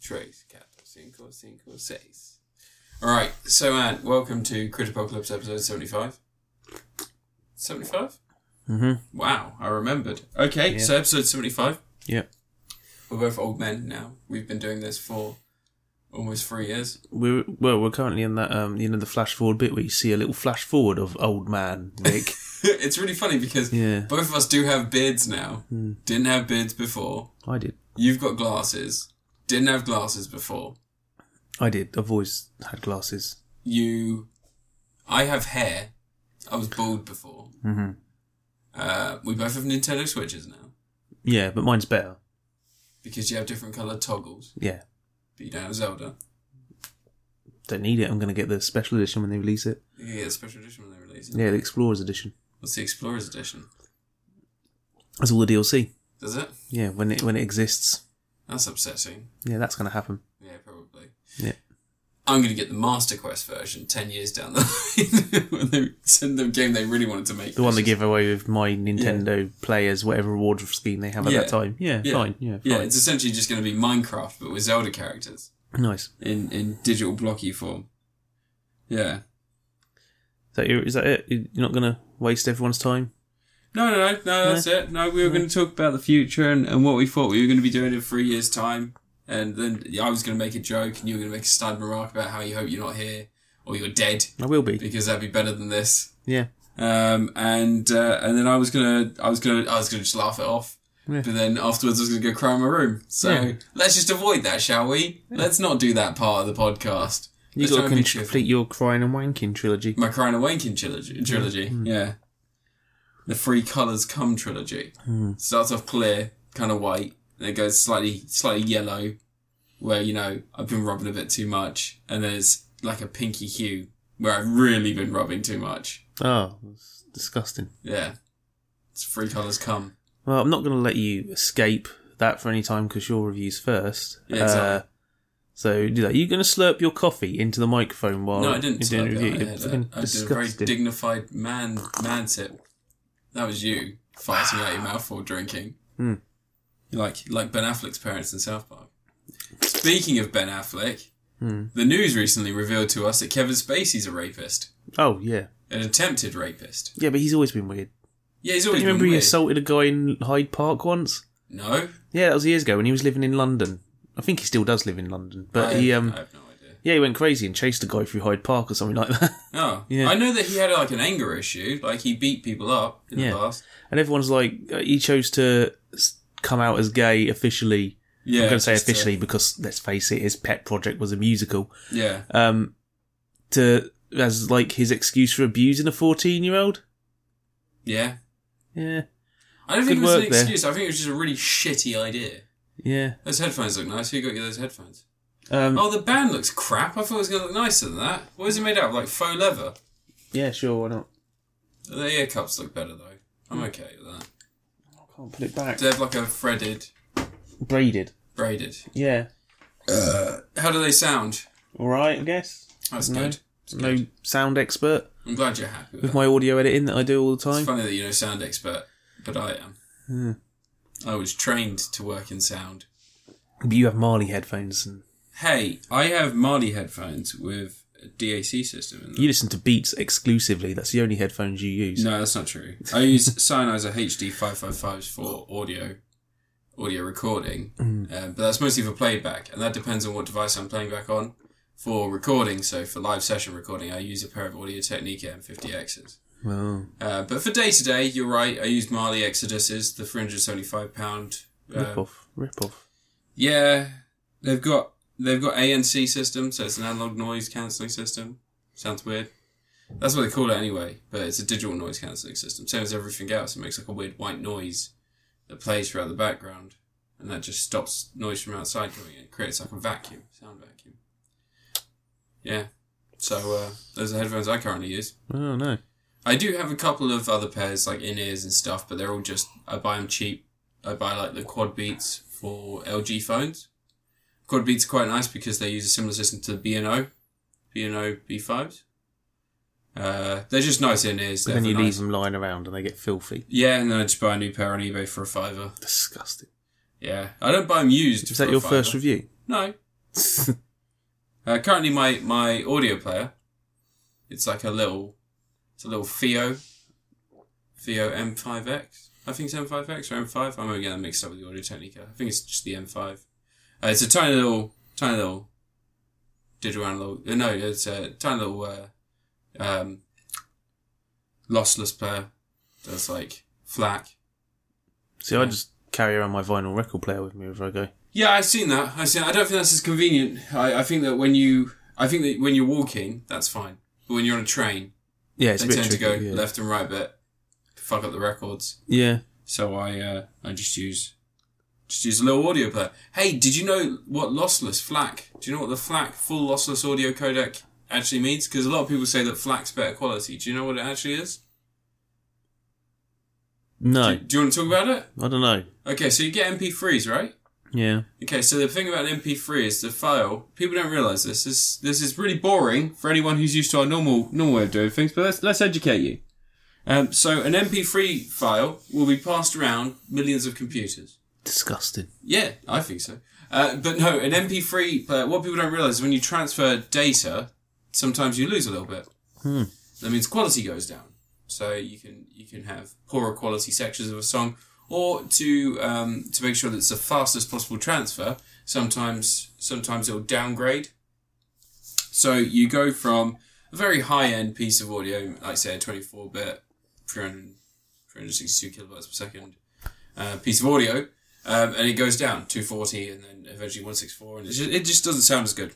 tres, cuatro, cinco, cinco, seis. All right, so Anne, welcome to Crit Apocalypse episode seventy-five. Seventy-five. Mhm. Wow, I remembered. Okay, so episode seventy-five. Yep. We're both old men now. We've been doing this for almost three years. We're well. We're currently in that um, you know, the flash forward bit where you see a little flash forward of old man Nick. it's really funny because Yeah. both of us do have beards now. Didn't have beards before. I did. You've got glasses. Didn't have glasses before. I did. I've always had glasses. you I have hair. I was bald before. Mhm. Uh, we both have Nintendo Switches now Yeah, but mine's better. because you have different colored toggles, Yeah. but you don't have Zelda. Don't need it. I'm going to get the special edition when they release it. You can get a special edition when they release it. Yeah, the Explorers edition. What's the Explorers edition? That's all the DLC. Does it? Yeah, when it when it exists. That's upsetting. Yeah, that's going to happen. Yeah, probably. Yeah. I'm going to get the Master Quest version 10 years down the line when they send the game they really wanted to make. The one they give away with my Nintendo players, whatever reward scheme they have at Yeah. that time. Yeah, Yeah. fine. Yeah, fine. Yeah, it's essentially just going to be Minecraft, but with Zelda characters nice. in, in digital blocky form. Yeah. Is that, your, is that it? You're not going to waste everyone's time? No, no, no, no that's it. No, we were going to talk about the future and, and what we thought we were going to be doing in three years' time. And then I was going to make a joke and you were going to make a snide remark about how you hope you're not here or you're dead I will be. because that'd be better than this. Yeah. Um, and, uh, and then I was going to, I was going to, I was going to just laugh it off. Yeah. But then afterwards, I was going to go cry in my room. So Yeah. let's just avoid that, shall we? Let's not do that part of the podcast. you Let's try got to and be con- cheerful. complete your crying and wanking trilogy. My Crying and Wanking trilogy. trilogy Yeah. The Three Colours Come trilogy. Starts off clear, kind of white, then it goes slightly, slightly yellow, where, you know, I've been rubbing a bit too much, and then it's like a pinky hue, where I've really been rubbing too much. Oh, that's disgusting. Yeah. It's Three Colours Come. Well, I'm not going to let you escape that for any time because your review's first. Uh, Yeah, exactly. so do that. You're going to slurp your coffee into the microphone while no, I didn't. you're slap doing it. a review. I, You're had fucking a- I did a very disgusting. dignified man, man tip. That was you, farting out your mouth while drinking. Hmm. You're Like, like Ben Affleck's parents in South Park. Speaking of Ben Affleck, Hmm. the news recently revealed to us that Kevin Spacey's a rapist, Oh yeah, an attempted rapist. yeah, but he's always been weird. Yeah, he's Don't always you remember been he weird. assaulted a guy in Hyde Park once? no, Yeah, that was years ago when he was living in London. I think he still does live in London, but I, he have- um I have no idea. yeah he went crazy and chased a guy through Hyde Park or something like that. Oh, Yeah. I know that he had like an anger issue, like he beat people up in Yeah. the past. and everyone's like, uh, he chose to s- come out as gay officially. Yeah, I'm going to say just uh, to- officially because let's face it, his pet project was a musical. yeah, Um, to as like his excuse for abusing a 14 year old. yeah. Yeah, I don't think it Good was an work there. excuse. I think it was just a really shitty idea. yeah. Those headphones look nice. Who got you those headphones? Um, Oh, the band looks crap. I thought it was going to look nicer than that. What is it made out of? Like faux leather? yeah, sure, why not? The ear cups look better though. Hmm. I'm okay with that. I can't put it back. Do they have like a threaded, Braided. braided? Yeah. How do they sound? All right, I guess. That's Uh. No. good. No sound expert I'm glad you're happy with with that. my audio editing that I do all the It's time. funny that you know sound expert, but I am. Hmm. I was trained to work in sound. But you have Marley headphones and Hey, I have Marley headphones with a DAC system in them. you listen to beats exclusively. That's the only headphones you use. No, that's not true. I use Sennheiser HD 555s for audio audio recording, um, but that's mostly for playback, and that depends on what device I'm playing back on. For recording, so for live session recording, I use a pair of Audio Technica M50Xs. Well, Uh, but for day to day, you're right. I use Marley Exoduses, the 375 pound. rip Uh, off, rip off. yeah, they've got they've got ANC system, so it's an analog noise cancelling system. Sounds weird. That's what they call it anyway, but it's a digital noise cancelling system. Same as everything else, it makes like a weird white noise that plays throughout the background, and that just stops noise from outside coming in. It creates like a vacuum, sound vacuum. Yeah. So uh, those are the headphones I currently use. Oh no. I do have a couple of other pairs, like in ears and stuff, but they're all just I buy them cheap. I buy like the quad beats for LG phones. Quad beats are quite nice because they use a similar system to the B&O, B&O B5s. Uh, they're just nice in ears. But They're then for you leave nice. them lying around and they get filthy. Yeah, and then I just buy a new pair on eBay for a fiver. Disgusting. Yeah, I don't buy them used. Is for that a your fiver. first review? No. Uh, currently, my my audio player, it's like a little, it's a little Theo, Theo M5X. I think it's M5X or M5. I'm gonna get that mixed up with the Audio Technica. I think it's just the M5. Uh, it's a tiny little, tiny little digital analog. uh, No, it's a tiny little uh, um, lossless player. That's like FLAC. See, I just carry around my vinyl record player with me wherever I go. Yeah, I've seen that. I seen. I don't think that's as convenient. I, I think that when you, I think that when you're walking, that's fine. But when you're on a train, Yeah, it's they a bit tend to go tricky, yeah. left and right, but fuck up the records. Yeah. So I, uh, I just use, just use a little audio player. Hey, did you know what lossless FLAC? Do you know what the FLAC full lossless audio codec actually means? Because a lot of people say that FLAC's better quality. Do you know what it actually is? No, Do, do you want to talk about it? I don't know. Okay, so you get MP3s, right? Yeah. Okay, so the thing about an MP3 is the file. People don't realize this. This this is really boring for anyone who's used to our normal normal way of doing things. But let's let's educate you. Um, so an MP3 file will be passed around millions of computers. Disgusting. Yeah, I think so. Uh, but no, an MP3 player. uh, What people don't realize is when you transfer data, sometimes you lose a little bit. That means quality goes down. So you can you can have poorer quality sections of a song, or to um, to make sure that it's the fastest possible transfer. Sometimes sometimes it'll downgrade. So you go from a very high end piece of audio, like say a 24 bit, 300, 362 kilobytes per second uh, piece of audio, um, and it goes down 240 and then eventually 164, and it just, it just doesn't sound as good.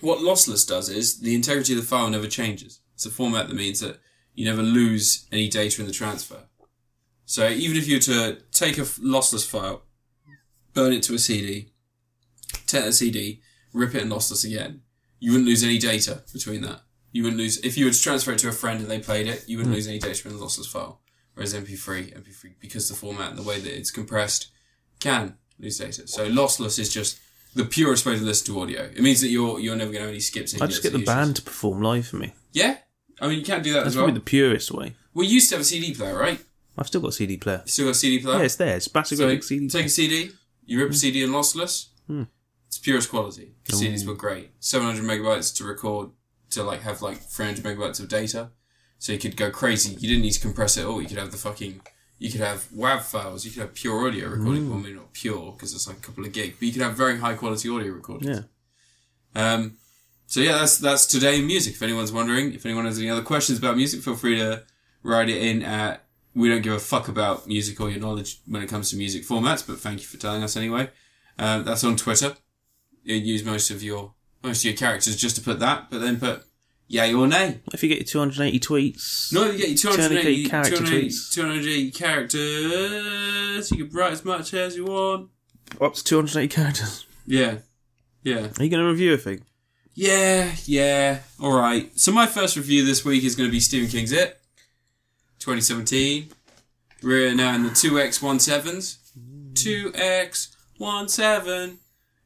What lossless does is the integrity of the file never changes. It's a format that means that you never lose any data in the transfer. So even if you were to take a f- lossless file, burn it to a CD, take a CD, rip it and lossless again, you wouldn't lose any data between that. You wouldn't lose if you were to transfer it to a friend and they played it, you Hmm. wouldn't lose any data in the lossless file. Whereas MP3, MP3 because the format and the way that it's compressed can lose data. So lossless is just the purest way to listen to audio. It means that you're you're never going to have any skips. I just idiots, get the and band issues. to perform live for me. Yeah, I mean you can't do that That's as well. probably the purest way. We used to have a CD player, right? I've still got a CD player. You still got a CD player. Yeah, it's there. It's So Bassographic CD. take a CD, you rip a CD in lossless. It's purest quality. The CDs were great. 700 megabytes to record to like have like 300 megabytes of data, so you could go crazy. You didn't need to compress it at all. You could have the fucking you could have WAV files. You could have pure audio recording. Well, maybe not pure because it's like a couple of gig, but you could have very high quality audio recordings. Yeah. Um, so yeah, that's that's today in music. If anyone's wondering, if anyone has any other questions about music, feel free to write it in at we don't give a fuck about music or your knowledge when it comes to music formats, but thank you for telling us anyway. Um, that's on Twitter. You use most of your most of your characters just to put that, but then put yay or nay. If you get your 280 tweets, No, you get your 280 280 character 280 tweets. 280 characters. You can write as much as you want. up to 280 characters. Yeah. Yeah. Are you going to review a thing? Yeah, yeah. All right. So my first review this week is going to be Stephen King's It, 2017. We're now in the 2x17s. 2x17.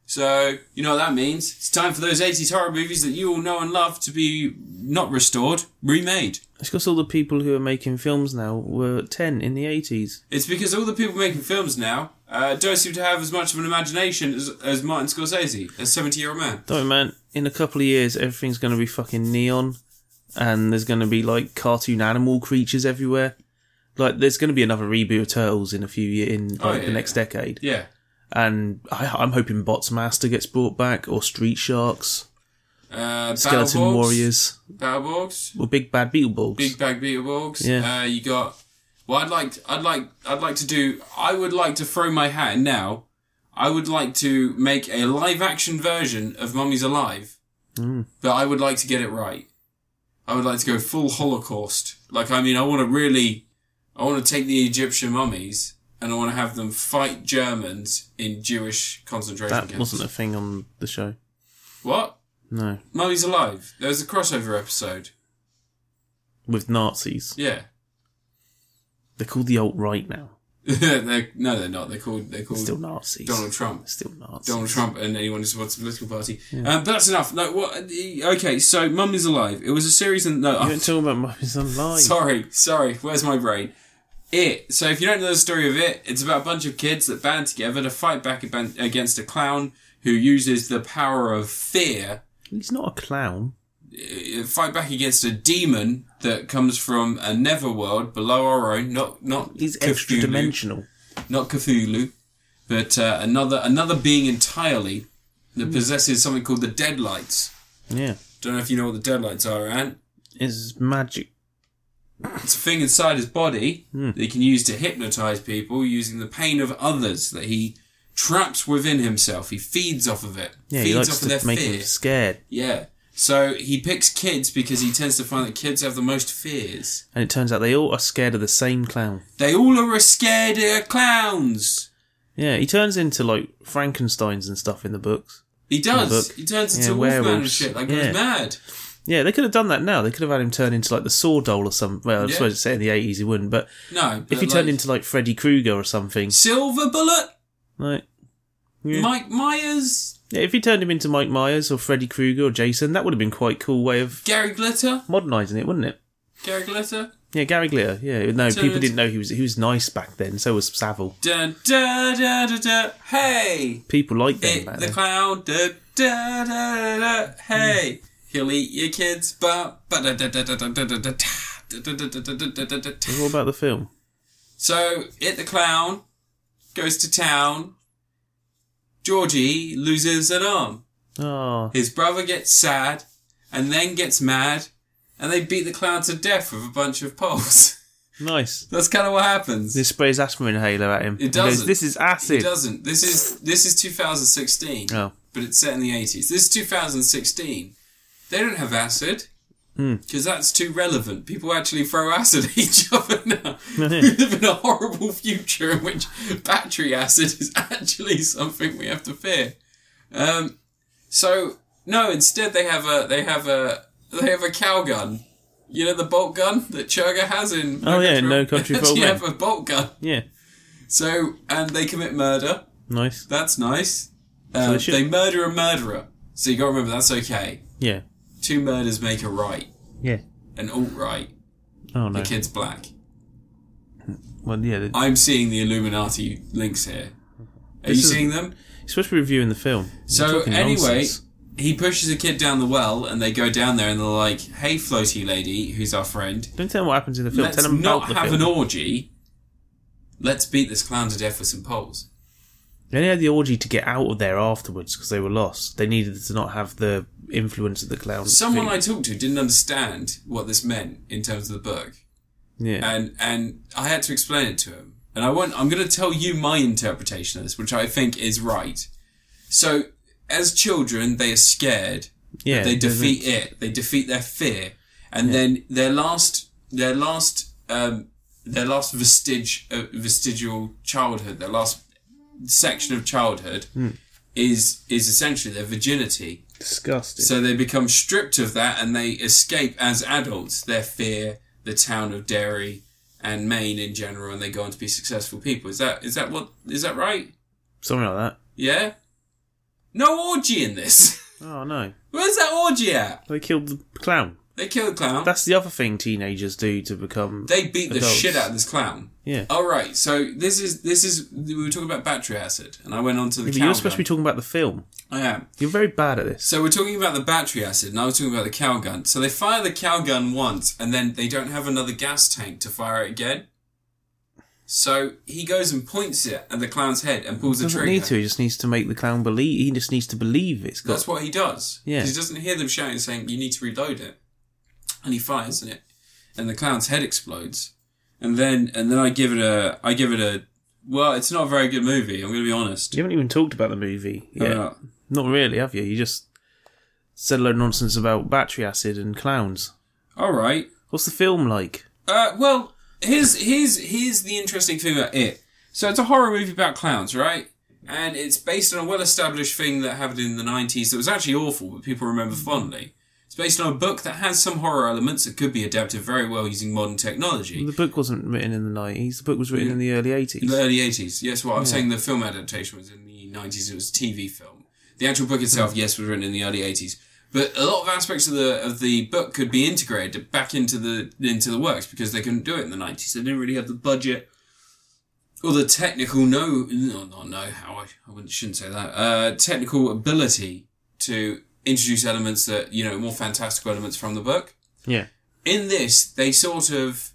So, you know what that means. It's time for those 80s horror movies that you all know and love to be not restored, remade. It's because all the people who are making films now were 10 in the 80s. It's because all the people making films now uh, don't seem to have as much of an imagination as, as Martin Scorsese, a 70 year old man. Don't worry, man. In a couple of years, everything's going to be fucking neon, and there's going to be like cartoon animal creatures everywhere. Like, there's going to be another reboot of Turtles in a few years, in like, Oh, yeah, the next decade. Yeah. And I, I'm hoping Bots Master gets brought back, or Street Sharks, Uh, Skeleton Battleborgs. Warriors, Battleborgs. or Big Bad Beetleborgs. Big Bag Beetleborgs. Yeah. Uh, you got. Well, I'd like. I'd like. I'd like to do. I would like to throw my hat in now. I would like to make a live-action version of Mummy's Alive, Mm, but I would like to get it right. I would like to go full Holocaust. Like, I mean, I want to really. I want to take the Egyptian mummies and I want to have them fight Germans in Jewish concentration that camps. wasn't a thing on the show. What? No. Mummy's Alive. There was a crossover episode. With Nazis. Yeah. They're called the alt right now. they're, no, they're not. They're called. They're called. Still Nazis. Donald Trump. Still Nazis. Donald Trump and anyone who supports the political party. Um, but that's enough. No, what? Okay, so Mum is Alive. It was a series and no. oh, You don't talk about Mummies Alive. Sorry, sorry. Where's my brain? It. So if you don't know the story of it, it's about a bunch of kids that band together to fight back aban- against a clown who uses the power of fear He's not a clown. uh, fight back against a demon that comes from a netherworld below our own. Not not He's extra Cthulhu, dimensional. not Cthulhu, but uh, another another being entirely Hmm. that possesses something called the Deadlights. Yeah. Don't know if you know what the Deadlights are, Ant. It's magic. It's a thing inside his body Hmm. that he can use to hypnotize people using the pain of others that he traps within himself. He feeds off of it. Yeah, feeds he likes off of their to make fear. him scared. Yeah. So he picks kids because he tends to find that kids have the most fears. And it turns out they all are scared of the same clown. They all are scared of clowns. Yeah, he turns into like Frankenstein's and stuff in the books. He does. book. He turns Yeah, into Wolfman and werewolves. shit. Like Yeah. he's mad. Yeah, they could have done that now. They could have had him turn into like the Saw Doll or something. Well, I Yeah. suppose it's set in the eighties, he wouldn't. But, No, but if he turned like, into like Freddy Krueger or something, Silver Bullet, like yeah. Mike Myers, yeah, if he turned him into Mike Myers or Freddy Krueger or Jason, that would have been quite cool way of Gary Glitter, modernising it, wouldn't it? Gary Glitter. Yeah, Gary Glitter. Yeah, no, So people it's- didn't know he was he was nice back then. So was Savile. Da da da da da. Hey, People liked them it, back the then. clown. Da da da da da. Hey, he'll eat your kids. But but da da da da da da da da. da, da, da, da, da, da, da, da, da. What about the film? So, it the clown goes to town. Georgie loses an arm. Oh, His brother gets sad and then gets mad and they beat the clown to death with a bunch of poles. nice. That's kind of what happens. This sprays asthma inhaler at him. It He goes, doesn't. this is it acid. doesn't. This is this is 2016, Oh, but it's set in the 80s. This is 2016. They don't have acid Hmm. because that's too relevant. People actually throw acid at each other now. we live in a horrible future in which battery acid is actually something we have to fear. Um, so no, instead they have a they have a they have a cow gun. You know the bolt gun that Churga has in. Oh, yeah, No Country for Old You Men. have a bolt gun. yeah, So and they commit murder. nice. That's nice. Uh, they should- they murder a murderer. So you got to remember that's okay. Yeah, Two murders make a right, yeah. an alt right. Oh no. The kid's black. Well, yeah. they- I'm seeing the Illuminati links here. Are This you is- seeing them? You're supposed to be reviewing the film. You're So talking anyway, nonsense. he pushes a kid down the well, and they go down there, and they're like, "Hey, floaty lady, who's our friend? don't tell them what happens in the film. Let's tell them not about the have film. an orgy. Let's beat this clown to death with some poles." They only had the orgy to get out of there afterwards because they were lost. They needed to not have the influence of the clown. Someone thing. I talked to didn't understand what this meant in terms of the book. yeah, and and I had to explain it to him. And I want I'm going to tell you my interpretation of this, which I think is right. So as children, they are scared. yeah. they doesn't- defeat it. They defeat their fear, and then their last their last um, their last vestige uh, vestigial childhood, their last section of childhood. Hmm. Is is essentially their virginity, Disgusting. so they become stripped of that and they escape as adults their fear, the town of Derry and Maine in general, and they go on to be successful people. Is that is that what is that right? Something like that. Yeah? No orgy in this. Oh no, Where's that orgy at? they killed the clown. They kill the clown. That's the other thing teenagers do to become. they beat the adults. shit out of this clown. yeah. Alright, so this is this is we were talking about battery acid and I went on to the But cow you're supposed to gun. be talking about the film. I am. You're very bad at this. So we're talking about the battery acid, and I was talking about the cow gun. So they fire the cow gun once, and then they don't have another gas tank to fire it again. So he goes and points it at the clown's head and pulls the doesn't trigger. need to. He just needs to make the clown believe. He just needs to believe it's got. That's what he does. Yeah. 'Cause He doesn't hear them shouting, saying, "You need to reload it," and he fires and it, and the clown's head explodes. And then, and then I give it a, I give it a. Well, it's not a very good movie. I'm going to be honest. Uh, You haven't even talked about the movie. Fair yet. enough. Not really, have you? You just said a load of nonsense about battery acid and clowns. All right. What's the film like? Uh, well, here's here's here's the interesting thing about it. So it's a horror movie about clowns, right? And it's based on a well-established thing that happened in the '90s that was actually awful, but people remember fondly. It's based on a book that has some horror elements that could be adapted very well using modern technology. The book wasn't written in the nineties. The book was written in the early In eighties. the early '80s, yes. Well, I'm saying the film adaptation was in the '90s. It was a TV film. The actual book itself, yes, was written in the early '80s. But a lot of aspects of the of the book could be integrated back into the into the works because they couldn't do it in the '90s. They didn't really have the budget Well, the technical know, no, not know how, I, I wouldn't, shouldn't say that, uh, technical ability to introduce elements that, you know, more fantastical elements from the book. Yeah. In this, they sort of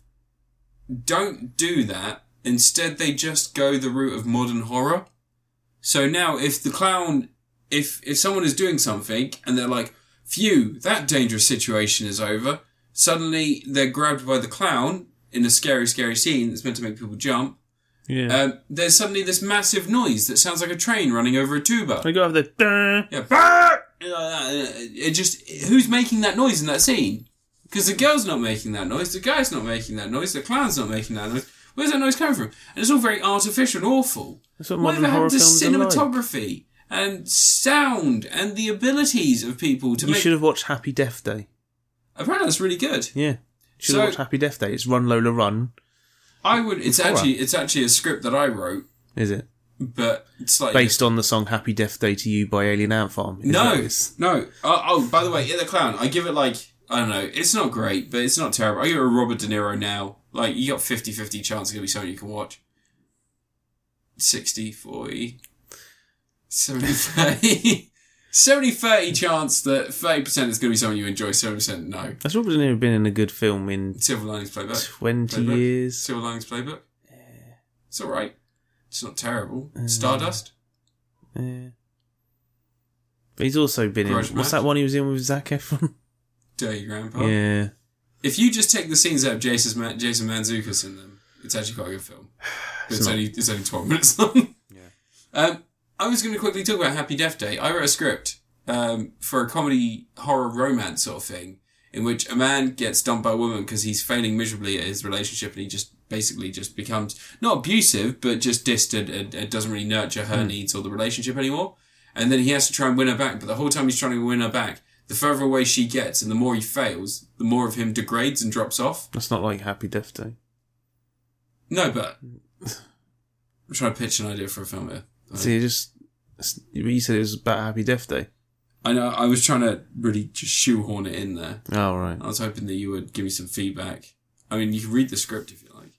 don't do that. Instead, they just go the route of modern horror. So now, if the clown, if, if someone is doing something and they're like, phew, that dangerous situation is over, suddenly they're grabbed by the clown in a scary, scary scene that's meant to make people jump. Yeah. Um, there's suddenly this massive noise that sounds like a train running over a tuba. I go over there. Yeah, bah! You know, that- uh, it just who's making that noise in that scene? Because the girl's not making that noise, the guy's not making that noise, the clown's not making that noise. Where's that noise coming from? And it's all very artificial and awful. That's what modern Whatever horror happened to films are like. cinematography and sound and the abilities of people to You make? should have watched Happy Death Day. Apparently, that's really good. Yeah. Should So- have watched Happy Death Day. It's Run Lola Run, I would. It's Horror. actually it's actually a script that I wrote, is it? but it's like Based on the song Happy Death Day to You by Alien Ant Farm. is No, what it is. no. Oh, oh, by the way, yeah, the clown. I give it like I don't know. It's not great, but it's not terrible. I give it a Robert De Niro now. Like you got 50-50 chance it's gonna be something you can watch. 60, 40, 70, 30. 70, 30 chance that 30% is going to be something you enjoy, 70% no. Has Robert De Niro been in a good film in Silver Linings Playbook. 20 Playbook. years? Silver Linings Playbook. It's alright. It's not terrible. Stardust. Yeah. But he's also been in. Garage What's Match. that one he was in with Zac Efron? Dirty Grandpa. Yeah. If you just take the scenes out of Jason, Ma- Jason Manzoukas in them, it's actually quite a good film. But it's, not. only it's only twelve minutes long. Yeah. Um, I was going to quickly talk about Happy Death Day. I wrote a script um, for a comedy horror romance sort of thing in which a man gets dumped by a woman because he's failing miserably at his relationship and he just basically just becomes not abusive but just distant and, and doesn't really nurture her needs or the relationship anymore and then he has to try and win her back. But the whole time he's trying to win her back, the further away she gets and the more he fails, the more of him degrades and drops off. That's not like Happy Death Day. No, but I'm trying to pitch an idea for a film here. See, it just. it's- You said it was about Happy Death Day. I know I was trying to really just shoehorn it in there. Oh, right. I was hoping that you would give me some feedback. I mean, you can read the script if you like.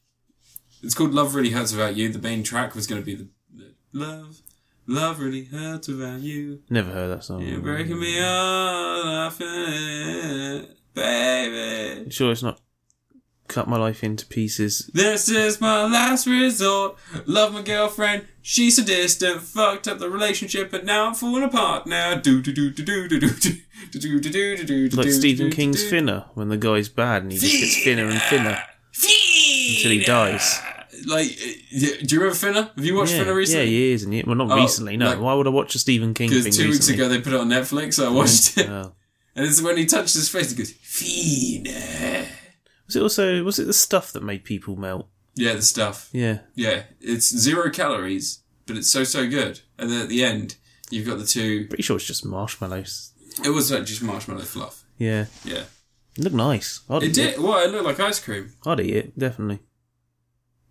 It's called "Love Really Hurts About You." The main track was going to be the, the "Love, Love Really Hurts About You." Never heard that song. You're breaking me up, baby. Sure, it's not. Cut my life into pieces. This is my last resort. Love my girlfriend. She's a distant. Fucked up the relationship, but now I'm falling apart. Now do do do do do do do do do do do do do do. Like do, Stephen do, King's do. Finner, when the guy's bad and he just gets thinner and thinner. Finna Until he dies. Like, uh, yeah, do you remember Finna? Have you watched Yeah, Finna yeah, recently? years and years. Well, not Oh, recently, no. like- Why would I watch a Stephen King thing Because two weeks recently? ago they put it on Netflix. I watched it, Oh. and it's when he touched his face. He goes Finna. Was it also was it the stuff that made people melt? Yeah, the stuff. Yeah, Yeah, it's zero calories, but it's so so good. And then at the end, you've got the two. pretty sure it's just marshmallows. It was like just marshmallow fluff. Yeah, Yeah, it looked nice. I'd it eat did. Well, it looked like ice cream, I'd eat it definitely.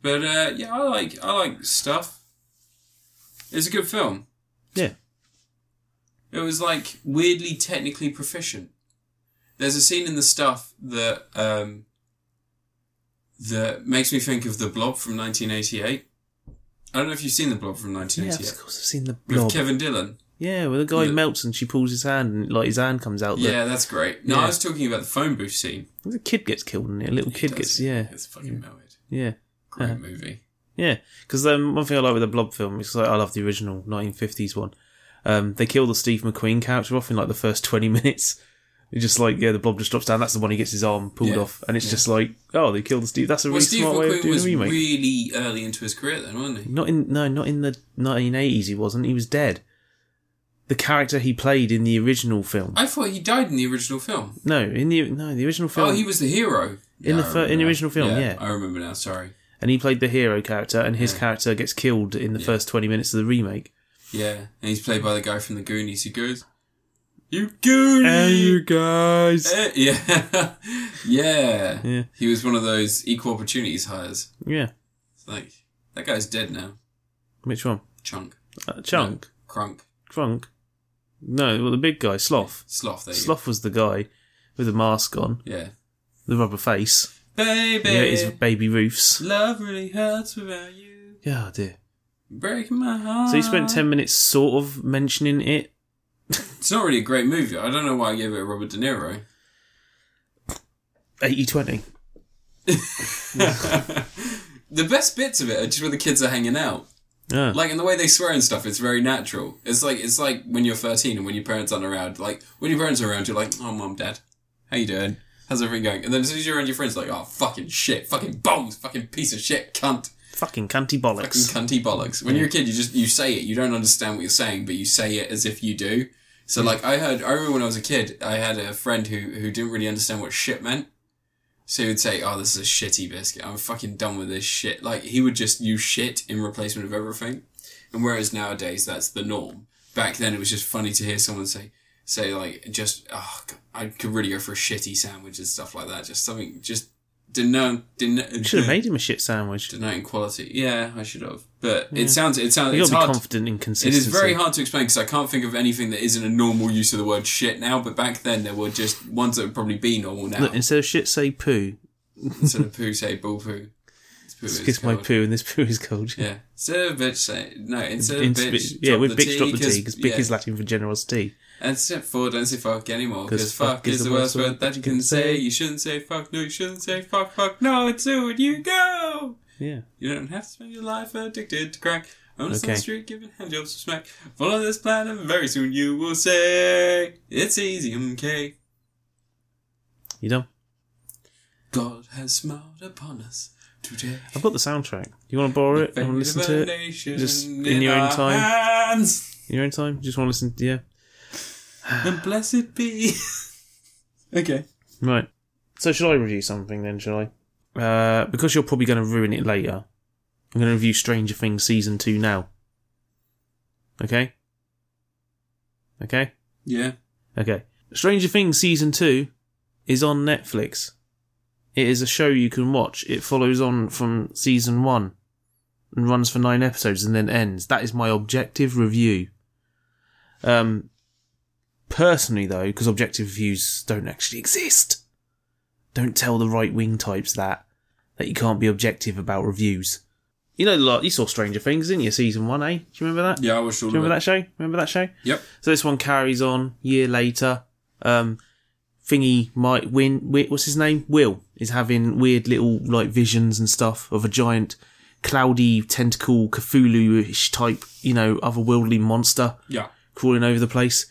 but uh, yeah, I like I like stuff. It's a good film. Yeah, It was like weirdly technically proficient. There's a scene in the stuff that um, that makes me think of the Blob from 1988. I don't know if you've seen the Blob from yeah. Of 1988 course, I've seen the with blob. Kevin Dillon. Yeah, where the guy Yeah. melts and she pulls his hand and like his hand comes out. The, Yeah, that's great. No, I Yeah. was talking about the phone booth scene. the kid gets killed in it. A little kid Does gets it? yeah, It's fucking melted. yeah. Great Uh-huh. movie. Yeah, because um, one thing I like with the Blob film is like, I love the original 1950s one. Um, they kill the Steve McQueen character off in like the first 20 minutes. It's just like yeah, the Blob just drops down. That's the one he gets his arm pulled Yeah. off, and it's just like oh, they killed the Steve. That's a really Well, Steve smart way of McQueen doing a was remake. really early into his career then, wasn't he? Not in no, not in the 1980s. He wasn't. He was dead. The character he played in the original film. I thought he died in the original film. No, in the no, the original film. Oh, he was the hero. In the I fir- in the remember original now. film, yeah. I remember now, sorry. and he played the hero character, and his character gets killed in the first 20 minutes of the remake. Yeah, and he's played by the guy from the Goonies who goes, You Goonie! guys. Eh, yeah. yeah. Yeah. He was one of those equal opportunities hires. Yeah, It's like, that guy's dead now. which one? Chunk. Uh, Chunk, Crunk. Crunk. No, well, the big guy, Sloth. Sloth, there you go. Sloth was the guy with the mask on, Yeah. the rubber face. Baby! Yeah, his baby roofs. Love really hurts without you. Yeah, oh dear. Break my heart. So you spent 10 minutes sort of mentioning it. It's not really a great movie. I don't know why I gave it a Robert De Niro. 80 20. the best bits of it are just when the kids are hanging out. Yeah. Like, and the way they swear and stuff, it's very natural. It's like it's like when you're 13 and when your parents aren't around. Like when your parents are around, you're like, "Oh, mom, dad, how you doing? How's everything going?" And then as soon as you're around your friends, like, "Oh, fucking shit, fucking balls, fucking piece of shit, cunt, Fucking cunty fucking bollocks. cunty bollocks." When you're a kid, you just you say it. You don't understand what you're saying, but you say it as if you do. So like I heard, I remember when I was a kid, I had a friend who who didn't really understand what shit meant. So he would say, "Oh, this is a shitty biscuit. I'm fucking done with this shit." Like he would just use shit in replacement of everything. And whereas nowadays that's the norm. Back then it was just funny to hear someone say say like just oh, God, I could really go for a shitty sandwich and stuff like that. Just something just didn't know didn't Should have made him a shit sandwich. denoting quality. Yeah, I should have. But it sounds it sounds you it's got to be hard. confident in It consistency. is very hard to explain because I can't think of anything that isn't a normal use of the word shit now. But back then there were just ones that would probably be normal now. Look, instead of shit, say poo. Instead of poo, say bull poo. It's poo it's Kiss my cold. poo, and this poo is cold. Yeah. Instead of bitch, say no. Instead In of bitch, spi- yeah, drop with the bitch drop the T, T because bitch yeah. is Latin for generosity. And step forward, don't say fuck anymore. Because fuck, is the worst word that you can say. You shouldn't say fuck. No, you shouldn't say fuck. Fuck. No, it's who you go. Yeah, You don't have to spend your life addicted to crack. On Okay. the street, giving handjobs to smack. Follow this plan, and very soon you will say it's easy, okay? you done? God has smiled upon us today. I've got the soundtrack. You want to borrow it? You want to listen to it Foundation Just in your own our time? hands. in your own time? Just want to listen? Yeah, Ah. and blessed be. okay. right. So shall I review something then? Shall I? Uh, because you're probably going to ruin it later. I'm going to review Stranger Things season two now. Okay. Okay. Yeah. Okay. Stranger Things season two is on Netflix. It is a show you can watch. It follows on from season one and runs for nine episodes and then ends. That is my objective review. Um, personally though, because objective reviews don't actually exist. Don't tell the right wing types that that you can't be objective about reviews. You know, like you saw Stranger Things, didn't you? Season one, eh? Do you remember that? Yeah, I was sure. Do you remember that show? Remember that show? Yep. So this one carries on year later. Um, thingy might win. Wi- What's his name? Will is having weird little like visions and stuff of a giant, cloudy tentacle Cthulhu-ish type, you know, otherworldly monster Yeah. crawling over the place.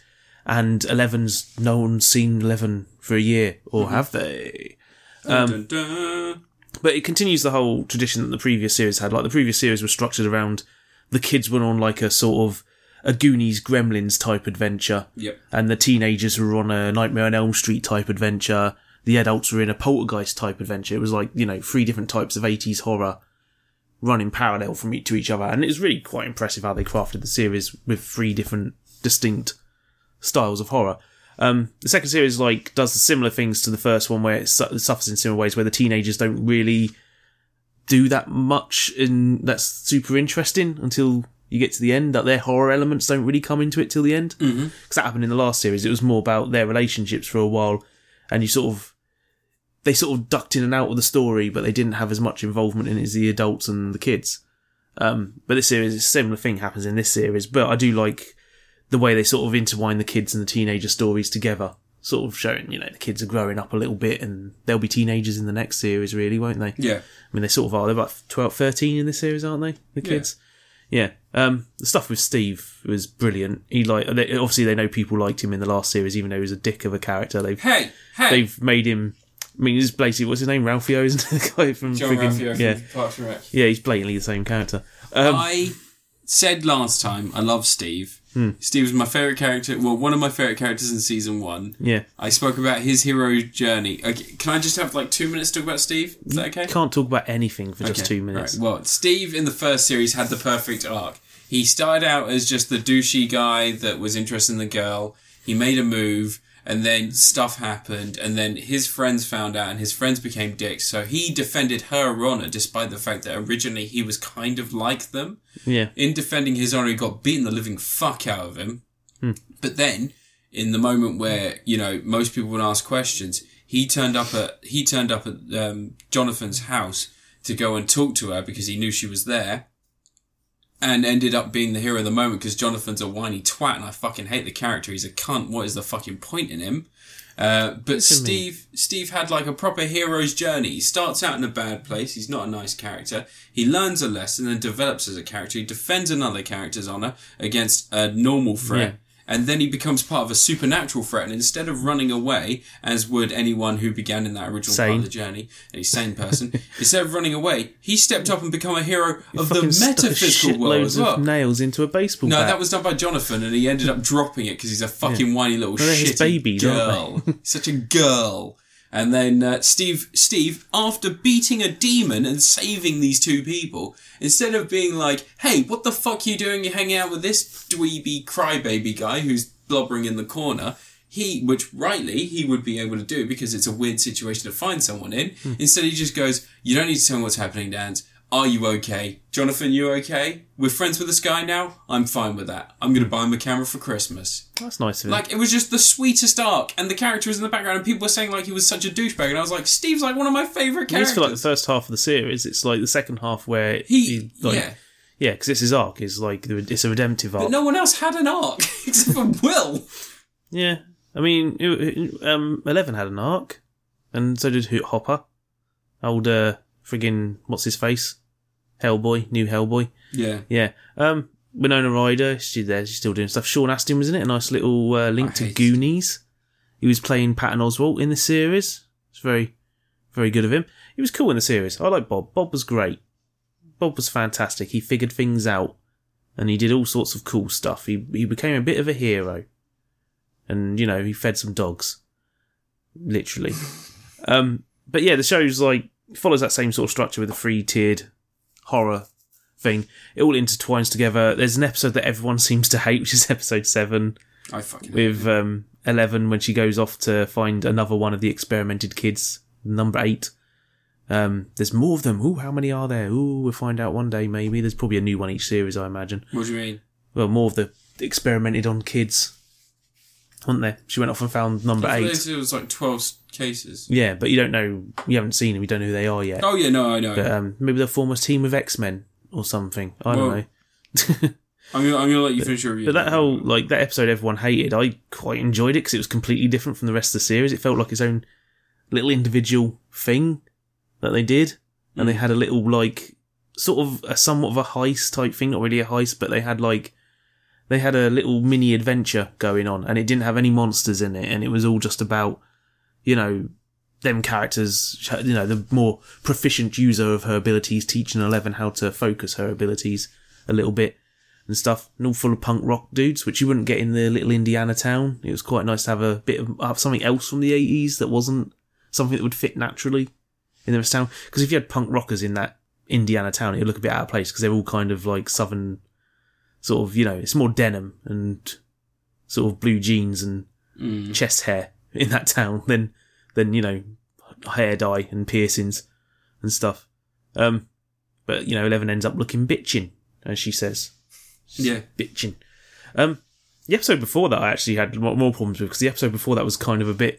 And Eleven's no one's seen Eleven for a year, or have they? Um, Dun, dun, dun. But it continues the whole tradition that the previous series had. Like the previous series was structured around the kids went on like a sort of a Goonies Gremlins type adventure Yep. and the teenagers were on a Nightmare on Elm Street type adventure. The adults were in a Poltergeist type adventure. It was like you know three different types of eighties horror running parallel from each to each other, and it was really quite impressive how they crafted the series with three different distinct styles of horror. Um, the second series like does similar things to the first one, where it su- suffers in similar ways, where the teenagers don't really do that much, and that's super interesting until you get to the end. That their horror elements don't really come into it till the end because that happened in the last series. It was more about their relationships for a while, and you sort of they sort of ducked in and out of the story, but they didn't have as much involvement in it as the adults and the kids. Um, but this series, a similar thing happens in this series. But I do like the way they sort of intertwine the kids and the teenager stories together, sort of showing you know the kids are growing up a little bit, and they'll be teenagers in the next series, really, won't they? Yeah. I mean, they sort of are. They're about 12, 13 in this series, aren't they? The kids. Yeah. Um, the stuff with Steve was brilliant. He like they, obviously they know people liked him in the last series, even though he was a dick of a character. They've Hey. Hey. they've made him. I mean, he's basically what's his name? Ralphio, isn't it? the guy from John friggin- Raffio yeah, from Parks and Rec. yeah. He's blatantly the same character. Um, I said last time I love Steve. Hmm. Steve was my favorite character. Well, one of my favorite characters in season one. yeah, I spoke about his hero journey. Okay, can I just have like two minutes to talk about Steve? Is that okay? can't talk about anything for just Okay, two minutes. right. Well, Steve in the first series had the perfect arc. He started out as just the douchey guy that was interested in the girl. He made a move, and then stuff happened, and then his friends found out, and his friends became dicks. So he defended her honor, despite the fact that originally he was kind of like them Yeah, in defending his honor, he got beaten the living fuck out of him. But then, in the moment where you know most people would ask questions, he turned up at he turned up at um, Jonathan's house to go and talk to her because he knew she was there. and ended up being the hero of the moment because Jonathan's a whiny twat and I fucking hate the character. He's a cunt. What is the fucking point in him? Uh, but Listen to me. Steve, Steve had like a proper hero's journey. He starts out in a bad place. He's not a nice character. He learns a lesson and develops as a character. He defends another character's honor against a normal threat. Yeah. And then he becomes part of a supernatural threat. And instead of running away, as would anyone who began in that original part Sane. of the journey, any sane person, instead of running away, he stepped up and become a hero of the Fucking stuck a metaphysical world shitloads as well. of nails into a baseball No, bat. that was done by Jonathan, and he ended up dropping it because he's a fucking whiny little they're his shitty babies, girl. aren't Such a girl. And then uh, Steve, Steve, after beating a demon and saving these two people, instead of being like, "Hey, what the fuck you doing? You hanging out with this dweeby crybaby guy who's blubbering in the corner?" He, which rightly he would be able to do because it's a weird situation to find someone in. Hmm. Instead, he just goes, "You don't need to tell me what's happening, Dan's. Are you okay? Jonathan, you okay? We're friends with this guy now? I'm fine with that. I'm going to buy him a camera for Christmas. That's nice of him. Like, it was just the sweetest arc, and the character was in the background, and people were saying, like, he was such a douchebag, and I was like, Steve's, like, one of my favourite at characters. least for like the first half of the series, it's like the second half where he, like, yeah. yeah, because it's his arc is like the, it's a redemptive arc. But no one else had an arc, except for Will. Yeah, I mean, it- it- um, Eleven had an arc, and so did Hoot Hopper, old uh, friggin' what's his face, Hellboy, new Hellboy. Yeah. Yeah, um, Winona Ryder, she's there, she's still doing stuff. Sean Astin was in it, a nice little uh, link I to hate- Goonies. He was playing Patton Oswalt in the series. It's very, very good of him. He was cool in the series. I like Bob. Bob was great. Bob was fantastic. He figured things out, and he did all sorts of cool stuff. He he became a bit of a hero, and you know he fed some dogs, literally. um, but yeah, the show's like follows that same sort of structure with a three tiered horror thing. It all intertwines together. There's an episode that everyone seems to hate, which is episode seven I fucking with um, Eleven when she goes off to find another one of the experimented kids, number eight. Um, there's more of them. Ooh, how many are there? Ooh, we'll find out one day maybe. There's probably a new one each series, I imagine. What do you mean? Well, more of the experimented on kids, weren't there? She went off and found number I eight. thought It was, like, 12 cases. Yeah, but you don't know. You haven't seen them. You don't know who they are yet. Oh, yeah, no, I know. But um, maybe they'll form a team of X Men or something. I Well, don't know. I'm going to I'm gonna let you finish your review. But that whole like that episode everyone hated, I quite enjoyed it because it was completely different from the rest of the series. It felt like its own little individual thing that they did, and they had a little like sort of a somewhat of a heist type thing, not really a heist, but they had like they had a little mini adventure going on, and it didn't have any monsters in it, and it was all just about you know them characters, you know, the more proficient user of her abilities, teaching Eleven how to focus her abilities a little bit and stuff, and all full of punk rock dudes, which you wouldn't get in the little Indiana town. It was quite nice to have a bit of have something else from the eighties that wasn't something that would fit naturally in the rest of town. Because if you had punk rockers in that Indiana town, it would look a bit out of place because they're all kind of like southern, sort of you know, it's more denim and sort of blue jeans and Mm. chest hair in that town than than you know hair dye and piercings and stuff. Um, but you know, Eleven ends up looking bitchin, as she says Yeah. bitching. Um, the episode before that, I actually had mo- more problems with because the episode before that was kind of a bit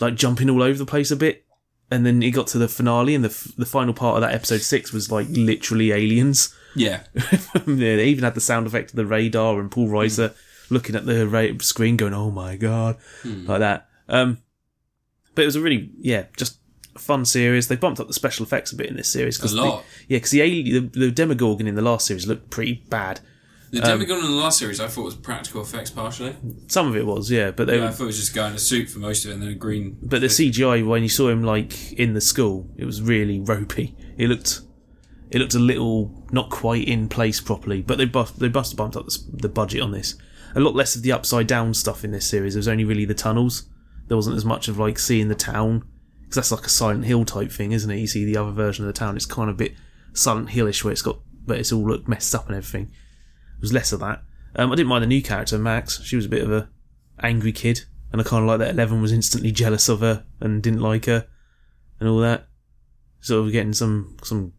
like jumping all over the place a bit, and then it got to the finale, and the f- the final part of that episode six was like literally aliens. Yeah. Yeah, they even had the sound effect of the radar and Paul Reiser looking at the ra- screen, going "Oh my god," Hmm. like that. Um, but it was a really yeah, just a fun series. They bumped up the special effects a bit in this series A the, lot. yeah, because the, alien- the the Demogorgon in the last series looked pretty bad. The Um, Demigod in the last series I thought was practical effects partially. Some of it was yeah, but they Yeah, were I thought it was just a guy in a suit for most of it and then a green. But the CGI when you saw him like in the school, it was really ropey. It looked, it looked a little not quite in place properly. But they buff, they must have bumped up the, s- the budget on this. A lot less of the upside down stuff in this series. There was only really the tunnels. There wasn't as much of like seeing the town because that's like a Silent Hill type thing, isn't it? You see the other version of the town. It's kind of a bit Silent Hillish where it's got, but it's all looked messed up and everything. There was less of that. Um, I didn't mind the new character Max. She was a bit of a angry kid, and I kind of like that Eleven was instantly jealous of her and didn't like her, and all that. Sort of getting some some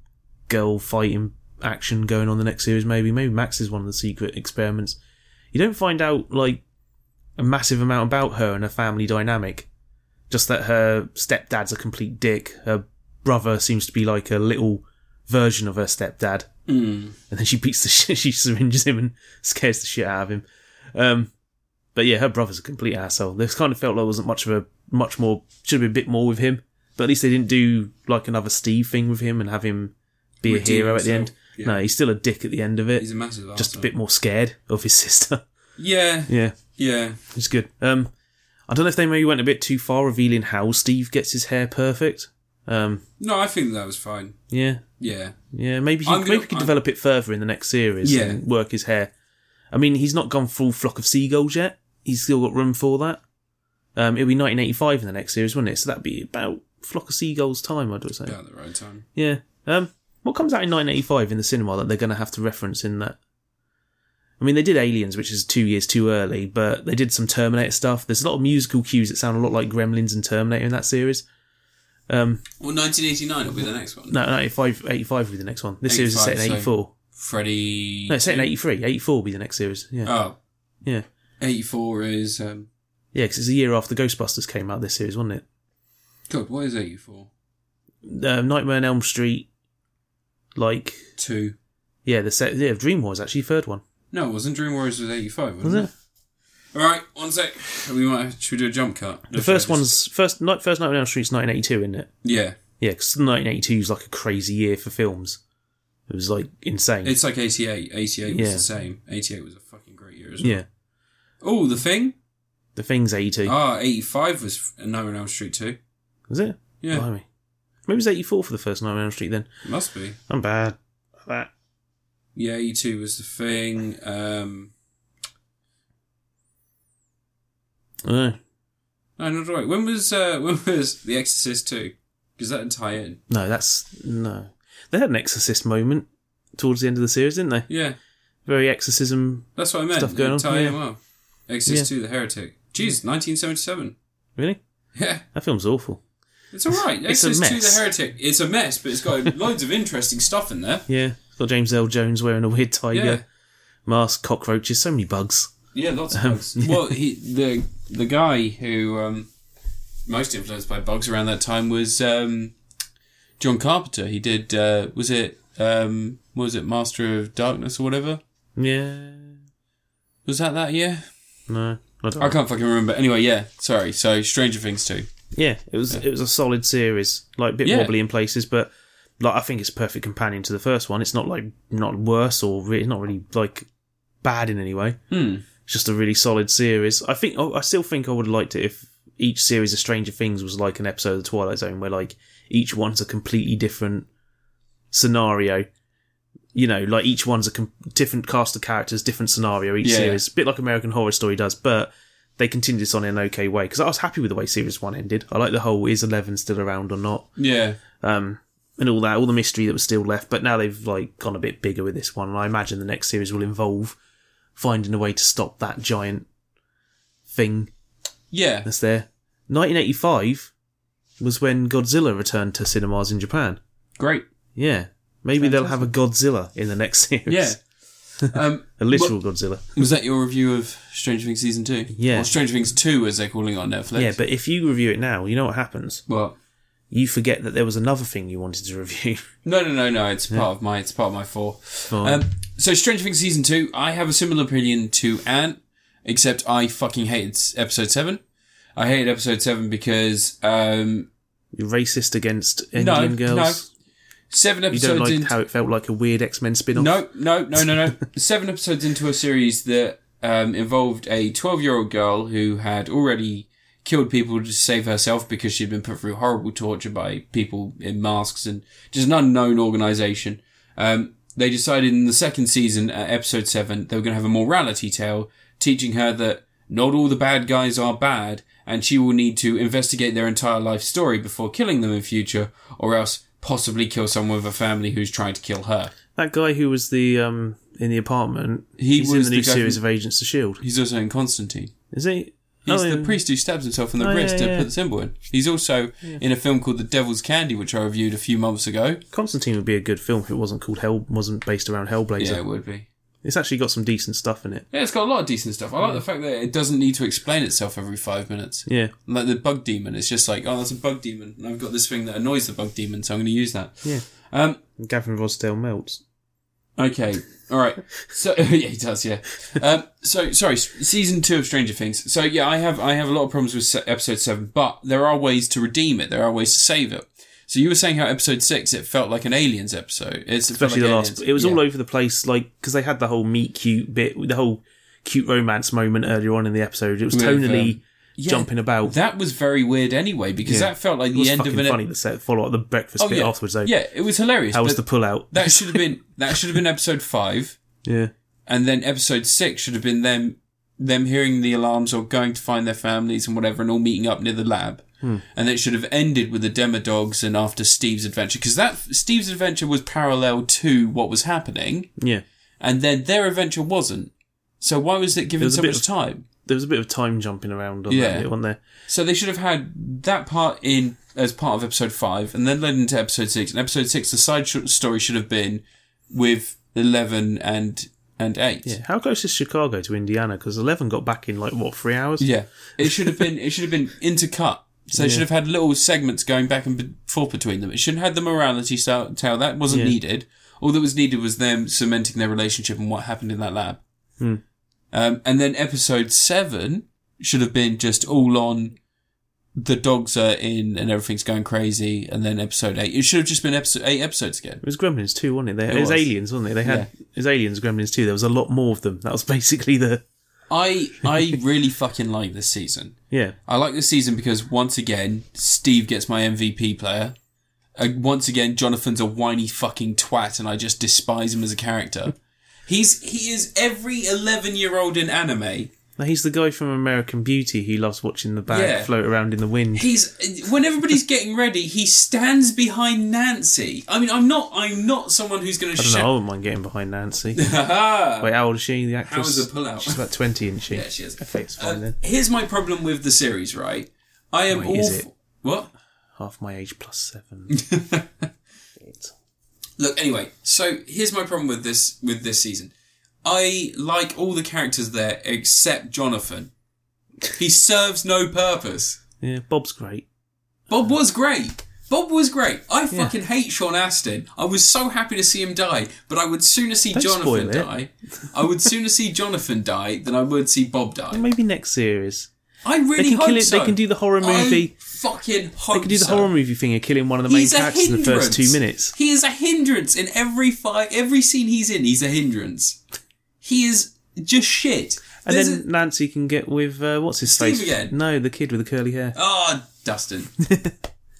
girl fighting action going on the next series. Maybe maybe Max is one of the secret experiments. You don't find out like a massive amount about her and her family dynamic. Just that her stepdad's a complete dick. Her brother seems to be like a little version of her stepdad, Mm. and then she beats the shit, she syringes him and scares the shit out of him. Um, but yeah, her brother's a complete asshole. This kind of felt like there wasn't much of a much more should have been a bit more with him, but at least they didn't do like another Steve thing with him and have him be a Redeem hero at the himself. end. Yeah. No, he's still a dick at the end of it. He's a massive arsehole. just a bit more scared of his sister. Yeah, yeah, yeah. it's good. Um, I don't know if they maybe went a bit too far revealing how Steve gets his hair perfect. Um, No, I think that was fine. yeah, Yeah. Yeah, maybe he, I'm gonna- maybe he could I'm- develop it further in the next series Yeah. and work his hair. I mean, he's not gone full flock of seagulls yet. He's still got room for that. Um, it'll be 1985 in the next series, wouldn't it? So that'd be about flock of seagulls time, I'd say. About the right time. Yeah. Um, what comes out in 1985 in the cinema that they're going to have to reference in that? I mean, they did Aliens, which is two years too early, but they did some Terminator stuff. There's a lot of musical cues that sound a lot like Gremlins and Terminator in that series. Um, Well, 1989 will be the next one. no, 85, 85 will be the next one. This series is set in 85, so- 84. Freddy. No, it's set in 83. 84 will be the next series. Yeah. Oh, yeah. 84 is. Um, Yeah, because it's a year after Ghostbusters came out, this series, wasn't God, what is 84? it? Um, Nightmare on Elm Street, like, Two. yeah, the set, yeah, Dream Wars, actually, third one, No, it wasn't Dream Warriors was 85, was wasn't it? it? Alright, one sec. We might have, should we do a jump cut? The first one's, first, night, first Nightmare on Elm Street's 1982, isn't it? Yeah. Yeah, because 1982 is like a crazy year for films. It was like insane. It's like 88. 88 was Yeah. the same. 88 was a fucking great year as well. yeah. Oh, The Thing? The Thing's 82. Ah, 85 was a Nightmare on Elm Street 2. was it? Yeah, Blimey. Maybe it was 84 for the first Nightmare on Elm Street then. must be. I'm bad. at That. Yeah, 82 was The Thing. Um, I don't know. no, not right. When was uh, when was The Exorcist 2? Does that tie in? No, that's, no. They had an Exorcist moment towards the end of the series, didn't they? Yeah, very exorcism. that's what I meant. Stuff going It on, Tie in yeah. well. Exorcist 2, The Heretic. Jeez, 1977. Really, Yeah, that film's awful. it's all right. It's a Exorcist 2, The mess. Heretic. It's a mess, but it's got loads of interesting stuff in there. Yeah, it's got James L. Jones wearing a weird tiger Yeah. mask, cockroaches, so many bugs. Yeah, lots of Um, bugs. Well, he the the guy who um, most influenced by bugs around that time was um, John Carpenter. He did uh, was it um, what was it Master of Darkness or whatever? Yeah, Was that that year? no, I don't. I can't fucking remember. Anyway, yeah, sorry. So Stranger Things too. Yeah, it was it was a solid series, like a bit Yeah. wobbly in places, but like I think it's a perfect companion to the first one. It's not like not worse or re- it's not really like bad in any way. Hmm. It's just a really solid series. I think I still think I would have liked it if each series of Stranger Things was like an episode of the Twilight Zone, where like each one's a completely different scenario. You know, like each one's a com- different cast of characters, different scenario each Yeah, yeah. series, bit like American Horror Story does, but they continued this on in an okay way because I was happy with the way series one ended. I like the whole is Eleven still around or not, Yeah, um, and all that, all the mystery that was still left. But now they've like gone a bit bigger with this one, and I imagine the next series will involve finding a way to stop that giant thing yeah. that's there. 1985 was when Godzilla returned to cinemas in Japan. Great. Yeah, maybe they'll have a Godzilla in the next series. Yeah. Um, a literal Godzilla. was that your review of Stranger Things season two? Yeah. Or Stranger Things two, as they're calling it on Netflix. Yeah, but if you review it now, you know what happens. well, You forget that there was another thing you wanted to review. No, no, no, no. It's part of my. It's part of my four. Fine. Um, so, Stranger Things season two. I have a similar opinion to Ant, except I fucking hated s- episode seven. I hated episode seven because um, You're racist against Indian girls. seven you don't episodes like into how it felt like a weird X Men spin off. no, no, no, no, no. seven episodes into a series that um, involved a twelve-year-old girl who had already killed people to save herself because she'd been put through horrible torture by people in masks and just an unknown organization. Um, they decided in the second season, uh, episode seven, they were going to have a morality tale teaching her that not all the bad guys are bad and she will need to investigate their entire life story before killing them in future or else possibly kill someone with a family who's trying to kill her. That guy who was the um in the apartment. He he's was in the new the guy series who- of Agents of Shield. He's also in Constantine. E Is he? He's Oh, the yeah. priest who stabs himself in the Oh, yeah, wrist to yeah. put the symbol in. He's also in a film called The Devil's Candy, which I reviewed a few months ago. Constantine would be a good film if it wasn't called Hell, wasn't based around Hellblazer. Yeah, it would be. It's actually got some decent stuff in it. Yeah, it's got a lot of decent stuff. I like the fact that it doesn't need to explain itself every five minutes. Yeah, Like the bug demon, it's just like, oh, that's a bug demon, and I've got this thing that annoys the bug demon, so I'm going to use that. Yeah. Um, Gavin Rosdale melts. Okay. All right. So yeah, he does. Yeah. Um, so sorry. s- Season two of Stranger Things. So yeah, I have I have a lot of problems with se- episode seven, but there are ways to redeem it. There are ways to save it. So you were saying how episode six it felt like an Aliens episode. It's it felt especially like the last. Aliens. It was Yeah. all over the place, like because they had the whole meet cute bit, the whole cute romance moment earlier on in the episode. It was With, tonally um, Yeah, jumping about. That was very weird anyway because Yeah. that felt like it was the end fucking of an. funny. The set follow up, the breakfast Oh bit yeah. afterwards. Though. Yeah, it was hilarious. How was but the pull out? that should have been that should have been episode five. Yeah. and then episode six should have been them them hearing the alarms or going to find their families and whatever, and all meeting up near the lab. Hmm. And it should have ended with the demo dogs and after Steve's adventure because that Steve's adventure was parallel to what was happening, Yeah. and then their adventure wasn't. So why was it given was a so bit much of- time? There was a bit of time jumping around on Yeah. that bit, wasn't there? So they should have had that part in as part of episode five, and then led into episode six. And episode six, the side sh- story should have been with eleven and and eight. Yeah. How close is Chicago to Indiana? Because Eleven got back in like what three hours? Yeah, it should have been it should have been intercut. So they should have had little segments going back and be- forth between them. It shouldn't have had the morality so- tale that wasn't Yeah. needed. All that was needed was them cementing their relationship and what happened in that lab. Hmm. Um, and then episode seven should have been just all on the dogs are in and everything's going crazy. And then episode eight, it should have just been episode eight episodes again. It was Gremlins too, wasn't it? They, It it, was. was. Aliens, wasn't it? They had it was Aliens, Gremlins too. There was a lot more of them. That was basically the I I really fucking like this season. yeah. I like this season because once again, Steve gets my MVP player. Uh, once again, Jonathan's a whiny fucking twat, and I just despise him as a character. He's he is every eleven year old in anime. Now he's the guy from American Beauty who loves watching the bag Yeah. float around in the wind. He's when everybody's getting ready, he stands behind Nancy. I mean, I'm not I'm not someone who's going to I don't know. shout. I wouldn't mind getting behind Nancy. Wait, how old is she? The actress. is the pullout? She's about twenty, isn't she? Yeah, she is. Okay, it's fine Uh, then. here's my problem with the series, right? I am Wait, all is f- it? what Half my age plus seven. Eight. look anyway so here's my problem with this with this season i like all the characters there except jonathan he serves no purpose yeah, Bob's great. bob was great bob was great i fucking hate sean astin i was so happy to see him die but i would sooner see Don't jonathan spoil it. die i would sooner see jonathan die than i would see bob die Maybe next series i really they can hope kill it. so They can do the horror I movie. fucking hope they can do the so. horror movie thing of killing one of the main characters in the first two minutes. He is a hindrance in every fight, every scene he's in. He's a hindrance. He is just shit. And There's then a- Nancy can get with uh, what's his Steve face? again. No, the kid with the curly hair. Ah, Dustin.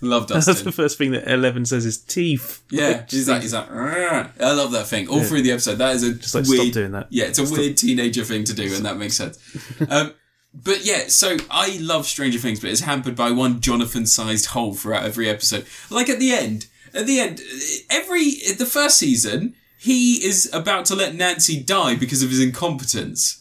love That's the Dustin. first thing that Eleven says is teeth. Yeah, he's like, he's like, "Argh." I love that thing. All through the episode, that is a like, weird, stop doing that. Yeah, it's a weird teenager thing to do, and that makes sense. um, but yeah, so I love Stranger Things, but it's hampered by one Jonathan-sized hole throughout every episode. Like at the end, at the end, every the first season, he is about to let Nancy die because of his incompetence,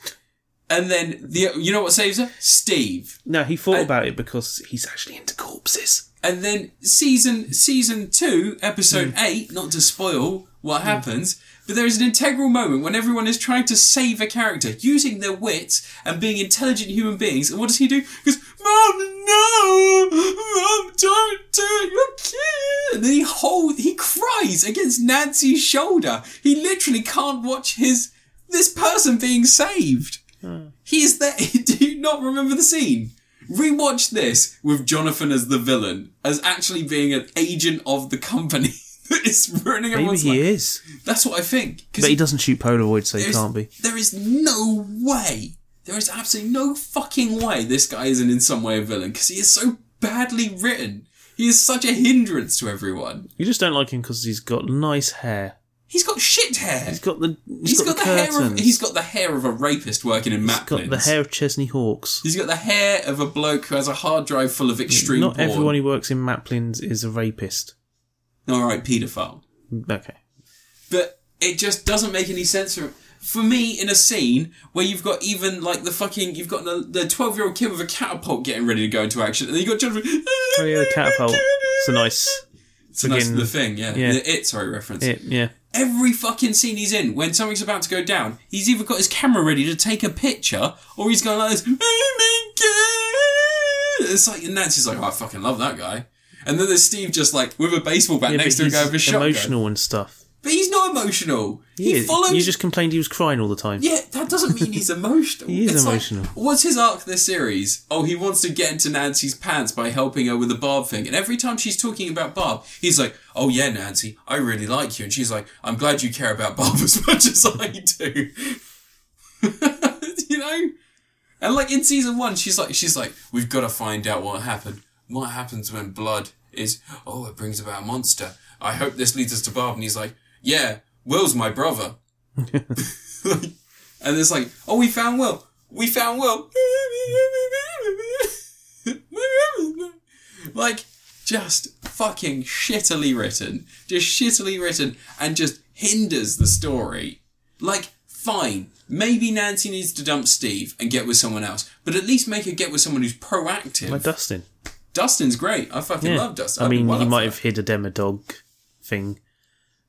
and then the you know what saves her? Steve. No, he thought about it because he's actually into corpses. And then season season two, episode eight, not to spoil what happens, but there is an integral moment when everyone is trying to save a character using their wits and being intelligent human beings. And what does he do? He goes, Mom, no! Mom, don't do it! You're cute! And then he hold, he cries against Nancy's shoulder. He literally can't watch his this person being saved. He is there. Do you not remember the scene? Rewatch this with Jonathan as the villain, as actually being an agent of the company that is ruining Maybe everyone's he life. is, That's what I think. 'cause but he doesn't shoot Polaroids, so he there's- can't be. There is no way. There is absolutely no fucking way this guy isn't in some way a villain because he is so badly written. He is such a hindrance to everyone. You just don't like him because he's got nice hair. He's got shit hair. He's got the He's got, the, curtains. hair of he's got the hair of a rapist working in He's got Maplins. the hair of Chesney Hawks. He's got the hair of a bloke who has a hard drive full of extreme Not porn. everyone who works in Maplin's is a rapist. All right, paedophile. Okay. But it just doesn't make any sense for for me in a scene where you've got even like the fucking you've got the the twelve year old kid with a catapult getting ready to go into action, and then you got Jonathan. Oh yeah, the catapult. It's a nice. It's a nice Again, the thing, yeah. yeah. The it sorry reference. It, yeah. Every fucking scene he's in, when something's about to go down, he's either got his camera ready to take a picture, or he's going like this. It's like and Nancy's like, oh, I fucking love that guy. And then there's Steve just like with a baseball bat yeah but next to him he's going with a shotgun. emotional and stuff. But he's not emotional. He, He is. follows. You just complained he was crying all the time. Yeah, that doesn't mean he's emotional. He is It's like, emotional. what's his arc this series? Oh, he wants to get into Nancy's pants by helping her with the Barb thing. And every time she's talking about Barb, he's like, Oh yeah, Nancy, I really like you. And she's like, I'm glad you care about Barb as much as I do. you know? And like in season one, she's like she's like, We've gotta find out what happened. What happens when blood is oh, it brings about a monster. I hope this leads us to Barb and he's like, Yeah, Will's my brother. And it's like, oh, we found Will. We found Will. like, just fucking shittily written. Just shittily written and just hinders the story. Like, fine. Maybe Nancy needs to dump Steve and get with someone else, but at least make her get with someone who's proactive. Like Dustin. Dustin's great. I fucking Yeah. love Dustin. I I'd be mean, well he up might for have hid a Demodog thing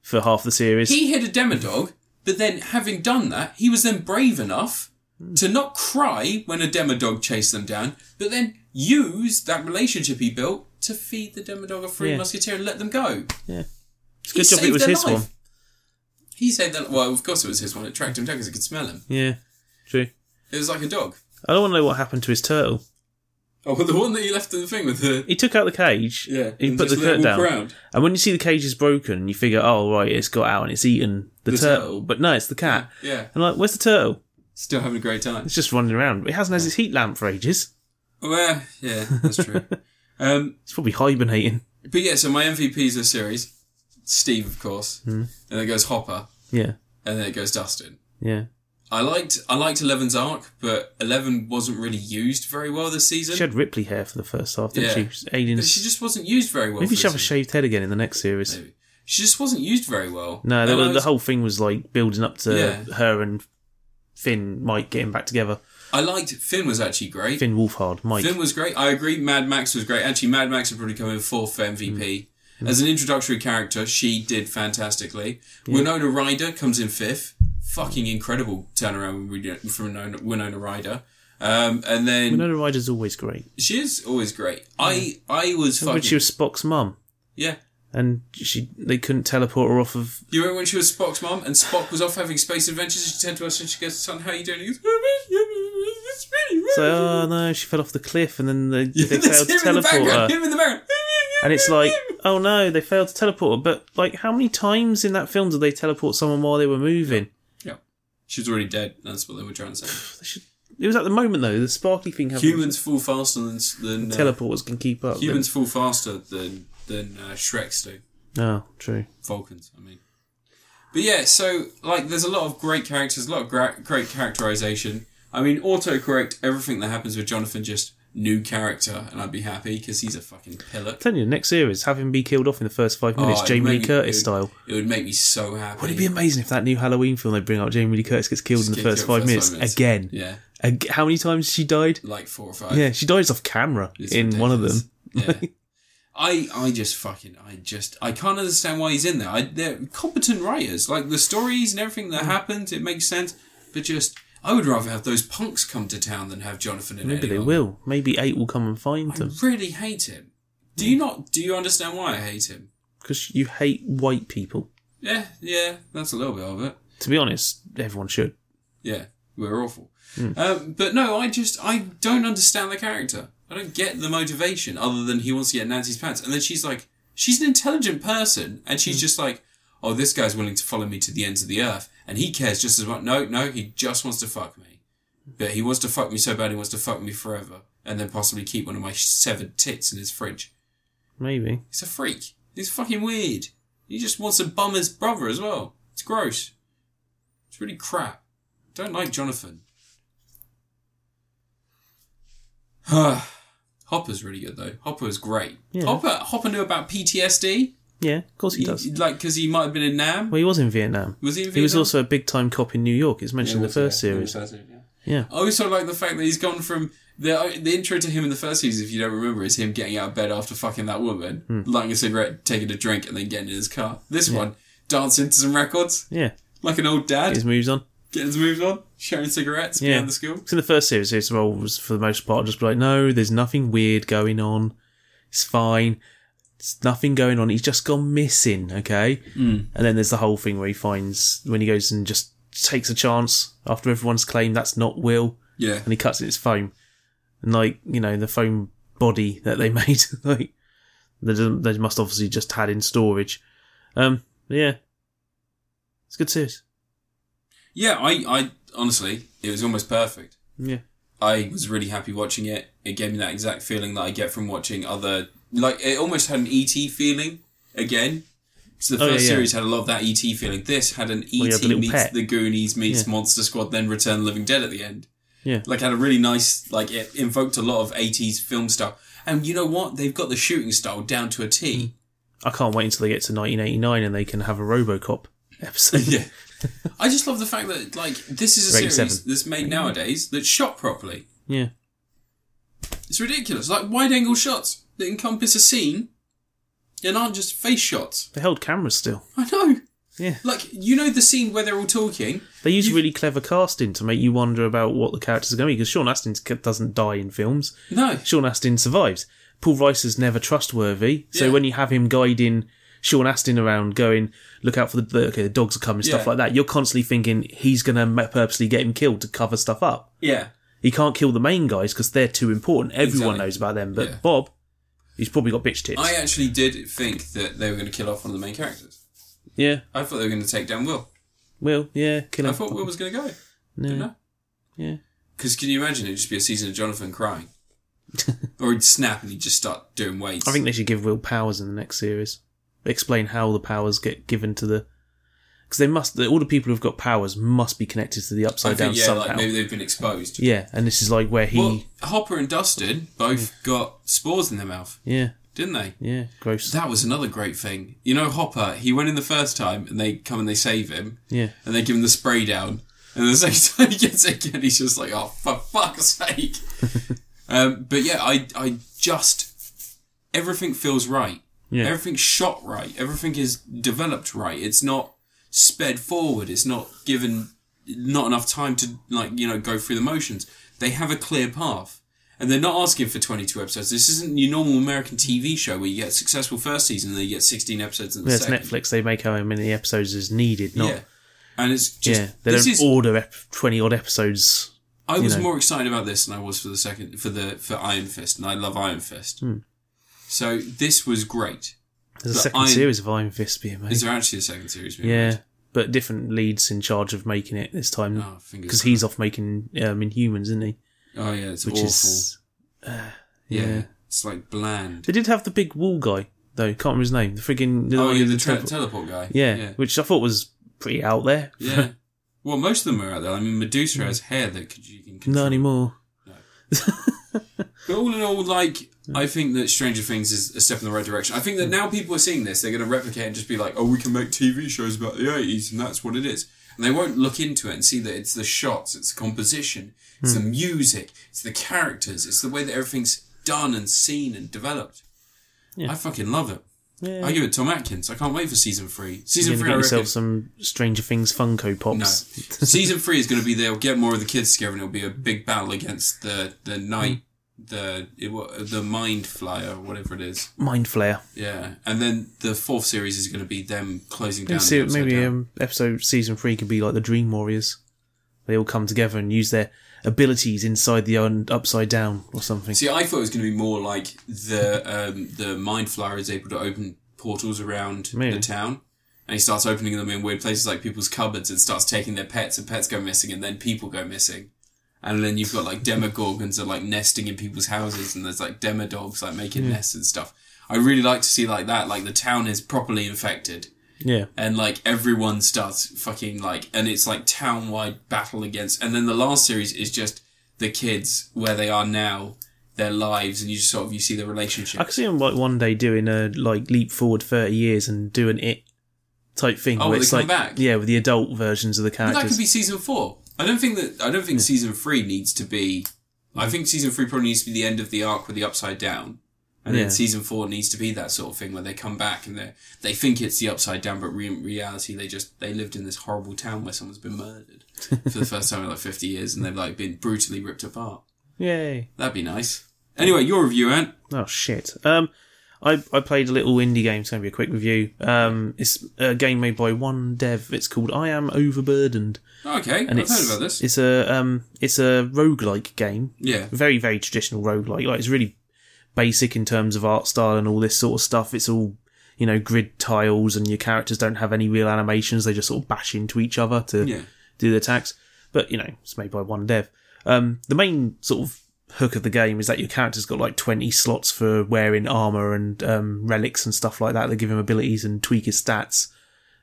for half the series. He hit a demodog, but then having done that, he was then brave enough to not cry when a demodog chased them down, but then use that relationship he built to feed the demodog a free Yeah. musketeer and let them go. yeah. It's a He good job saved it was their his life. one. He said that. Well, of course it was his one. It tracked him down because it could smell him. Yeah. True. It was like a dog. I don't want to know what happened to his turtle. Oh, well, the one that he left in the thing with the He took out the cage. yeah. He and put the just let it curtain down. walk around. And when you see the cage is broken, you figure, oh, right, it's got out and it's eaten the, The turtle. turtle. But no, it's the cat. Yeah, And like, where's the turtle? still having a great time. It's just running around. It hasn't had its heat lamp for ages. Well, yeah, that's true. um, It's probably hibernating. But yeah, so my MVPs this series, Steve, of course, Hmm. and then it goes Hopper, Yeah. and then it goes Dustin. Yeah. I liked I liked Eleven's arc, but Eleven wasn't really used very well this season. She had Ripley hair for the first half, didn't Yeah. she? But Aliens. she just wasn't used very well. Maybe for she'll have a this shaved head again in the next series. season. Maybe. She just wasn't used very well. No, And I the, the was- whole thing was like building up to Yeah. her and Finn, Mike getting back together. I liked Finn was actually great. Finn Wolfhard, Mike. Finn was great. I agree. Mad Max was great. Actually, Mad Max would probably come in fourth for MVP. Hmm. As an introductory character, she did fantastically. Winona Ryder comes in fifth. Fucking incredible turnaround we get from Winona, Winona Ryder. Um, and then Winona Ryder's always great. she is always great. I I was Remember fucking when she was Spock's mum yeah. and she they couldn't teleport her off of. You remember when she was Spock's mom and Spock was off having space adventures and she turned to us and she goes, "Son, how you doing?" He goes, "It's really So, oh no, she fell off the cliff and then they, they That's failed to him in the teleport uh, background. her. Him in the background. And it's like, oh no, they failed to teleport her. But, like, how many times in that film did they teleport someone while they were moving? yeah, she was already dead. That's what they were trying to say. They should, it was at the moment, though, the sparkly thing happened. Humans fall faster than than uh, Teleporters can keep up. humans fall faster than than uh, Shreks do. Oh, true. Vulcans, I mean. But yeah, so like, there's a lot of great characters, a lot of gra- great characterization. I mean, autocorrect everything that happens with Jonathan. Just new character, and I'd be happy because he's a fucking pillar. telling you, the next series, have him be killed off in the first five minutes, Oh, Jamie it'd Lee make me- Curtis it'd- style. It would make me so happy. Would it be amazing if that new Halloween film they bring out, Jamie Lee Curtis gets killed in the Get first killed five for minutes, assignments. again? Yeah, Ag- how many times she died? like four or five. Yeah, she dies off camera It's in one of them. ridiculous. Yeah. I, I just fucking I just I can't understand why he's in there. I, they're competent writers, like the stories and everything Mm. that happens, it makes sense. But just I would rather have those punks come to town than have Jonathan and Maybe they anyone. will. Maybe eight will come and find I them Mm. really hate him. Do you not? Do you understand why I hate him? because you hate white people. Yeah, yeah, that's a little bit of it. To be honest, everyone should. Yeah, we're awful. Um, but no, I just I don't understand the character. I don't get the motivation other than he wants to get Nancy's pants, and then she's like, she's an intelligent person, and she's just like, oh, this guy's willing to follow me to the ends of the earth, and he cares just as much. No, no, he just wants to fuck me, but he wants to fuck me so bad he wants to fuck me forever, and then possibly keep one of my severed tits in his fridge. Maybe. He's a freak. He's fucking weird. He just wants to bum his brother as well. It's gross. It's really crap. Don't like Jonathan. Hopper's really good though. Hopper was great. Yeah. Hopper, Hopper knew about PTSD, Yeah, of course he he, does. like because he might have been in Nam. Well, he was in Vietnam. Was he? In He was Vietnam? also a big time cop in New York. It's mentioned in the first series. Yeah. I also like the fact that he's gone from the the intro to him in the first season. If you don't remember, is him getting out of bed after fucking that woman, lighting a cigarette, taking a drink, and then getting in his car. This one dancing to some records Yeah. like an old dad, His moves on. getting his moves on, sharing cigarettes Yeah. behind the school. So in the first series, his role was for the most part just be like, no, there's nothing weird going on. It's fine. There's nothing going on. He's just gone missing, okay? Mm. And then there's the whole thing where he finds when he goes and just takes a chance after everyone's claimed that's not Will, Yeah. and he cuts its foam, and like you know the foam body that they made, like they don't- they must obviously just had in storage. Um, yeah, it's a good series. Yeah, I, I honestly, it was almost perfect. Yeah, I was really happy watching it. It gave me that exact feeling that I get from watching other, like it almost had an ET feeling again. So the Oh, first yeah, yeah. series had a lot of that ET feeling. This had an ET you have the little meets pet. the Goonies meets Yeah. Monster Squad, then Return of the Living Dead at the end. Yeah. like had a really nice, like it invoked a lot of '80s film style. And you know what? They've got the shooting style down to a T. I can't wait until they get to 1989 and they can have a RoboCop episode. Yeah. I just love the fact that like this is a Rating series seven. that's made nowadays that's shot properly. yeah, It's ridiculous. Like wide angle shots that encompass a scene and aren't just face shots. they held cameras still. I know. Yeah. Like, you know the scene where they're all talking? They use You- really clever casting to make you wonder about what the characters are going to be because Sean Astin c- doesn't die in films. No. Sean Astin survives. Paul Rice is never trustworthy, so Yeah. when you have him guiding Sean Astin around, going look out for the, the okay, the dogs are coming, stuff Yeah. like that, you're constantly thinking he's going to purposely get him killed to cover stuff up. Yeah. He can't kill the main guys because they're too important. Everyone Exactly. knows about them, but Yeah. Bob, he's probably got bitch tits. I actually did think that they were going to kill off one of the main characters. yeah, I thought they were going to take down Will. Will, yeah, kill I him. thought Will was going to go. No. Didn't I? Yeah. Because can you imagine it'd just be a season of Jonathan crying? or he'd snap and he'd just start doing weights. I think they should give Will powers in the next series. Explain how the powers get given to the. Because they must. All the people who've got powers must be connected to the I upside down think, yeah, somehow. like maybe they've been exposed. yeah, and this is like where he. Well, Hopper and Dustin both got spores in their mouth, yeah, didn't they? yeah, gross. That was another great thing. You know, Hopper, he went in the first time and they come and they save him yeah. and they give him the spray down. And the second time he gets it again, he's just like, oh, for fuck's sake. um, but yeah, I, I just, everything feels right. Yeah. Everything's shot right. Everything is developed right. It's not sped forward. It's not given not enough time to like you know go through the motions. They have a clear path, and they're not asking for twenty two episodes. This isn't your normal American TV show where you get a successful first season and then you get sixteen episodes in the There's second. Netflix. They make how many episodes is needed. Not Yeah, and it's just yeah. They this don't is. order ep- twenty odd episodes. I was know. more excited about this than I was for the second for the for Iron Fist, and I love Iron Fist. Hmm. So this was great. There's a But second Iron- series of Iron Fist being made. Is there actually a second series? being yeah, made? but different leads in charge of making it this time Oh, fingers. because he's off making um, Inhumans, isn't he? Oh yeah, it's Which awful. is uh, yeah. yeah. it's like bland. They did have the big wall guy though. Can't remember his name. The friggin' the Oh one yeah, in the tra- temple. teleport guy. yeah, yeah. which I thought was pretty out there. Yeah. well, most of them are out there. I mean, Medusa Hmm. has hair that could, you can control. Not anymore. But all in all, like, Hmm. I think that Stranger Things is a step in the right direction. I think that now people are seeing this, they're going to replicate and just be like, oh, we can make TV shows about the 80s, and that's what it is. And they won't look into it and see that it's the shots, it's the composition, it's Hmm. the music, it's the characters, it's the way that everything's done and seen and developed. Yeah. I fucking love it. Yeah. I give it Tom Atkins. I can't wait for season three. You're Season gonna three, I get reckon. yourself some Stranger Things No. Funko Pops. Season three is going to be they'll get more of the kids together and it'll be a big battle against the the night Hmm. the it, wa- the mind flyer or whatever it is. Mind Flare. Yeah, and then the fourth series is going to be them closing down. Maybe, see, the upside maybe down. um, episode season three could be like the Dream Warriors. They all come together and use their abilities inside the un- upside down or something. See, I thought it was going to be more like the um, the mind flyer is able to open portals around Maybe. the town, and he starts opening them in weird places like people's cupboards, and starts taking their pets, and pets go missing, and then people go missing, and then you've got like demogorgons are like nesting in people's houses, and there's like demodogs like making nests and stuff. I really like to see like that, like the town is properly infected Yeah, and like everyone starts fucking like and it's like town wide battle against and then the last series is just the kids where they are now their lives and you just sort of you see the relationship I could see them like one day doing a like leap forward thirty years and doing it type thing. Oh, where they it's come like back? yeah, with the adult versions of the but characters. that could be season four i don't think that i don't think season three needs to be i think season three probably needs to be the end of the arc with the upside down and Yeah. then season four needs to be that sort of thing where they come back and they they think it's the upside down but re- in reality they just they lived in this horrible town where someone's been murdered for the first time in like 50 years and they've like been brutally ripped apart Yay. That'd be nice. Anyway, your review, Ant. Oh shit. Um, I, I played a little indie game. It's going to be a quick review. Um, it's a game made by one dev. It's called I Am Overburdened, Oh, okay, and I've it's heard about this. it's a um it's a roguelike game. Yeah, Very very traditional roguelike. Like it's really basic in terms of art style and all this sort of stuff. It's all you know grid tiles, and your characters don't have any real animations. They just sort of bash into each other to yeah, do the attacks. But you know, it's made by one dev. Um, the main sort of hook of the game is that your character's got like twenty slots for wearing armor and um, relics and stuff like that. They give him abilities and tweak his stats,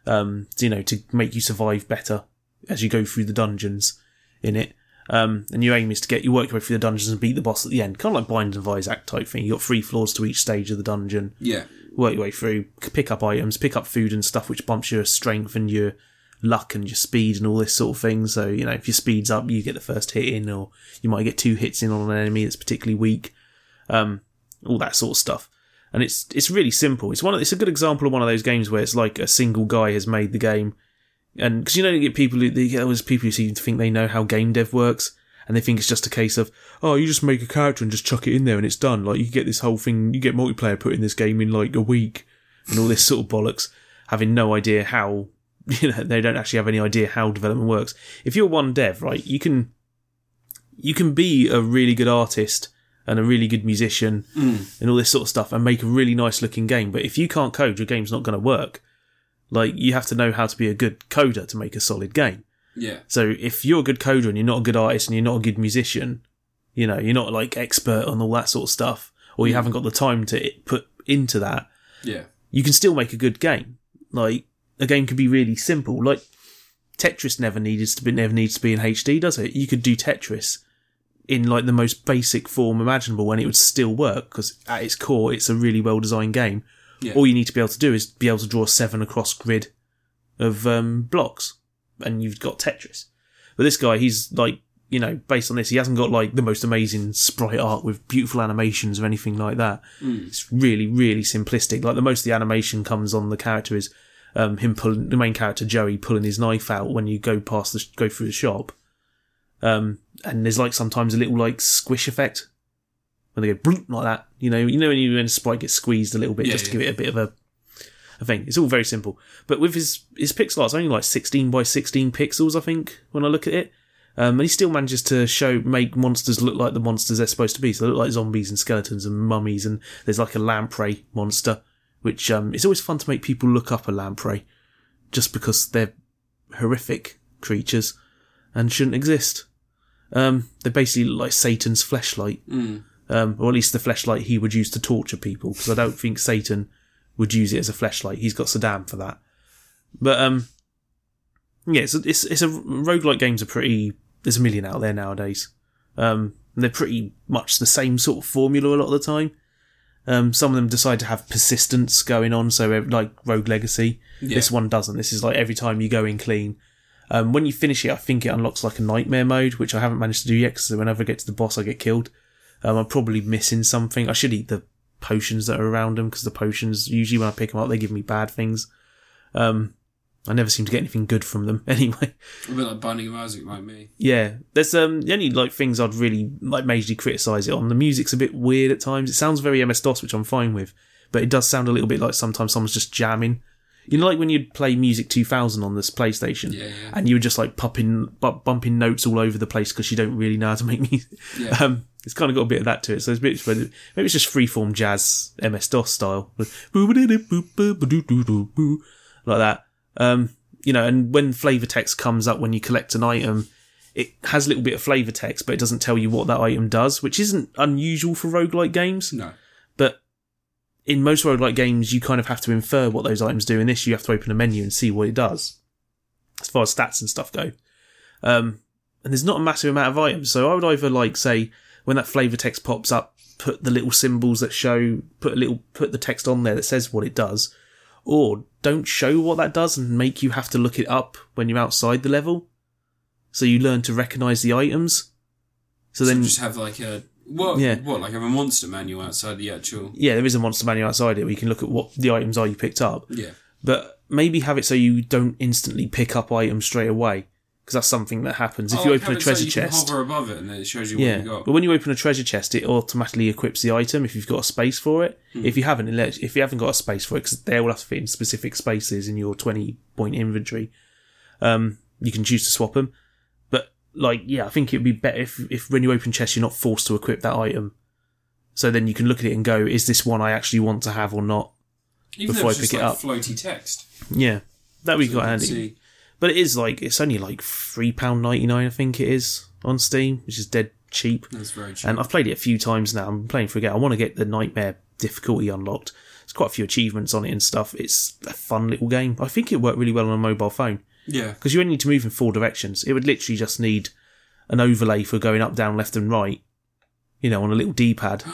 um, to, you know, to make you survive better as you go through the dungeons in it. Um, and your aim is to get you work your way through the dungeons and beat the boss at the end, kind of like Bind and Vizac type thing. You got three floors to each stage of the dungeon yeah, work your way through, c- pick up items, pick up food and stuff, which bumps your strength and your luck and your speed and all this sort of thing. So, you know, if your speed's up, you get the first hit in, or you might get two hits in on an enemy that's particularly weak, um, all that sort of stuff. And it's it's really simple. It's one. Of, it's a good example of one of those games where it's like a single guy has made the game, and because you know you get people who you get all those people who seem to think they know how game dev works, and they think it's just a case of oh you just make a character and just chuck it in there and it's done like you get this whole thing you get multiplayer put in this game in like a week and all this sort of bollocks having no idea how you know they don't actually have any idea how development works if you're one dev right you can you can be a really good artist and a really good musician and all this sort of stuff and make a really nice looking game but if you can't code your game's not going to work like you have to know how to be a good coder to make a solid game yeah, so if you're a good coder and you're not a good artist and you're not a good musician, you know, you're not like expert on all that sort of stuff, or you haven't got the time to it put into that, yeah, you can still make a good game. Like a game could be really simple. Like Tetris never needs to be never needs to be in HD, does it? You could do Tetris in like the most basic form imaginable, and it would still work because at its core, it's a really well designed game. Yeah. All you need to be able to do is be able to draw seven across grid of um, blocks, and you've got Tetris. But this guy, he's like, you know, based on this, he hasn't got like the most amazing sprite art with beautiful animations or anything like that. It's really, really simplistic. Like the most of the animation comes on the character is um, him pulling the main character Joey pulling his knife out when you go past the go through the shop. Um, and there's like sometimes a little like squish effect when they go bloop like that. You know, you know when you when a sprite gets squeezed a little bit Yeah, just to yeah. give it a bit of a a thing. It's all very simple. But with his his pixel art, it's only like 16 by 16 pixels, I think, when I look at it. Um, and he still manages to show make monsters look like the monsters they're supposed to be. So they look like zombies and skeletons and mummies. And there's like a lamprey monster, which um, it's always fun to make people look up a lamprey, just because they're horrific creatures and shouldn't exist. Um, they basically look like Satan's fleshlight mm. um, or at least the flashlight he would use to torture people, because I don't think Satan would use it as a flashlight. He's got Saddam for that. But um, yeah, it's a, it's, it's a roguelike games are pretty. There's a million out there nowadays. Um, and they're pretty much the same sort of formula a lot of the time. Um, some of them decide to have persistence going on, so uh, like Rogue Legacy, Yeah. this one doesn't. This is like every time you go in clean. Um, when you finish it, I think it unlocks like a nightmare mode, which I haven't managed to do yet. Because whenever I get to the boss, I get killed. Um, I'm probably missing something. I should eat the potions that are around them because the potions usually when I pick them up, they give me bad things. Um, I never seem to get anything good from them anyway. a bit like Binding of Isaac, like me. Yeah, there's um the only like things I'd really like majorly criticise it on. The music's a bit weird at times. It sounds very MS DOS, which I'm fine with, but it does sound a little bit like sometimes someone's just jamming. You know, like when you'd play Music 2000 on this PlayStation, Yeah, yeah. and you were just like popping, bu- bumping notes all over the place because you don't really know how to make music. Yeah. Um, it's kind of got a bit of that to it. So it's a bit, maybe it's just freeform jazz MS DOS style, like that. Um, you know, and when flavor text comes up when you collect an item, it has a little bit of flavor text, but it doesn't tell you what that item does, which isn't unusual for roguelike games. No. But in most roguelike games, you kind of have to infer what those items do. In this, you have to open a menu and see what it does, as far as stats and stuff go. Um, and there's not a massive amount of items, so I would either like say when that flavor text pops up, put the little symbols that show, put a little, put the text on there that says what it does, or don't show what that does and make you have to look it up when you're outside the level, so you learn to recognize the items. So So then, just have like a what? Yeah. What like have a monster manual outside the actual? yeah, there is a monster manual outside it where you can look at what the items are you picked up. Yeah. but maybe have it so you don't instantly pick up items straight away. because that's something that happens. If Oh, you like open a having so treasure you can chest, hover above it, and then it shows you yeah. what you got. But when you open a treasure chest, it automatically equips the item if you've got a space for it. Hmm. If you haven't, it lets, if you haven't got a space for it, because they all have to fit in specific spaces in your twenty point inventory, um, you can choose to swap them. But like, yeah, I think it'd be better if, if when you open chests, you're not forced to equip that item. So then you can look at it and go, is this one I actually want to have or not? Even before though it's I just pick it like up. floaty text. Yeah, that'd be So you quite can handy. see- But it is like it's only like three pound ninety nine, I think it is on Steam, which is dead cheap. That's very cheap. And I've played it a few times now. I'm playing for again. I want to get the nightmare difficulty unlocked. There's quite a few achievements on it and stuff. It's a fun little game. I think it worked really well on a mobile phone yeah. because you only need to move in four directions. It would literally just need an overlay for going up, down, left, and right. You know, on a little D pad,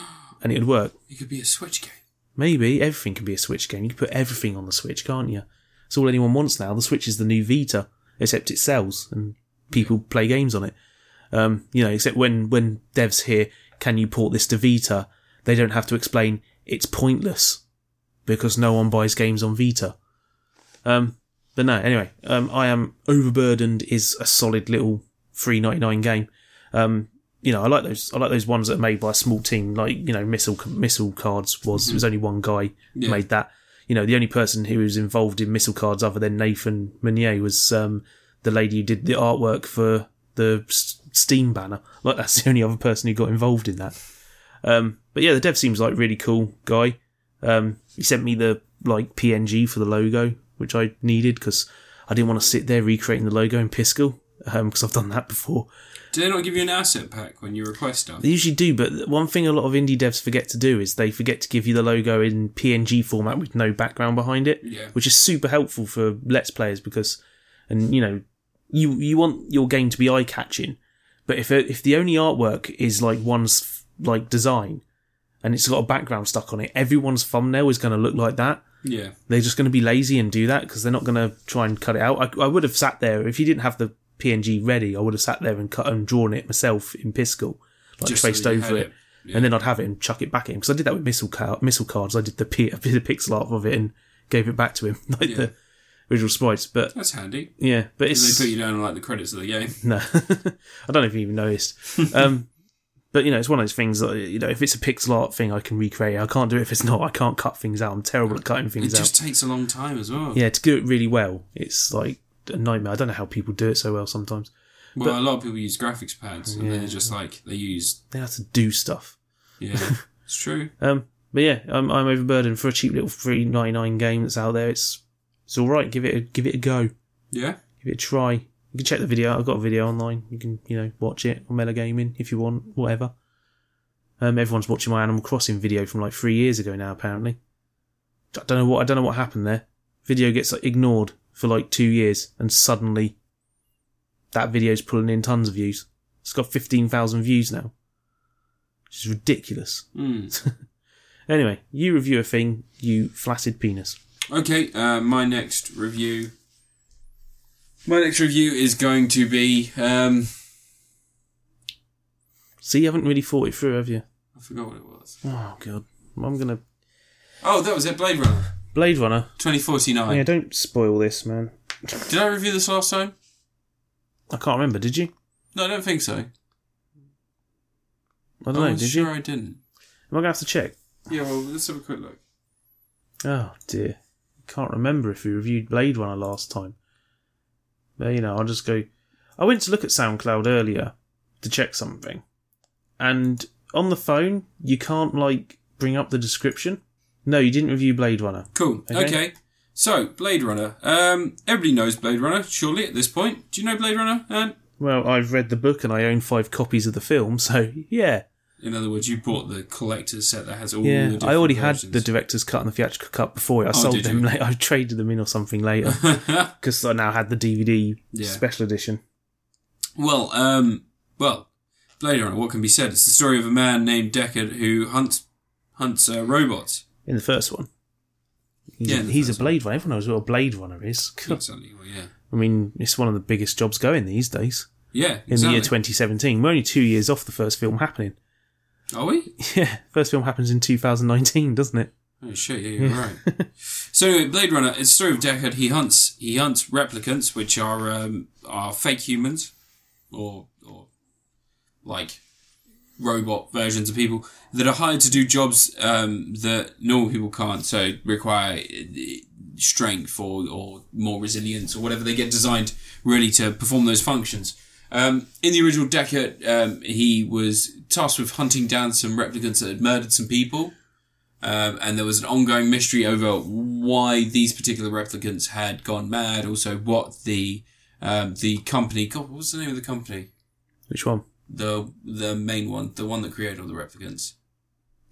and it would work. It could be a Switch game. Maybe everything can be a Switch game. You can put everything on the Switch, can't you? It's all anyone wants now. The Switch is the new Vita, except it sells and people play games on it. Um, you know, except when when devs hear, "Can you port this to Vita?" They don't have to explain it's pointless because no one buys games on Vita. Um, but no, anyway, um, I am overburdened is a solid little three ninety nine game. Um, you know, I like those. I like those ones that are made by a small team, like you know, missile missile cards was. There was only one guy Yeah. made that. You know, the only person who was involved in missile cards other than Nathan Meunier was um, the lady who did the artwork for the S- Steam banner. Like that's the only other person who got involved in that. Um, but yeah, the dev seems like a really cool guy. Um, he sent me the like PNG for the logo, which I needed because I didn't want to sit there recreating the logo in Piscal because I've done that before. Do they not give you an asset pack when you request stuff? They usually do, but one thing a lot of indie devs forget to do is they forget to give you the logo in PNG format with no background behind it, Yeah. which is super helpful for Let's Players because, and you know, you you want your game to be eye catching, but if if the only artwork is like one's like design, and it's got a background stuck on it, everyone's thumbnail is going to look like that Yeah. they're just going to be lazy and do that because they're not going to try and cut it out. I, I would have sat there if you didn't have the PNG ready. I would have sat there and cut and drawn it myself in Piscal, like Just so traced you had over it, it. Yeah. and then I'd have it and chuck it back in because I did that with missile car- missile cards. I did the p- I did the pixel art of it and gave it back to him like the original sprites. But That's handy. yeah, but it's They put you down on like the credits of the game. no, I don't know if you even noticed. Um, but you know, it's one of those things that you know, if it's a pixel art thing, I can recreate. it. I can't do it if it's not. I can't cut things out. I'm terrible at cutting It things out. just takes a long time as well. Yeah, to do it really well, it's like a nightmare. I don't know how people do it so well sometimes. Well, a lot of people use graphics pads, and they're just like they use. They have to do stuff. Yeah, it's true. Um, but yeah, I'm, I'm overburdened for a cheap little three ninety nine game that's out there. It's it's all right. Give it a, give it a go. Give Yeah, it a try. You can check the video. I've got a video online. You can you know watch it on Melagaming if you want, whatever. Um, everyone's watching my Animal Crossing video from like three years ago now. Apparently, I don't know what I don't know what happened there. Video gets like, ignored for like two years, and suddenly that video's pulling in tons of views. It's got fifteen thousand views now, which is ridiculous. Mm. Anyway, you review a thing, you flaccid penis. Okay, uh, my next review. My next review is going to be. Um, See, you haven't really thought it through, have you? I forgot what it was. Oh god, I'm gonna Oh, that was it. Blade Runner Blade Runner. twenty forty nine. Yeah, don't spoil this, man. Did I review this last time? I can't remember. Did you? No, I don't think so. I don't I know. was Did sure you? Am I didn't. I gonna have to check? Yeah, well, let's have a quick look. Oh dear, can't remember if we reviewed Blade Runner last time. But you know, I'll just go. I went to look at SoundCloud earlier to check something, and on the phone you can't like bring up the description. No, you didn't review Blade Runner. Cool. Okay. Okay. So, Blade Runner. Um, everybody knows Blade Runner, surely, at this point. Do you know Blade Runner? And Well, I've read the book and I own five copies of the film, so yeah, in other words, you bought the collector's set that has all the yeah. different I already had versions. the director's cut and the theatrical cut before it. I Oh, sold did them. you? Later. I traded them in or something later because I now had the DVD Yeah. special edition. Well, um, well, Blade Runner. What can be said? It's the story of a man named Deckard who hunts hunts uh, robots. in the first one. He's, Yeah, a, in the he's a first blade runner. Everyone knows what a blade runner is. God. Exactly. Well, yeah. I mean, it's one of the biggest jobs going these days. Yeah. In the year 2017, we're only two years off the first film happening. year twenty. Are we? Yeah, first film happens in 2019, doesn't it? Oh shit! Yeah, you're right. So anyway, Blade Runner. It's the story of Deckard. He hunts. He hunts replicants, which are um, are fake humans, or or like robot versions of people that are hired to do jobs um, that normal people can't. So require uh, strength or or more resilience or whatever. They get designed really to perform those functions. Um, in the original Deckard, um, he was tasked with hunting down some replicants that had murdered some people. Um, and there was an ongoing mystery over why these particular replicants had gone mad. Also, what the um, the company God, what was the name of the company? Which one? The the main one, the one that created all the replicants.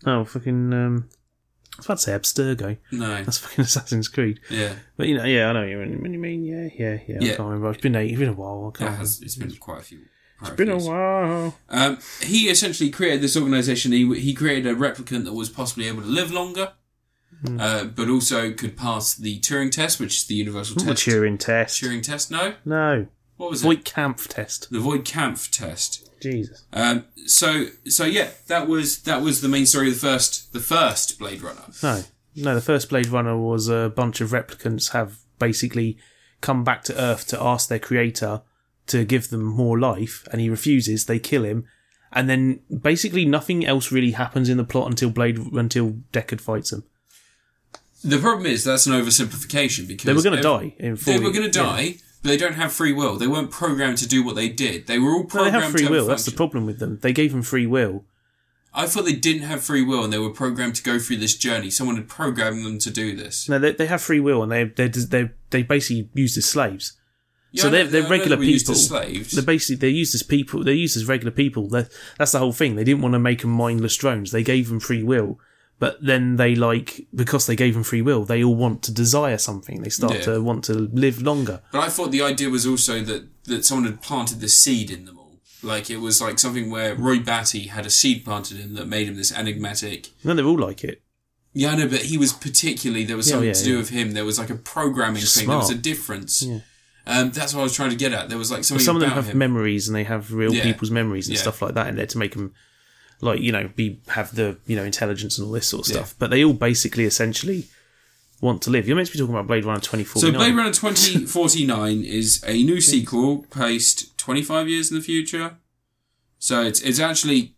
Oh, fucking. Um, I was about to say Abstergo. No, That's fucking Assassin's Creed. yeah, But you know, yeah, I know what you mean. What you mean? Yeah, yeah, yeah. Yeah. I can't remember. It's been eight. It's been a while. I that can't. has it's been quite a few. It's been a while. Um, he essentially created this organization. He he created a replicant that was possibly able to live longer, Hmm. uh, but also could pass the Turing test, which is the universal Not the test. Turing test. Turing test? No. No. What was it? Voight Kampf test. The Void Kampf test. Jesus. Um, so so yeah, that was that was the main story of the first the first Blade Runner. No. No, the first Blade Runner was a bunch of replicants have basically come back to Earth to ask their creator to give them more life, and he refuses. They kill him, and then basically nothing else really happens in the plot until Blade until Deckard fights them. The problem is that's an oversimplification because They were going ev- to die in 40, They were going to die, but they don't have free will. They weren't programmed to do what they did. They were all No, they programmed have free to will. Have a That's the function. problem with them. They gave them free will. I thought they didn't have free will and they were programmed to go through this journey. Someone had programmed them to do this. No, they, they have free will, and they they they they basically used as slaves. Yeah, so I they're, know- they're I know regular they were used people. as slaves. They're basically they're used as people. They're used as regular people. That that's the whole thing. They didn't want to make them mindless drones. They gave them free will, but then they like because they gave them free will, they all want to desire something. They start Yeah. to want to live longer. But I thought the idea was also that, that someone had planted the seed in them all. Like it was like something where Roy Batty had a seed planted in him that made him this enigmatic. And then they're all like it. Yeah, I know, but he was particularly there was Yeah, something yeah, to do yeah. with him. There was like a programming Just thing. There was smart. a difference. Yeah. Um, that's what I was trying to get at. There was like something Some of them about have him. memories and they have real Yeah. people's memories and Yeah. stuff like that in there to make them like you know be have the you know intelligence and all this sort of stuff. But they all basically essentially want to live. You're meant to be talking about Blade Runner twenty four. so Blade Runner 2049 is a new sequel placed 25 years in the future. So it's it's actually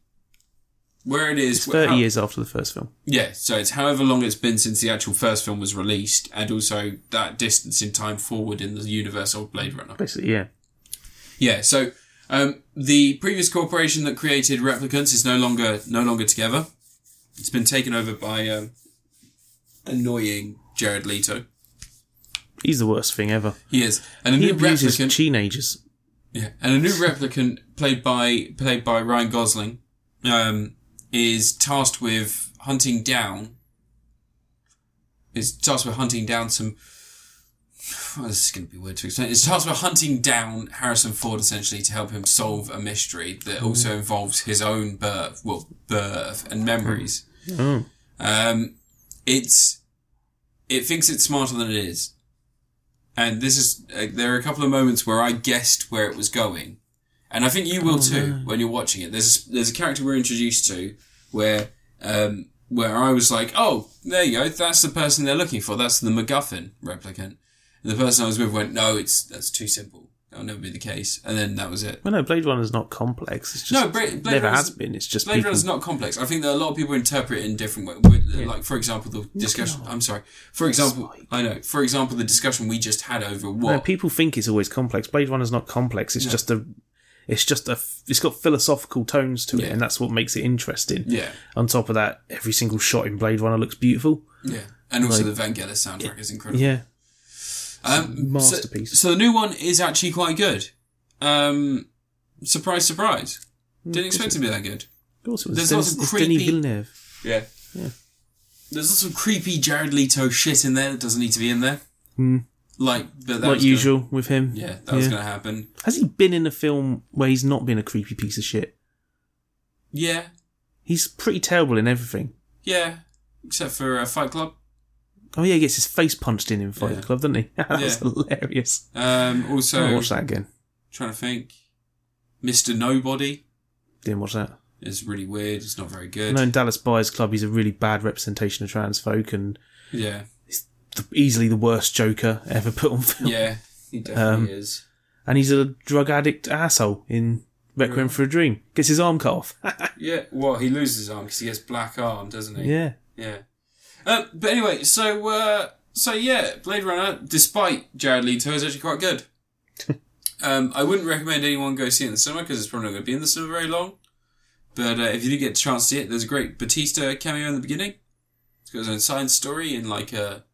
where it is It's thirty how- years after the first film. Yeah, so it's however long it's been since the actual first film was released and also that distance in time forward in the universe of Blade Runner. Basically, yeah. Yeah, so um, the previous corporation that created replicants is no longer no longer together. It's been taken over by um, annoying Jared Leto. He's the worst thing ever. He is, and a He new abuses replicant. teenagers. yeah, and a new replicant played by played by Ryan Gosling um, is tasked with hunting down. Is tasked with hunting down some. Oh, this is going to be weird to explain. It's tasked with hunting down Harrison Ford essentially to help him solve a mystery that also involves his own birth, well, birth and memories. Oh. Um, it's it thinks it's smarter than it is, and this is uh, there are a couple of moments where I guessed where it was going, and I think you Oh, will too when you're watching it. There's a, there's a character we're introduced to where um, where I was like, oh, there you go, that's the person they're looking for. That's the MacGuffin replicant. And the person I was with went, no, it's that's too simple. That'll never be the case. And then that was it. Well, no, Blade Runner's not complex. It's just No, Bra- Blade never Runner's- has been. It's just Blade people. Runner's not complex. I think that a lot of people interpret it in different ways. Like, for example, the discussion. I'm sorry. For example, I know. For example, the discussion we just had over what. No, people think it's always complex. Blade Runner's not complex. It's just a. It's just a. f- It's got philosophical tones to Yeah. it, and that's what makes it interesting. yeah, On top of that, every single shot in Blade Runner looks beautiful. yeah, and also the Vangelis soundtrack is incredible. Yeah, um, So, masterpiece. so the new one is actually quite good. Um, surprise, surprise. Hmm, Didn't expect it to be that good. of course it was. There's There's lots Denis, of it's creepy- Denis Villeneuve. Yeah. There's lots of creepy Jared Leto shit in there that doesn't need to be in there. Like, but that was Hmm. Like gonna- usual with him. yeah, that was going to happen. Has he been in a film where he's not been a creepy piece of shit? Yeah, He's pretty terrible in everything. yeah. Except for uh, Fight Club. Oh yeah, he gets his face punched in in Fight Yeah. Club, doesn't he? that was Yeah. hilarious. Um, I also, watched that again. trying to think, Mister Nobody. Didn't watch that. It's really weird. It's not very good. I know in Dallas Buyers Club, he's a really bad representation of trans folk and Yeah, the, easily the worst Joker ever put on film. yeah, Um, he definitely is. And he's a drug addict asshole in Requiem for a Dream. Gets his arm cut off. Yeah, well, he loses his arm because he gets black arm, doesn't he? yeah. Yeah. Uh, but anyway, so uh, so yeah, Blade Runner, despite Jared Leto, is actually quite good. um, I wouldn't recommend anyone go see it in the cinema because it's probably not going to be in the cinema very long. But uh, if you do get a chance to see it, there's a great Batista cameo in the beginning. It's got his own science story in like a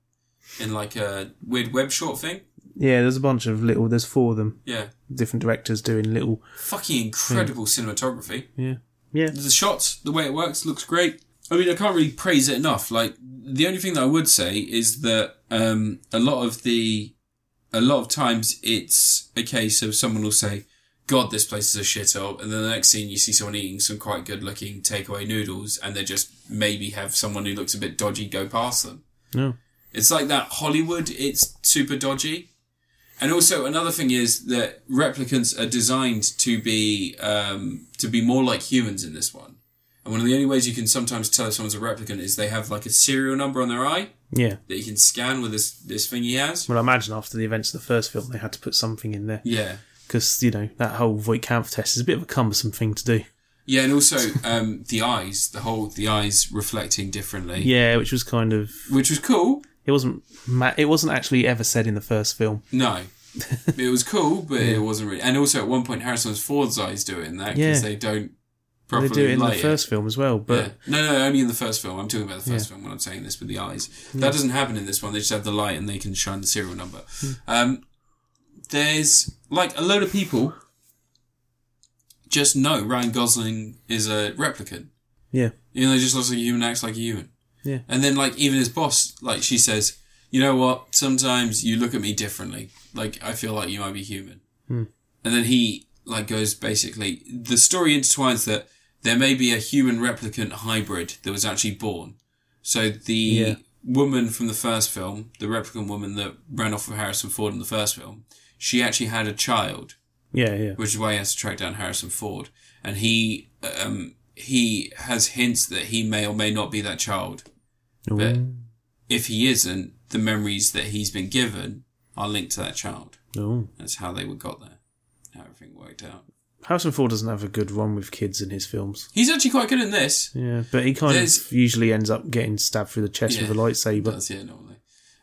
in like a weird web short thing. Yeah, there's a bunch of little, there's four of them, Yeah, different directors doing little. fucking incredible cinematography. Yeah. Yeah. the shots, the way it works, looks great. I mean, I can't really praise it enough. Like the only thing that I would say is that um, a lot of the, a lot of times it's a case of someone will say, "God, this place is a shithole," and then the next scene you see someone eating some quite good-looking takeaway noodles, and they just maybe have someone who looks a bit dodgy go past them. No. It's like that Hollywood, it's super dodgy. And also another thing is that replicants are designed to be um, to be more like humans in this one. And one of the only ways you can sometimes tell if someone's a replicant is they have like a serial number on their eye Yeah. that you can scan with this this thing he has. Well, I imagine after the events of the first film, they had to put something in there. Yeah. Because, you know, that whole Voight Kampf test is a bit of a cumbersome thing to do. Yeah, and also um, the eyes, the whole the eyes reflecting differently. Yeah, which was kind of. Which was cool. It wasn't. Ma- it wasn't actually ever said in the first film. No. it was cool, but it wasn't really. And also, at one point, Harrison's Ford's eyes doing that Yeah. because they don't properly They do it in the light first film as well, but Yeah. No, no, only in the first film. I'm talking about the first film when I'm saying this with the eyes. That doesn't happen in this one. They just have the light and they can shine the serial number. Um, there's like a load of people just know Ryan Gosling is a replicant. yeah, You know, he just looks like a human, acts like a human. Yeah. And then, like, even his boss, like, she says, you know what? Sometimes you look at me differently. Like, I feel like you might be human. And then he, like, goes basically, the story intertwines that there may be a human replicant hybrid that was actually born. So the Yeah. woman from the first film, the replicant woman that ran off with Harrison Ford in the first film, she actually had a child yeah, yeah, which is why he has to track down Harrison Ford. And he um, he has hints that he may or may not be that child. But if he isn't, the memories that he's been given are linked to that child. Ooh, ooh. That's how they were got there. How everything worked out. Harrison Ford doesn't have a good run with kids in his films. He's actually quite good in this. Yeah, but he kind There's- of usually ends up getting stabbed through the chest Yeah. with a lightsaber. That's it normally.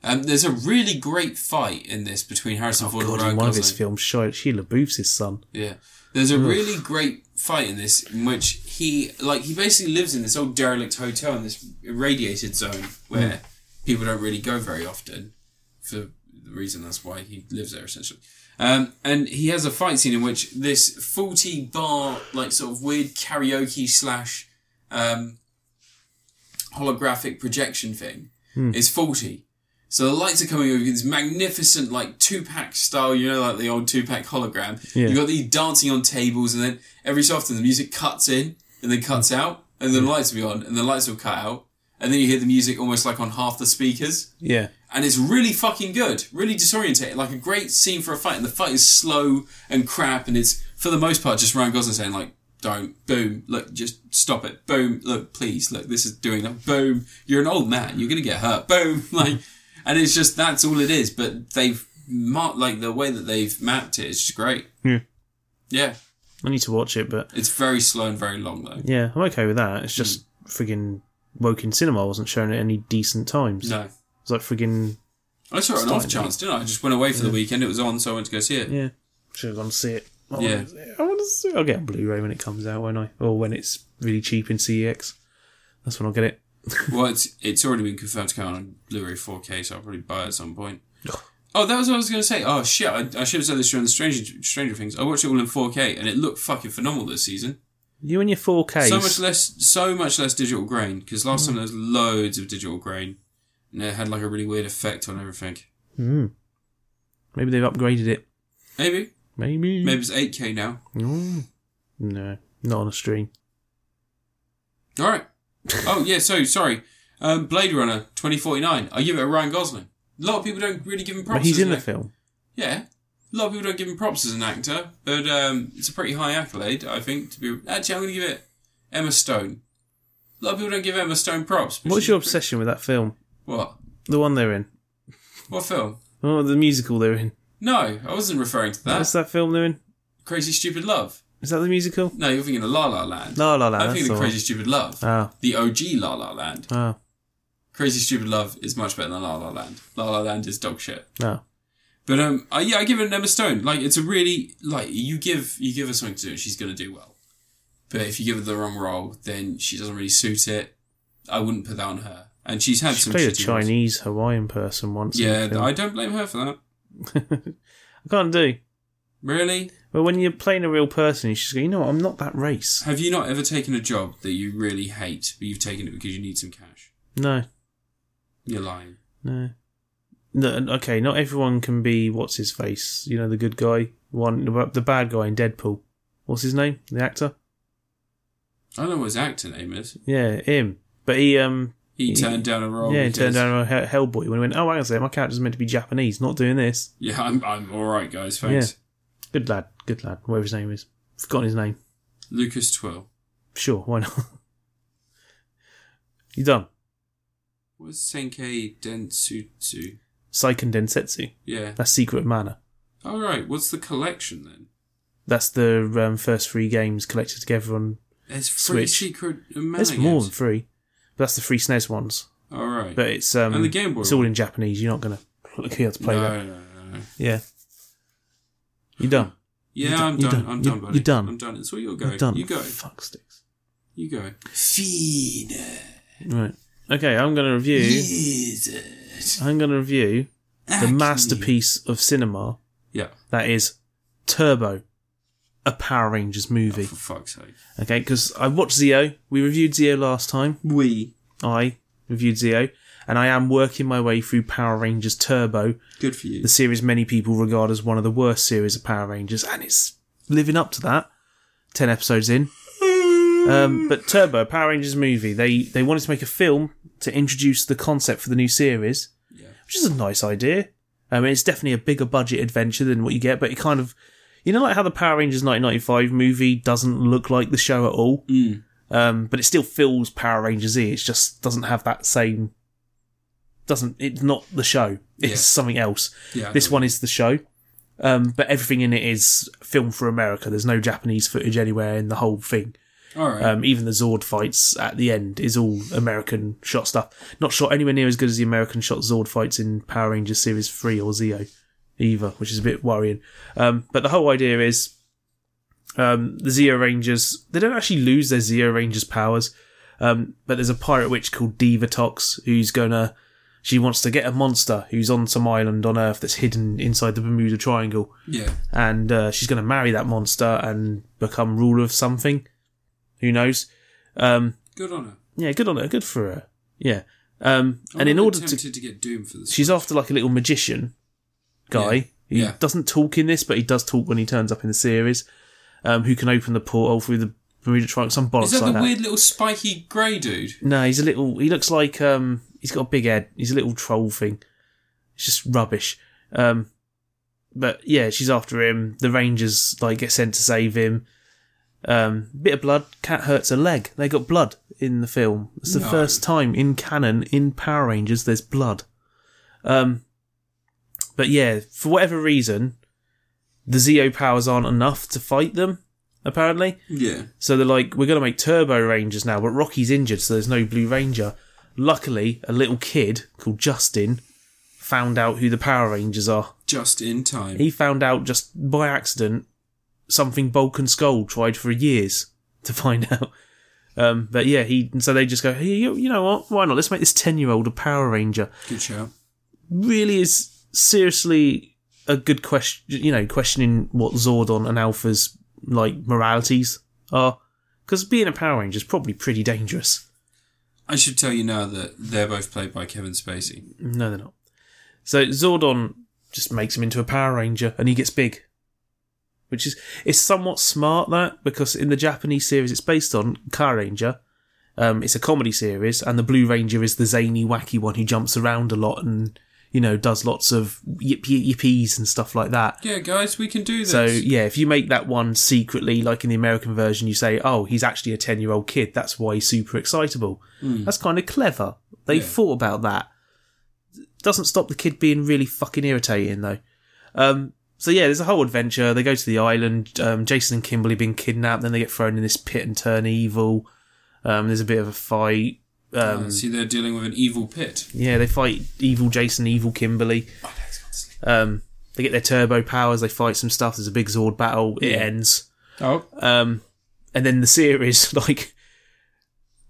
Um, there's a really great fight in this between Harrison Ford God, and in Ryan one of his Gosling. films, Shia, Sheila Booth's his son. Yeah. There's a really great fight in this in which he like he basically lives in this old derelict hotel in this irradiated zone where people don't really go very often for the reason that's why he lives there essentially. Um, and he has a fight scene in which this faulty bar like sort of weird karaoke slash um, holographic projection thing is faulty. So the lights are coming over this magnificent, like two pack style, you know, like the old two pack hologram. Yeah. You've got these dancing on tables, and then every so often the music cuts in and then cuts out, and then the lights will be on, and the lights will cut out, and then you hear the music almost like on half the speakers. Yeah, And it's really fucking good, really disorientating, like a great scene for a fight. And the fight is slow and crap, and it's for the most part just Ryan Gosling saying like, "Don't boom, look, just stop it, boom, look, please, look, this is doing that, boom. You're an old man, you're gonna get hurt, boom." Like, and it's just that's all it is. But they've marked like the way that they've mapped it is just great. Yeah. yeah. I need to watch it, but It's very slow and very long though. yeah, I'm okay with that. It's just friggin' Woking Cinema wasn't showing it any decent times. No, It's like friggin' I saw it on off chance, didn't I? I just went away for the weekend. It was on, so I went to go see it. yeah, should have gone to see it. Oh, I Yeah. wanna see it. I want to see. I'll get a Blu-ray when it comes out, won't I? Or when it's really cheap in CEX. That's when I'll get it. Well, it's it's already been confirmed to come out on Blu-ray 4K, so I'll probably buy it at some point. oh, that was what I was going to say. Oh shit, I, I should have said this during the Stranger Stranger Things. I watched it all in 4K, and it looked fucking phenomenal this season. You and your 4K. So much less, so much less digital grain because Mm. last time there was loads of digital grain, and it had like a really weird effect on everything. Mm. Maybe they've upgraded it. Maybe, Maybe. maybe it's 8K now. Mm. No, not on a stream. All right. oh yeah. So sorry. Um, Blade Runner 2049. I give it a Ryan Gosling. A lot of people don't really give him props. But he's as in an the actor. film. Yeah. A lot of people don't give him props as an actor, but um, it's a pretty high accolade, I think. To be actually, I'm going to give it Emma Stone. A lot of people don't give Emma Stone props. but What's she's your pre- obsession with that film? What? The one they're in? What film? Oh, the musical they're in. No, I wasn't referring to that. What's that film they're in? Crazy Stupid Love. Is that the musical? No, you're thinking of La La Land. La La Land. I'm That's thinking the of one. Crazy Stupid Love. Ah, the OG La La Land. ah, Crazy Stupid Love is much better than La La Land. La La Land is dog shit. no. But um, I, yeah, I give it an Emma Stone. Like it's a really like you give you give her something to do, she's gonna do well. But if you give her the wrong role, then she doesn't really suit it. I wouldn't put that on her. And she's had She some played a shitty roles. Chinese Hawaiian person once. in Yeah, the film. I don't blame her for that. I can't do. Really? But when you're playing a real person, you just go, you know what, I'm not that race. Have you not ever taken a job that you really hate, but you've taken it because you need some cash? No, You're lying. no. No, okay, not everyone can be what's his face. You know the good guy, one the bad guy in Deadpool. What's his name? The actor? I don't know what his actor name is. Yeah, him. But he um He turned down a role. yeah he because- turned down a Hell- Hellboy when he went. Oh, hang on a second, my character's meant to be Japanese. Not doing this. Yeah, I'm, I'm all right, guys. Thanks. Good lad, good lad. Whatever his name is, forgotten his name. Lucas Twill. Sure, why not? you done? Was Senkei Densutsu? Seiken Densetsu. Yeah. That's Secret Mana. All right. What's the collection then? That's the um, first three games collected together on There's free Switch. secret and There's more than three. But that's the three SNES ones. All right. But it's um, And the Game Boy It's all in Japanese. You're not gonna be able to play no, that. no, no, no. Yeah. You done? Yeah, You're done- I'm you're done. done. I'm You're- done, buddy. you're done. I'm done. It's all your go. You're done. You go. Fuck sticks. You go. Feed. Right. Okay. I'm gonna review. Lizard. I'm gonna review the Acme. masterpiece of cinema Yeah. that is Turbo, a Power Rangers movie. For fuck's sake. Okay, because I watched Zio. We reviewed Zio last time. We. I reviewed Zio, and I am working my way through Power Rangers Turbo. Good for you. the series many people regard as one of the worst series of Power Rangers, and it's living up to that. Ten episodes in, um, but Turbo Power Rangers movie. They they wanted to make a film to introduce the concept for the new series, Yeah. which is a nice idea. I mean, it's definitely a bigger budget adventure than what you get, but it kind of, you know, like how the Power Rangers 1995 movie doesn't look like the show at all, Mm. um, but it still feels Power Rangers. It just doesn't have that same. Doesn't it's not the show. It's Yeah. something else Yeah. I this know. one is the show. Um, but everything in it is filmed for America. There's no Japanese footage anywhere in the whole thing. All right. Um, even the Zord fights at the end is all American shot stuff. Not shot anywhere near as good as the American shot Zord fights in Power Rangers Series 3 or Zeo either, which is a bit worrying. Um, but the whole idea is um, the Zeo Rangers, they don't actually lose their Zeo Rangers powers, um, but there's a pirate witch called Divatox who's going to. She wants to get a monster who's on some island on Earth that's hidden inside the Bermuda Triangle yeah. and uh, she's going to marry that monster and become ruler of something. Who knows? Um, Good on her. yeah, good on her. Good for her. Yeah. Um, and in I'm order to, tempted to get Doom for this. she's after like a little magician guy. Yeah. He Yeah. doesn't talk in this, but he does talk when he turns up in the series. Um, who can open the portal through the Bermuda Triangle? Some bollocks Is that like the that. weird little spiky grey dude? No, he's a little. He looks like um, he's got a big head. He's a little troll thing. It's just rubbish. Um, but yeah, she's after him. The Rangers like get sent to save him. Um, bit of blood. Cat hurts her leg. They got blood in the film. It's the No. first time in canon in Power Rangers there's blood. Um, but yeah, for whatever reason, the Zeo powers aren't enough to fight them. Apparently, Yeah. so they're like, we're going to make Turbo Rangers now, but Rocky's injured, so there's no Blue Ranger. Luckily, a little kid called Justin found out who the Power Rangers are. Just in time. He found out just by accident something Bulk and Skull tried for years to find out. Um, but yeah, he so they just go, hey, you, you know what? Why not? Let's make this ten year old a Power Ranger. Good show. Really is seriously a good question. You know, questioning what Zordon and Alpha's like moralities are. Because being a Power Ranger is probably pretty dangerous. I should tell you now that they're both played by Kevin Spacey. No, they're not. So Zordon just makes him into a Power Ranger, and he gets big, which is it's somewhat smart that because in the Japanese series it's based on Car Ranger, um, it's a comedy series, and the Blue Ranger is the zany, wacky one who jumps around a lot and you know, does lots of yip yip yippies and stuff like that. Yeah, guys, we can do this. So yeah, if you make that one secretly, like in the American version, you say, "Oh, he's actually a ten-year-old kid. That's why he's super excitable." That's kind of clever. They Hmm. Yeah. thought about that. Doesn't stop the kid being really fucking irritating though. Um, so yeah, there's a whole adventure. They go to the island. Um, Jason and Kimberly been kidnapped. Then they get thrown in this pit and turn evil. Um, there's a bit of a fight. Um, Uh, see, they're dealing with an evil pit. yeah, they fight evil Jason, evil Kimberly. Oh, Dex gone to sleep. Um, they get their turbo powers. They fight some stuff. There's a big Zord battle. It Yeah. ends. Oh, Um, and then the series, like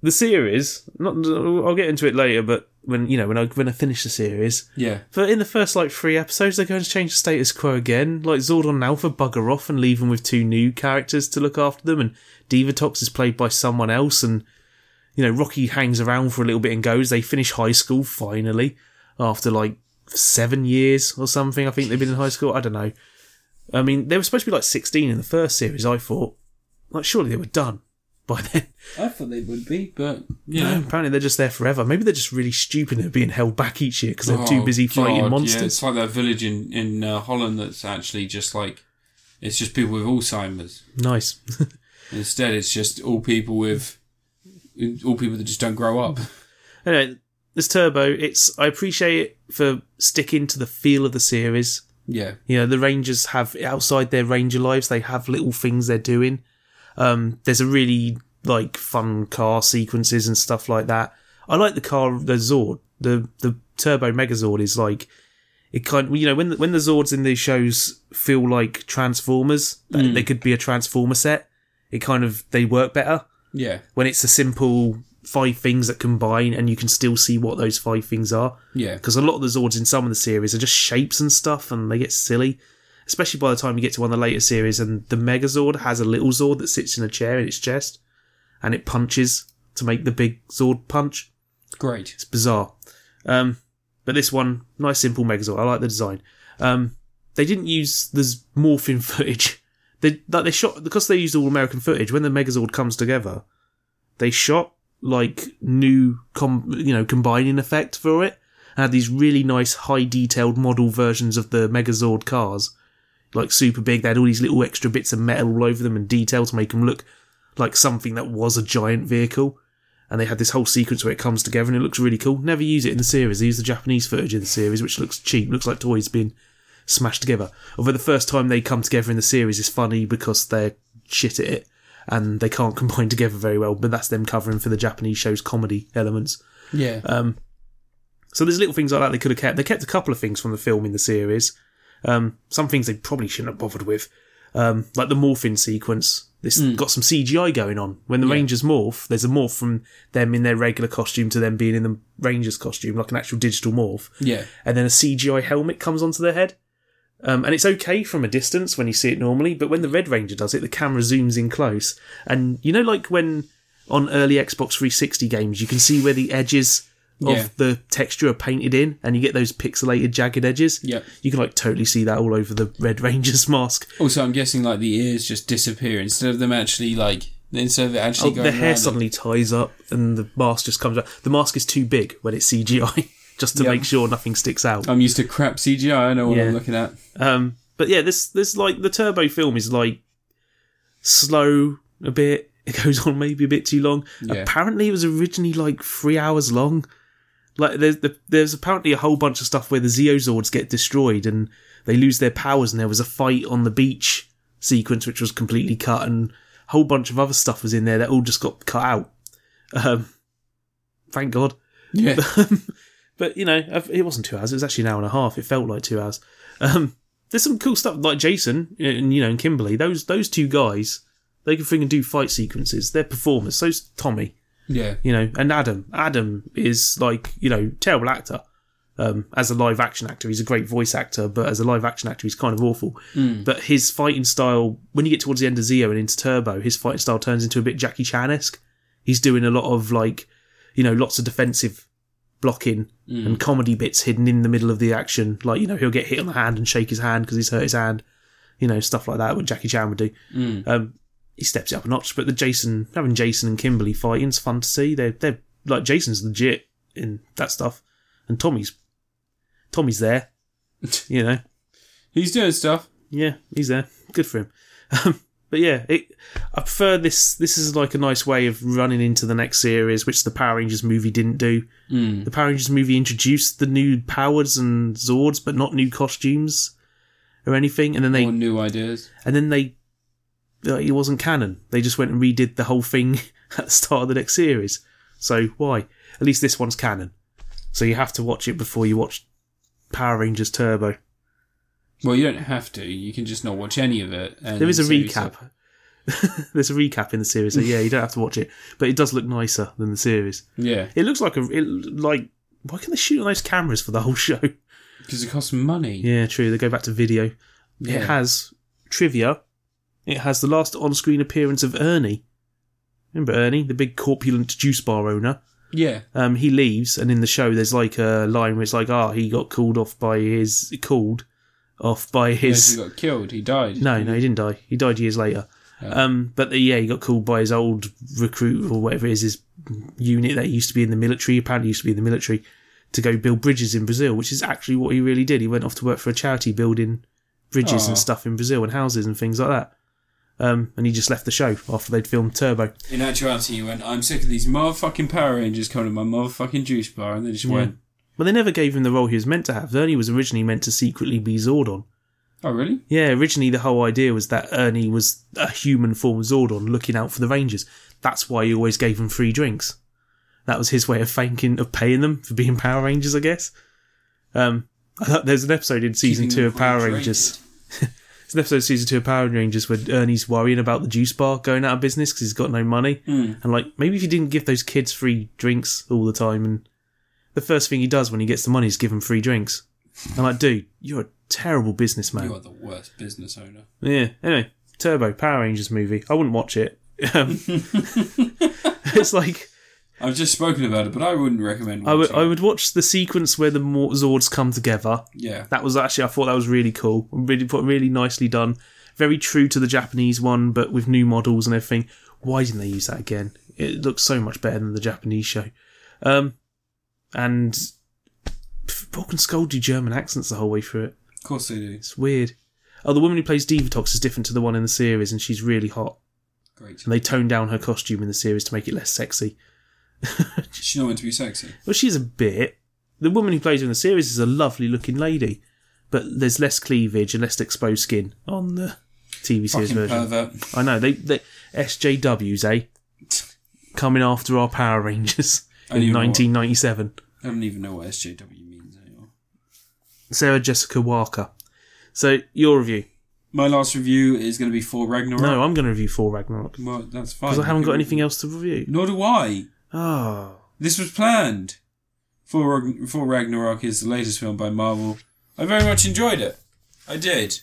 the series, not I'll get into it later, but when you know when I when I finish the series, yeah. but in the first like three episodes, they're going to change the status quo again. Like Zordon and Alpha bugger off and leave them with two new characters to look after them, and Divatox is played by someone else, and you know Rocky hangs around for a little bit and goes. They finish high school finally after like seven years or something. I think they've been in high school. I don't know. I mean, they were supposed to be like sixteen in the first series. I thought, like, surely they were done by then. I thought they would be, but you No, know, apparently they're just there forever. Maybe they're just really stupid and they're being held back each year because they're too Oh, busy fighting God, monsters. Yeah, it's like that village in in uh, Holland that's actually just like it's just people with Alzheimer's. Nice. Instead, it's just all people with all people that just don't grow up. Anyway, this turbo, it's I appreciate it for sticking to the feel of the series. Yeah, You know, the Rangers have outside their Ranger lives, they have little things they're doing. Um, there's a really like fun car sequences and stuff like that. I like the car, the Zord, the the Turbo Megazord is like it kind you know when the, when the Zords in these shows feel like Transformers, that they could be a Transformer set. It kind of they work better yeah, when it's a simple five things that combine and you can still see what those five things are. yeah. Because a lot of the Zords in some of the series are just shapes and stuff and they get silly. Especially by the time you get to one of the later series and the Megazord has a little Zord that sits in a chair in its chest and it punches to make the big Zord punch. Great. It's bizarre. Um, but this one, nice simple Megazord. I like the design. Um, they didn't use the z- morphing footage. They like they shot because they used all American footage. When the Megazord comes together, they shot like new com- you know combining effect for it and had these really nice high detailed model versions of the Megazord cars, like super big. They had all these little extra bits of metal all over them and detail to make them look like something that was a giant vehicle and they had this whole sequence where it comes together and it looks really cool. Never use it in the series. They use the Japanese footage in the series, which looks cheap, looks like toys being smashed together. Although the first time they come together in the series is funny because they're shit at it and they can't combine together very well, but that's them covering for the Japanese show's comedy elements. Yeah, Uh, So there's little things like that they could have kept. They kept a couple of things from the film in the series. Um, some things they probably shouldn't have bothered with, um, like the morphing sequence. This got some CGI going on. When the Rangers morph, there's a morph from them in their regular costume to them being in the Rangers costume, like an actual digital morph. yeah, And then a CGI helmet comes onto their head. Um, and it's okay from a distance when you see it normally, but when the Red Ranger does it, the camera zooms in close. And you know, like when on early Xbox 360 games, you can see where the edges of Yeah. the texture are painted in, and you get those pixelated, jagged edges. Yep. You can like totally see that all over the Red Ranger's mask. Also, I'm guessing like the ears just disappear instead of them actually like instead of it Oh, actually going. the hair around suddenly ties up, and the mask just comes out. The mask is too big when it's CGI, just to Yeah. make sure nothing sticks out. it. I'm used to crap CGI. I know what Yeah. I'm looking at. Um, but yeah, this this like the Turbo film is like slow a bit. It goes on maybe a bit too long. Yeah. Apparently, it was originally like three hours long. Like there's the, there's apparently a whole bunch of stuff where the Zeozords get destroyed and they lose their powers, and there was a fight on the beach sequence which was completely cut, and a whole bunch of other stuff was in there that all just got cut out. Um, thank God. Yeah, but you know, I've- it wasn't two hours. It was actually an hour and a half. It felt like two hours. Um, there's some cool stuff like Jason and you know and Kimberly. Those those two guys, they can freaking do fight sequences. They're performers. So's Tommy, yeah, you know, and Adam. Adam is like you know terrible actor. Um, as a live action actor, he's a great voice actor, but as a live action actor, he's kind of awful. But his fighting style, when you get towards the end of Zio and into Turbo, his fighting style turns into a bit Jackie Chan esque. He's doing a lot of like, you know, lots of defensive blocking and comedy bits hidden in the middle of the action. Like, you know, he'll get hit on the hand and shake his hand because he's hurt his hand. You know, stuff like that, what Jackie Chan would do. Um, he steps it up a notch, but the Jason, having Jason and Kimberly fighting's fun to see. They're, they're like, Jason's legit in that stuff. And Tommy's Tommy's there. you know, He's doing stuff. yeah, he's there. Good for him. Um, but yeah, it, I prefer this. This is like a nice way of running into the next series, which the Power Rangers movie didn't do. Mm. The Power Rangers movie introduced the new powers and Zords, but not new costumes or anything. And then they More new ideas. and then they like, it wasn't canon. They just went and redid the whole thing at the start of the next series. So why? At least this one's canon. So you have to watch it before you watch Power Rangers Turbo. Well, you don't have to. You can just not watch any of it. And There is a save yourself- recap. There's a recap in the series, so yeah, you don't have to watch it, but it does look nicer than the series. Yeah, It looks like a it, like why can they shoot on those cameras for the whole show? because it costs money. Yeah, true. They go back to video. It Yeah. has trivia. It has the last on-screen appearance of Ernie. Remember Ernie, the big corpulent juice bar owner? Yeah. Um, he leaves, and in the show, there's like a line where it's like, "Ah, he got called off by his called off by his." No, he got killed. He died. No, no, he didn't die. He died years later. Um, but the, yeah, he got called by his old recruit or whatever it is, his unit that used to be in the military. Apparently, used to be in the military to go build bridges in Brazil, which is actually what he really did. He went off to work for a charity building bridges Aw. and stuff in Brazil and houses and things like that. Um, and he just left the show after they'd filmed Turbo. In actuality, he went, I'm sick of these motherfucking Power Rangers coming to my motherfucking juice bar. And they just went, But they never gave him the role he was meant to have. Ernie was originally meant to secretly be Zordon. Oh, really? Yeah, originally the whole idea was that Ernie was a human form Zordon looking out for the Rangers. That's why he always gave them free drinks. That was his way of thanking, of paying them for being Power Rangers, I guess. Um, I thought there's an episode in season Keeping two them of Power hydrated. Rangers. There's an episode of season two of Power Rangers where Ernie's worrying about the juice bar going out of business because he's got no money. Hmm. And like, maybe if you didn't give those kids free drinks all the time, and the first thing he does when he gets the money is give them free drinks. I'm like, dude, you're a terrible businessman. You are the worst business owner. Yeah. Anyway, Turbo Power Rangers movie. I wouldn't watch it. Um, it's like I've just spoken about it, but I wouldn't recommend I watching would I it. would watch the sequence where the Mor- Zords come together. Yeah. That was actually I thought that was really cool. Really put really nicely done. Very true to the Japanese one, but with new models and everything. Why didn't they use that again? It looks so much better than the Japanese show. Um, and fucking Skull do German accents the whole way through it. Of course they do. It's weird. Oh, the woman who plays Divatox is different to the one in the series, and she's really hot. Great. and they toned down her costume in the series to make it less sexy. She's not meant to be sexy. Well, she's a bit. The woman who plays her in the series is a lovely looking lady, but there's less cleavage and less exposed skin on the TV series Fucking version. pervert. I know they, they SJWs, eh? Coming after our Power Rangers I don't in even know what- 1997. I don't even know what SJW means anymore. Sarah Jessica Walker. So your review? My last review is going to be for Ragnarok. No, I'm going to review Thor Ragnarok Well, that's fine. because I haven't You got can- anything else to review. Nor do I. Oh, This was planned. For, Ragn- for Ragnarok is the latest film by Marvel. I very much enjoyed it. I did.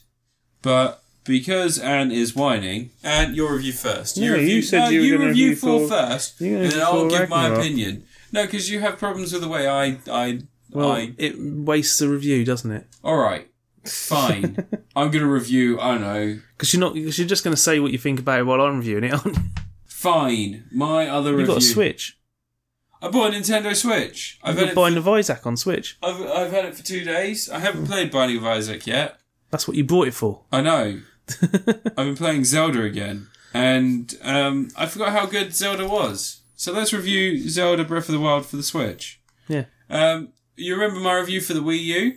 But because Anne is whining, Anne, your review first. No, you said no, you were you gonna review review for for- first, You're gonna and review then I'll for give my Ragnarok. opinion. No, because you have problems with the way I. I, well, I it wastes the review, doesn't it? Alright. Fine. I'm going to review, I don't know. Because you're not. Cause you're just going to say what you think about it while I'm reviewing it. Aren't you? Fine. My other You've review. got a Switch. I bought a Nintendo Switch. I've You've had, got it for, Binding of Isaac on Switch. I've, I've had it for two days. I haven't played Binding of Isaac yet. That's what you bought it for. I know. I've been playing Zelda again, and um, I forgot how good Zelda was. So let's review Zelda Breath of the Wild for the Switch. Yeah, Um, you remember my review for the Wii U?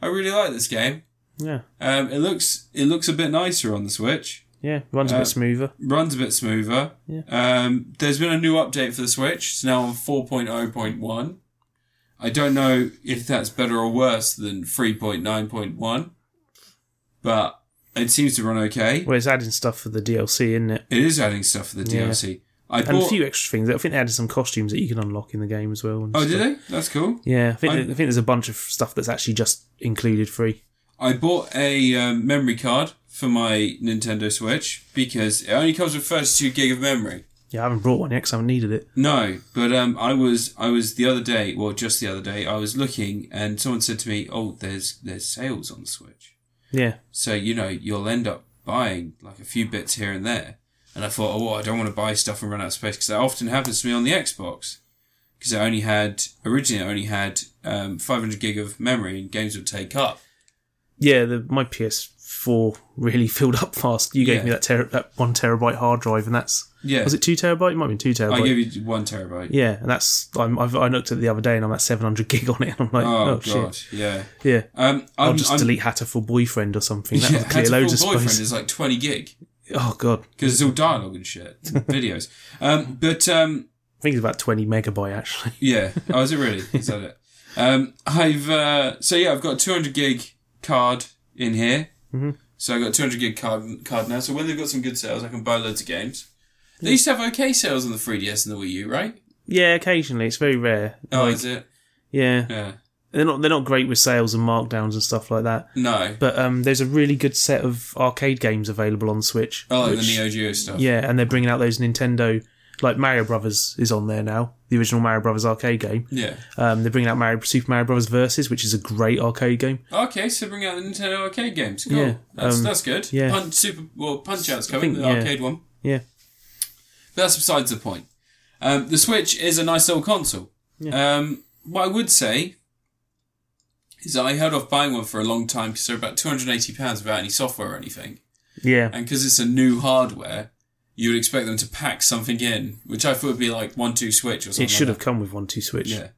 I really like this game. yeah, Um, it looks it looks a bit nicer on the Switch. yeah. Runs a Uh, bit smoother. Runs a bit smoother. Yeah. Um, there's been a new update for the Switch. It's now on 4.0.1. I don't know if that's better or worse than 3.9.1, but it seems to run okay. Well, it's adding stuff for the DLC, isn't it? It is adding stuff for the Yeah. DLC. I And a bought. few extra things. I think they added some costumes that you can unlock in the game as well. and oh, did stuff. they? That's cool. Yeah, I think, I'm- I think there's a bunch of stuff that's actually just included free. I bought a um, memory card for my Nintendo Switch because it only comes with 32 gig of memory. Yeah, I haven't brought one yet because I haven't needed it. No, but um, I was I was the other day, well, just the other day, I was looking and someone said to me, "Oh, there's there's sales on the Switch," Yeah, so you know you'll end up buying like a few bits here and there. And I thought, oh, well, I don't want to buy stuff and run out of space because that often happens to me on the Xbox. because it only had originally it only had um, 500 gig of memory and games would take up. Yeah, the, my PS4 really filled up fast. You gave Yeah. me that ter- that one terabyte hard drive, and that's Yeah, was it two terabyte? It might be two I terabyte. gave you one terabyte. yeah, and that's I'm, I've, I looked at it the other day, and I'm at 700 gig on it. And I'm like, Oh, oh, shit, god, yeah. yeah. Um, I'm, I'll just I'm, delete Hatterful Boyfriend or something. That yeah, would clear Hatterful loads of boyfriend space. is like 20 gig Oh god, because it's all dialogue and shit, and videos. Um, but um, I think it's about 20 megabyte actually. yeah, oh, is it really? Is that it? Um, I've uh, so yeah, I've got a 200 gig card in here. Mhm. So I got a 200 gig card card now. So when they've got some good sales, I can buy loads of games. They used to have okay sales on the 3DS and the Wii U, right? Yeah, occasionally it's very rare. Oh, Like, is it? yeah, Yeah. they're not they're not great with sales and markdowns and stuff like that. No. But um, there's a really good set of arcade games available on Switch. I like which- Oh, the Neo Geo stuff. Yeah, and they're bringing out those Nintendo, like Mario Brothers is on there now, the original Mario Brothers arcade game. Yeah. Um, they're bringing out Mario Super Mario Brothers Versus, which is a great arcade game. Okay, so bring out the Nintendo arcade games. Cool. Yeah, that's um, that's good. yeah. Punch, super well, Punch Out's coming, think- the yeah. arcade one. Yeah, But that's besides the point. Um, the Switch is a nice little console. Um, what I would say is that I held off buying one for a long time because they're about two hundred and eighty pounds without any software or anything, yeah, and because it's a new hardware, you would expect them to pack something in, which I thought would be like one two Switch or something. it should like have come with one two Switch. that. Yeah.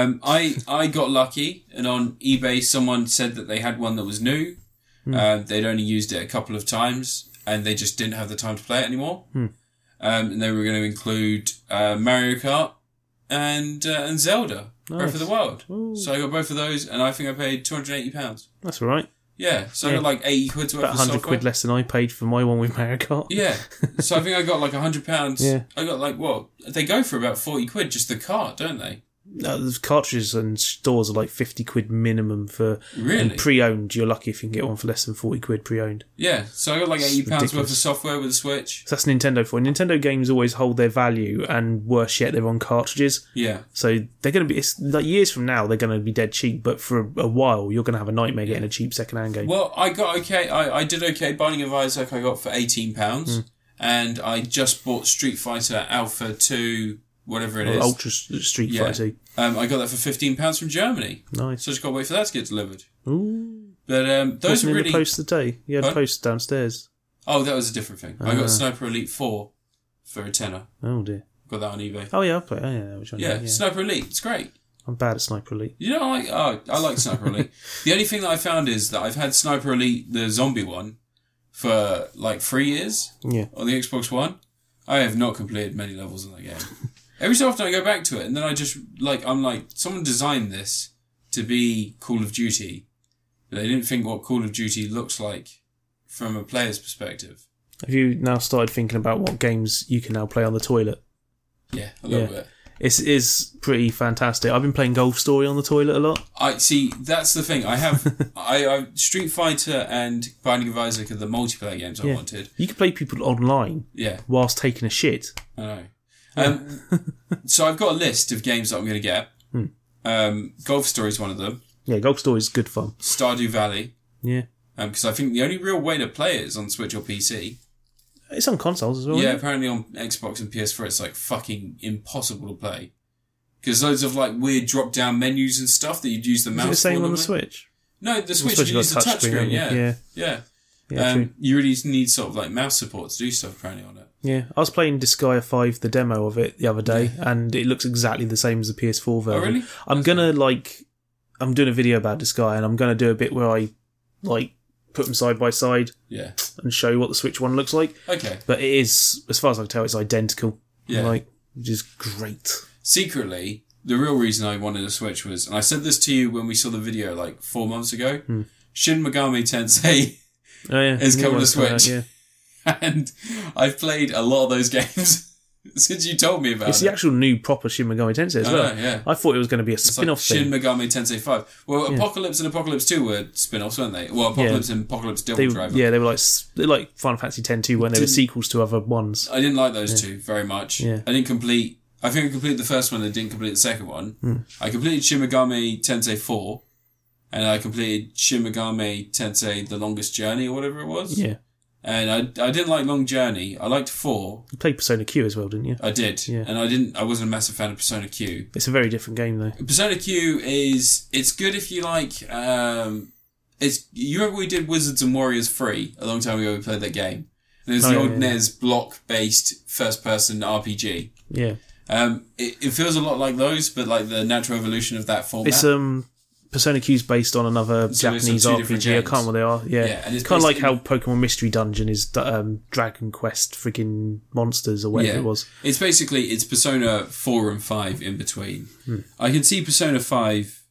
Um, I I got lucky, and on eBay, someone said that they had one that was new. Hmm. Uh, they'd only used it a couple of times, and they just didn't have the time to play it anymore. Hmm. Um, and they were going to include uh, Mario Kart and uh, and Zelda Breath of the Wild. So I got both of those, and I think I paid two hundred eighty pounds. That's all right. Yeah, so I Yeah. got like eighty quid's worth About of 100 software. quid less than I paid for my one with Mario Kart. Yeah, so I think I got like hundred pounds. Yeah. I got like what they go for about forty quid just the cart, don't they? Uh, the cartridges and stores are like 50 quid minimum for Really? and pre-owned. You're lucky if you can get one for less than 40 quid pre-owned. Yeah, so I got like eighty pounds worth ridiculous. of software with a Switch. So that's Nintendo for. Nintendo games always hold their value and worse yet, they're on cartridges. Yeah, So they're going to be it's like years from now they're going to be dead cheap, but for a, a while you're going to have a nightmare getting a cheap second-hand game. Well, I got okay. I, I did okay. Binding of Isaac, I got for eighteen Hmm. pounds, and I just bought Street Fighter Alpha Two, whatever it Or is. Ultra S- Street Yeah. Fighter, Um, I got that for fifteen pounds from Germany. nice. So I just got to wait for that to get delivered. Ooh, But um, those wasn't were in really. the post today. You had Huh? post downstairs. Oh, that was a different thing. I Ah. got Sniper Elite Four for a tenner. Oh dear. Got that on eBay. Oh yeah, I play. Oh yeah, which one? Yeah, Yeah, yeah. Sniper Elite. It's great. I'm bad at Sniper Elite. You don't like? Oh, I like Sniper Elite. the only thing that I found is that I've had Sniper Elite, the zombie one, for like three years. Yeah, on the Xbox One, I have not completed many levels in that game. Every so often I go back to it, and then I just like I'm like someone designed this to be Call of Duty, but they didn't think what Call of Duty looks like from a player's perspective. have you now started thinking about what games you can now play on the toilet? Yeah, a little Yeah. bit. It is pretty fantastic. I've been playing Golf Story on the toilet a lot. I see. That's the thing. I have I, I Street Fighter and Binding of Isaac are the multiplayer games I Yeah. wanted. You can play people online Yeah, whilst taking a shit. I know. Um, so I've got a list of games that I'm going to get. Hmm. Um, Golf Story is one of them. Yeah, Golf Story is good fun. Stardew Valley. Yeah, because Um, I think the only real way to play it is on Switch or PC. it's on consoles as well. yeah, isn't it? apparently on Xbox and PS4, it's like fucking impossible to play because loads of like weird drop-down menus and stuff that you'd use the Is mouse. it the same for on the normally. Switch? No, the On Switch you use the touch screen. haven't you? yeah, yeah. yeah. Yeah, true. um, you really need sort of like mouse support to do stuff apparently on it. yeah. I was playing Disgaea 5, the demo of it, the other day, and it looks exactly the same as the PS4 version. Oh, really? I'm gonna, like, I'm doing a video about Disgaea, and I'm gonna do a bit where I, like, put them side by side Yeah. and show you what the Switch one looks like. Okay. But it is, as far as I can tell, it's identical. Yeah. Like, which is great. secretly, the real reason I wanted a Switch was, and I said this to you when we saw the video like four months ago. Hmm. Shin Megami Tensei, Oh, yeah. It's new coming to one's coming out, Switch. yeah. and I've played a lot of those games since you told me about It's it. the actual new proper Shin Megami Tensei as I well. know, yeah. I thought it was going to be a spin off It's like thing. Shin Megami Tensei 5. Well, Apocalypse and Apocalypse 2 were spin offs, weren't they? Well, Apocalypse and Apocalypse Devil They, Driver. yeah, they were like s- they're like Final Fantasy X 2 when they were sequels to other ones. I didn't like those two very much. Yeah. I didn't complete. I think I completed the first one and didn't complete the second one. Hmm. I completed Shin Megami Tensei 4, and I completed Shin Megami Tensei The Longest Journey or whatever it was. Yeah, And I, I didn't like Long Journey. I liked four. You played Persona Q as well, didn't you? I did, Yeah. and I didn't. I wasn't a massive fan of Persona Q. It's a very different game though. Persona Q is it's good if you like. Um, it's you remember we did Wizards and Warriors three a long time ago. We played that game. And it was Oh, the yeah, old yeah. NES block based first person RPG. Yeah. Um, it, it feels a lot like those, but like the natural evolution of that format. It's um Persona Q's based on So another it's on Japanese two RPG. different I games. can't remember what they are. Yeah, Yeah, and it's kind of like based how Pokemon Mystery Dungeon is um, Dragon Quest freaking monsters or whatever Yeah. it was. It's basically it's Persona four and five in between. Hmm. I can see Persona five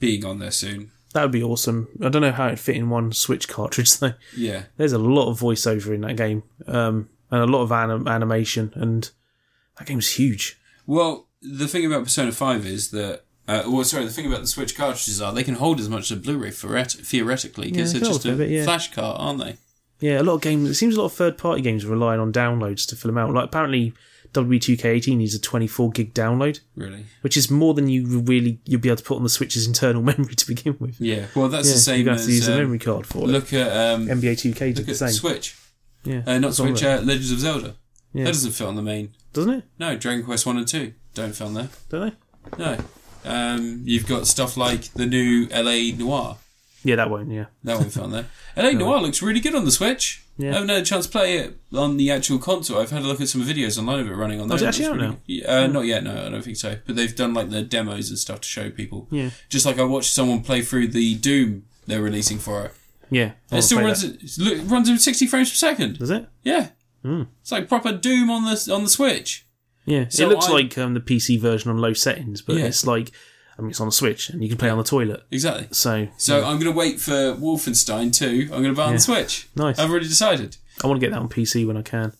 being on there soon. That would be awesome. I don't know how it'd fit in one Switch cartridge though. Yeah, There's a lot of voiceover in that game, um, and a lot of anim- animation, and that game's huge. Well, the thing about Persona 5 is that. Uh, well, sorry, the thing about the Switch cartridges are they can hold as much as a Blu ray theoretically Yeah, because they they're just hold a a bit, yeah. flash cart, aren't they? Yeah, a lot of games. It seems a lot of third-party games are relying on downloads to fill them out. Like apparently, WB2K18 needs a 24 gig download, Really? which is more than you really you'll be able to put on the Switch's internal memory to begin with. Yeah. Well, that's the Yeah, same you have to use as. a um, memory card for it. look at, um, NBA 2K did look the at same. Switch. yeah, Uh, not It's on Switch, there. uh, Legends of Zelda. Yeah. That doesn't fit on the main. doesn't it? No, Dragon Quest 1 and 2 don't fit on there. Don't they? No. Um, you've got stuff like the new LA Noir. Yeah, that won't. Yeah, That one found there. LA Noir looks really good on the Switch. Yeah. I haven't had a chance to play it on the actual console. I've had a look at some videos online of it running on there. Oh, is it actually It out looks really- Yeah, Uh, Not yet, no, I don't think so. But they've done like the demos and stuff to show people. Yeah. Just like I watched someone play through the Doom they're releasing for it. yeah. It I'll still Oh, play runs that. at, look, it runs at 60 frames per second. Does it? Yeah. Hmm. It's like proper Doom on the on the Switch. Yeah. So it looks I- like um, the PC version on low settings, but Yeah. it's like I mean, it's on a Switch and you can play on the toilet. Exactly. So So I'm going to wait for Wolfenstein 2. I'm going to buy it on the Switch. Nice. I've already decided. I want to get that on PC when I can.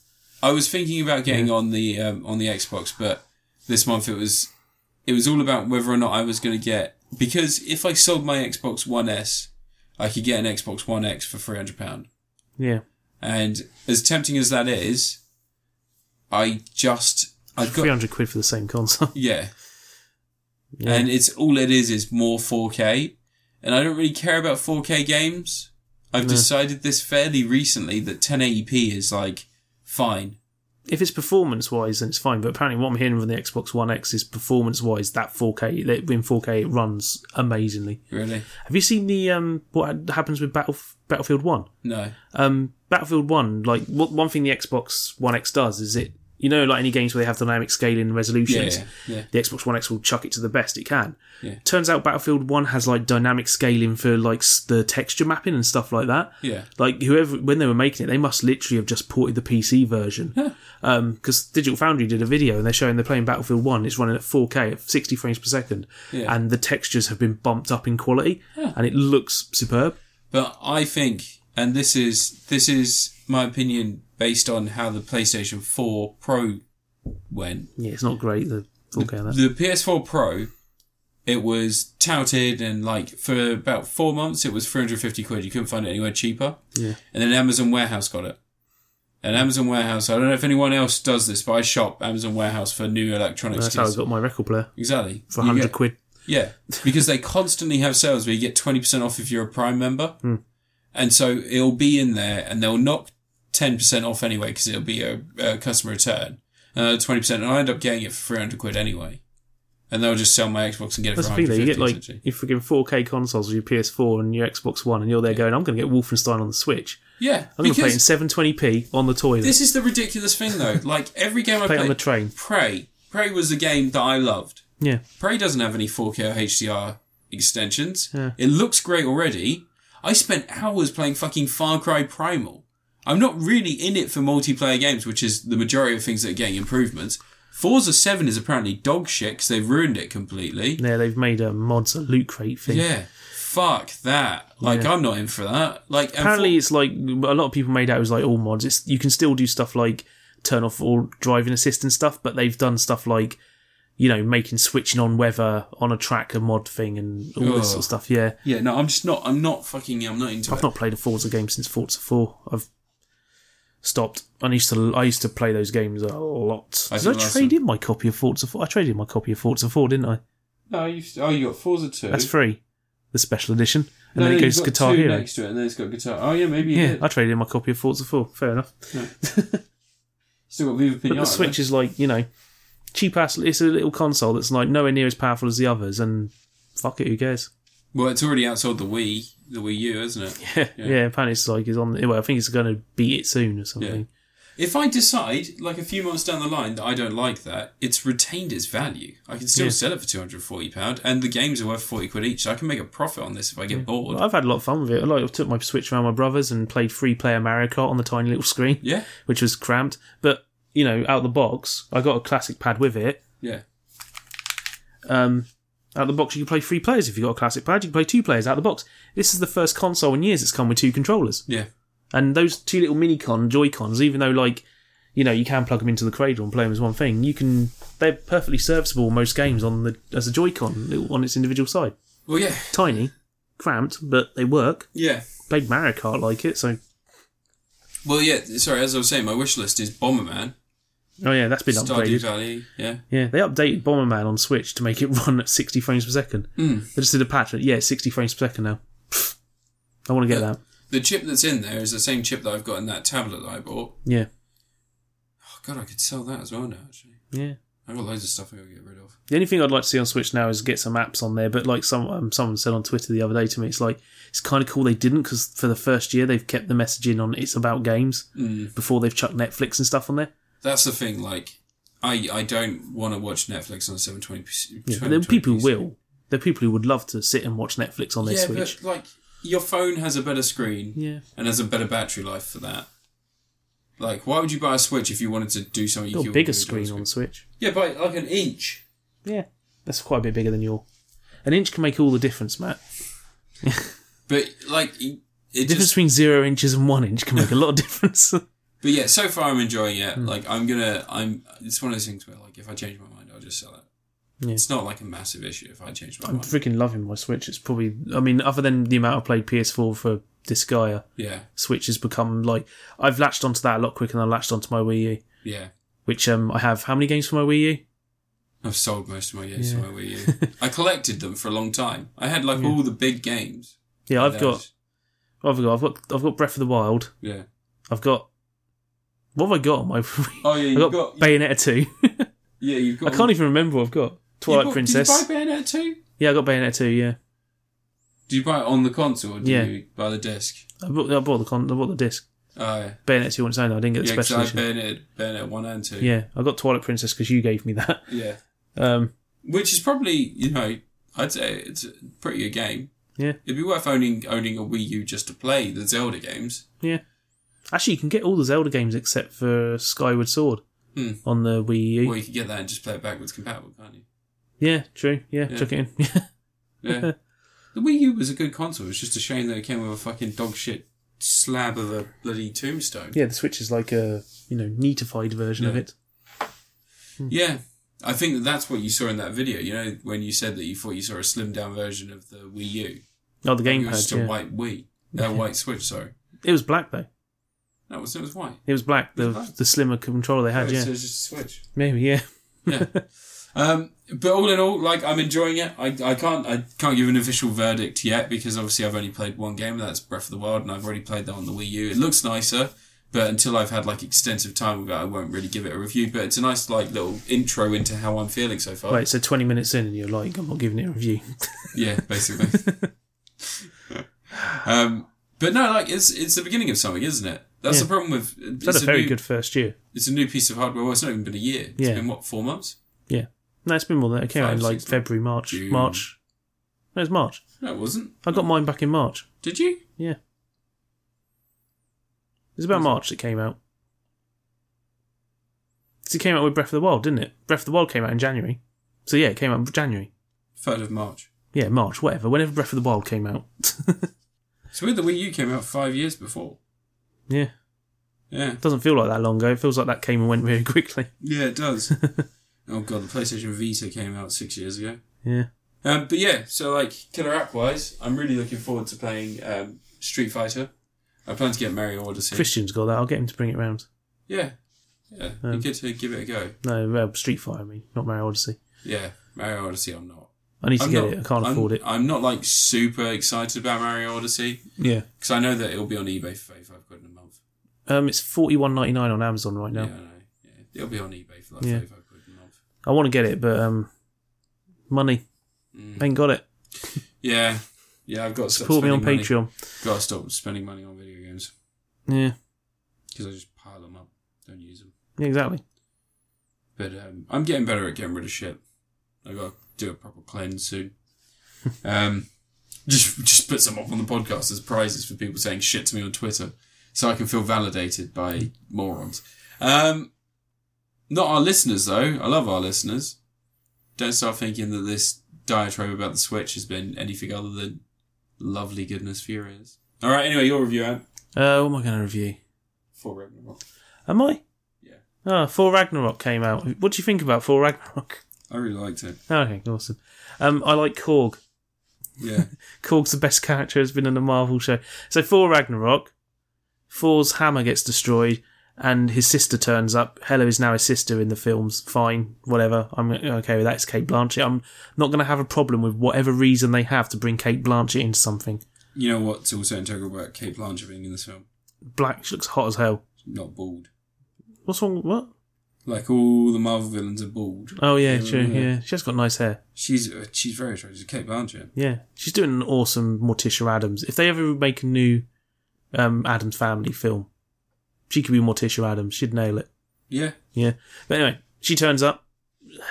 I was thinking about getting on the um, on the Xbox, but this month it was it was all about whether or not I was going to get because if I sold my Xbox One S, I could get an Xbox One X for three hundred pound. Yeah, And as tempting as that is, I just I've three got hundred quid for the same console. yeah, Yeah. and it's all it is is more four K, and I don't really care about four K games. I've decided this fairly recently that 1080p is like fine. if it's performance wise, then it's fine. But apparently, what I'm hearing from the Xbox One X is performance wise, that 4K that in 4K it runs amazingly. Really? Have you seen the um what happens with Battle Battlefield One? No. um, Battlefield One, like what, one thing the Xbox One X does is it, you know, like any games where they have dynamic scaling and Yeah. resolutions, Yeah. yeah. the Xbox One X will chuck it to the best it can. Yeah. Turns out Battlefield One has like dynamic scaling for like s- the texture mapping and stuff like that. yeah. Like whoever when they were making it, they must literally have just ported the PC version. Because Digital Foundry did a video and they're showing they're playing Battlefield One. It's running at 4K at 60 frames per second, Yeah. and the textures have been bumped up in quality, and it looks superb. But I think, and this is this is my opinion based on how the PlayStation 4 Pro went. Yeah, it's not great the 4K that. The PS4 Pro, it was touted and like for about four months, it was 350 quid. You couldn't find it anywhere cheaper. Yeah. And then Amazon Warehouse got it. And Amazon Warehouse, I don't know if anyone else does this, but I shop Amazon Warehouse for new electronics. That's how I kits. got my record player Exactly. for You 100 get- quid. Yeah, because they constantly have sales where you get 20% off if you're a Prime member. Hmm. And so it'll be in there and they'll knock 10% off anyway because it'll be a, a customer return. Uh, 20%. And I end up getting it for 300 quid anyway. And they'll just sell my Xbox and get it That's for the thing though, you 150 get like essentially. your freaking 4K consoles with your PS4 and your Xbox One, and you're there going, I'm going to get Wolfenstein on the Switch. Yeah, I'm going to play it in because 720p on the toilet. this is the ridiculous thing though. Like every game I play, play it on the train. Prey. Prey was a game that I loved. Yeah. Prey doesn't have any 4K or HDR extensions. Yeah. It looks great already. I spent hours playing fucking Far Cry Primal. I'm not really in it for multiplayer games, which is the majority of things that are getting improvements. Forza 7 is apparently dog shit 'cause they've ruined it completely. Yeah, they've made a mods, a loot crate thing. Yeah. Fuck that. Like, I'm not in for that. Like, and Apparently, for- it's like a lot of people made out it was like all mods. It's You can still do stuff like turn off all driving assist and stuff, but they've done stuff like, you know, making switching on weather on a track a mod thing and all this sort Ugh. of stuff. Yeah. yeah, no, I'm just not, I'm not fucking, I'm not into I've it. not played a Forza game since Forza Four. I've stopped. I used to. I used to play those games a lot. I Did did I last trade in my copy of Forza Four? I traded in my copy of Forza Four, didn't I? no, you, oh, you got Forza 2. That's free. The special edition. and then it goes you've got Guitar two Hero. next to it, and then it's got guitar. Oh yeah, maybe you Yeah, did. I traded in my copy of Forza 4. Fair enough. Still got Viva Pinata. But the Switch is like, you know, cheap ass. It's a little console that's like nowhere near as powerful as the others, and fuck it, who cares? Well, it's already outsold the Wii, the Wii U, isn't it? Yeah, yeah. apparently it's like it's on. Well, I think it's going to beat it soon or something. If I decide, like a few months down the line, that I don't like that, it's retained its value. I can still Yeah. sell it for two hundred forty pound, and the games are worth forty quid each. I can make a profit on this if I get bored. Well, I've had a lot of fun with it. Like, I took my Switch around my brother's and played free player Mario Kart on the tiny little screen, Yeah, which was cramped. But you know, out the box, I got a classic pad with it. yeah, Um, out the box, you can play three players if you've got a classic pad. You can play two players out the box. This is the first console in years that's come with two controllers. yeah. And those two little mini con Joy Cons, even though like you know you can plug them into the cradle and play them as one thing, you can they're perfectly serviceable in most games on the as a Joy Con on its individual side. Well, yeah, Tiny, cramped, but they work. yeah. Played Mario Kart like it, so Well, yeah. Sorry, as I was saying, my wish list is Bomberman, oh yeah, that's been Stardew upgraded. Valley. Yeah, Yeah, they updated Bomberman on Switch to make it run at 60 frames per second. Mm. They just did a patch. Yeah, it's 60 frames per second now. Pfft. I want to get Yeah. that. the chip that's in there is the same chip that I've got in that tablet that I bought. Yeah, Oh god, I could sell that as well now. Actually, yeah. I've got loads of stuff I gotta get rid of. The only thing I'd like to see on Switch now is get some apps on there. But like some um, someone said on Twitter the other day to me, it's like it's kind of cool they didn't because for the first year they've kept the messaging on it's about games Mm. before they've chucked Netflix and stuff on there. That's the thing. Like, I I don't want to watch Netflix on seven twenty. Yeah, but there are people who will. There are people who would love to sit and watch Netflix on their yeah, Switch. but like your phone has a better screen Yeah, and has a better battery life for that. Like, why would you buy a Switch if you wanted to do something? you got a could bigger do screen on the Switch. Yeah, by like an inch. Yeah, that's quite a bit bigger than your. An inch can make all the difference, Matt. But like, it The difference just. between zero inches and one inch can make a lot of difference. But yeah, so far I'm enjoying it. Hmm. Like, I'm gonna. I'm. It's one of those things where like, if I change my mind, I'll just sell it. Yeah. It's not like a massive issue if I change my I'm mind. freaking loving my Switch. It's probably, I mean, other than the amount I played PS4 for uh, Disgaea, Yeah, Switch has become like I've latched onto that a lot quicker than I latched onto my Wii U, yeah. which um I have how many games for my Wii U? I've sold most of my games to my Wii U. I collected them for a long time. I had like all the big games. Yeah, I've Those. got, I've got, I've got, I've got Breath of the Wild. Yeah. I've got, what have I got on my? Wii? Oh yeah, I've you've got, got, Bayonetta two. yeah, you've I got. can't even remember what I've got. Twilight You bought- Princess. Did you buy Bayonetta 2? Yeah, I got Bayonetta two. Yeah, Did you buy it on the console or did Yeah. you buy the disc? I bought, I bought the con, I bought the disc. Uh, Bayonetta two on its own. I didn't get the yeah, 'cause special I edition. Bayonetta, Bayonetta 1 and 2. Yeah, I got Twilight Princess because you gave me that. Yeah. Um, Which is probably, you know, I'd say it's a pretty good game. Yeah. It'd be worth owning owning a Wii U just to play the Zelda games. yeah. Actually, you can get all the Zelda games except for Skyward Sword Hmm. on the Wii U. Or you could get that and just play it backwards compatible, can't you? Yeah, true. Yeah, Yeah. chuck it in. Yeah. Yeah. the Wii U was a good console. It's just a shame that it came with a fucking dog shit slab of a bloody tombstone. the Switch is like a you know neatified version of Yeah. it. Hmm. Yeah. I think that that's what you saw in that video, you know, when you said that you thought you saw a slimmed down version of the Wii U. Oh, the It was just gamepad. a Yeah. white Wii. No, white Switch, sorry. It was black though. No, it was, it was white. It was black. The was black. the slimmer controller they had. It was- Yeah, it was just a Switch. maybe. Yeah. Yeah. um, but all in all, like I'm enjoying it. I, I can't I can't give an official verdict yet because obviously I've only played one game, and that's Breath of the Wild, and I've already played that on the Wii U. It looks nicer, but until I've had like extensive time with it, I won't really give it a review. But it's a nice like little intro into how I'm feeling so far. Right. So twenty minutes in, and you're like, I'm not giving it a review. Yeah, basically. um, but no, like it's it's the beginning of something, isn't it? That's Yeah. the problem with it's That's a very new, good first year. It's a new piece of hardware. Well, it's not even been a year. It's Yeah. been what four months? Yeah. No, it's been more than that. It came out in Five, like six, February, March, June. Oh. March. No, it's March. No, it wasn't. I got mine back in March. Did you? Yeah. It was about Was it? March it came out. 'Cause it came out with Breath of the Wild, didn't it? Breath of the Wild came out in January. So yeah, it came out in January. Third of March. Yeah, March, whatever. Whenever Breath of the Wild came out. So with the Wii U came out five years before. yeah. Yeah. It doesn't feel like that long ago. It feels like that came and went very quickly. Yeah, it does. oh god, the PlayStation Vita came out six years ago. Yeah. Um, but yeah, so like killer app wise, I'm really looking forward to playing um, Street Fighter. I plan to get Mario Odyssey. Christian's got that. I'll get him to bring it round. Yeah. Yeah. you Um, get to give it a go. No, uh, Street Fighter, I mean, not Mario Odyssey. Yeah. Mario Odyssey I'm not. I need to I'm get not- it. I can't I'm- afford it. I'm not like super excited about Mario Odyssey Yeah. because I know that it'll be on eBay for 35 quid in a month. Um, it's forty one ninety nine on Amazon right now. Yeah, I know. Yeah. It'll be on eBay for like Yeah. 35 quid a month. I want to get it, but um, money Mm. ain't got it. Yeah. Yeah, I've got to stop Support me on spending money. Patreon. Got to stop spending money on video games Yeah, because I just pile them up, don't use them. yeah, exactly. But um, I'm getting better at getting rid of shit. I got to do a proper cleanse soon. um, just just put some up on the podcast as prizes for people saying shit to me on Twitter, so I can feel validated by morons. Um, not our listeners though. I love our listeners. Don't start thinking that this diatribe about the Switch has been anything other than lovely goodness for your ears. All right. Anyway, your review, Ant. Uh, what am I going to review? For Ragnarok. Am I? Yeah. Oh, Thor Ragnarok came out. What do you think about Thor Ragnarok? I really liked it. Okay, awesome. Um, I like Korg. Yeah. Korg's the best character has been in a Marvel show. So Thor Ragnarok, Thor's hammer gets destroyed, and his sister turns up. Hela is now his sister in the films. Fine, whatever. I'm okay with that. It's Kate Blanchett. I'm not going to have a problem with whatever reason they have to bring Kate Blanchett into something. you know what's also integral about Kate Blanchett being in this film? Black she looks hot as hell. not bald. What's wrong? What? Like all the Marvel villains are bald. Oh yeah, true. Yeah. Yeah, she has got nice hair. She's uh, she's very attractive. Kate Blanchett. Yeah, she's doing an awesome Morticia Adams. If they ever make a new um, Adams Family film, she could be Morticia Adams. She'd nail it. Yeah, Yeah. But anyway, she turns up.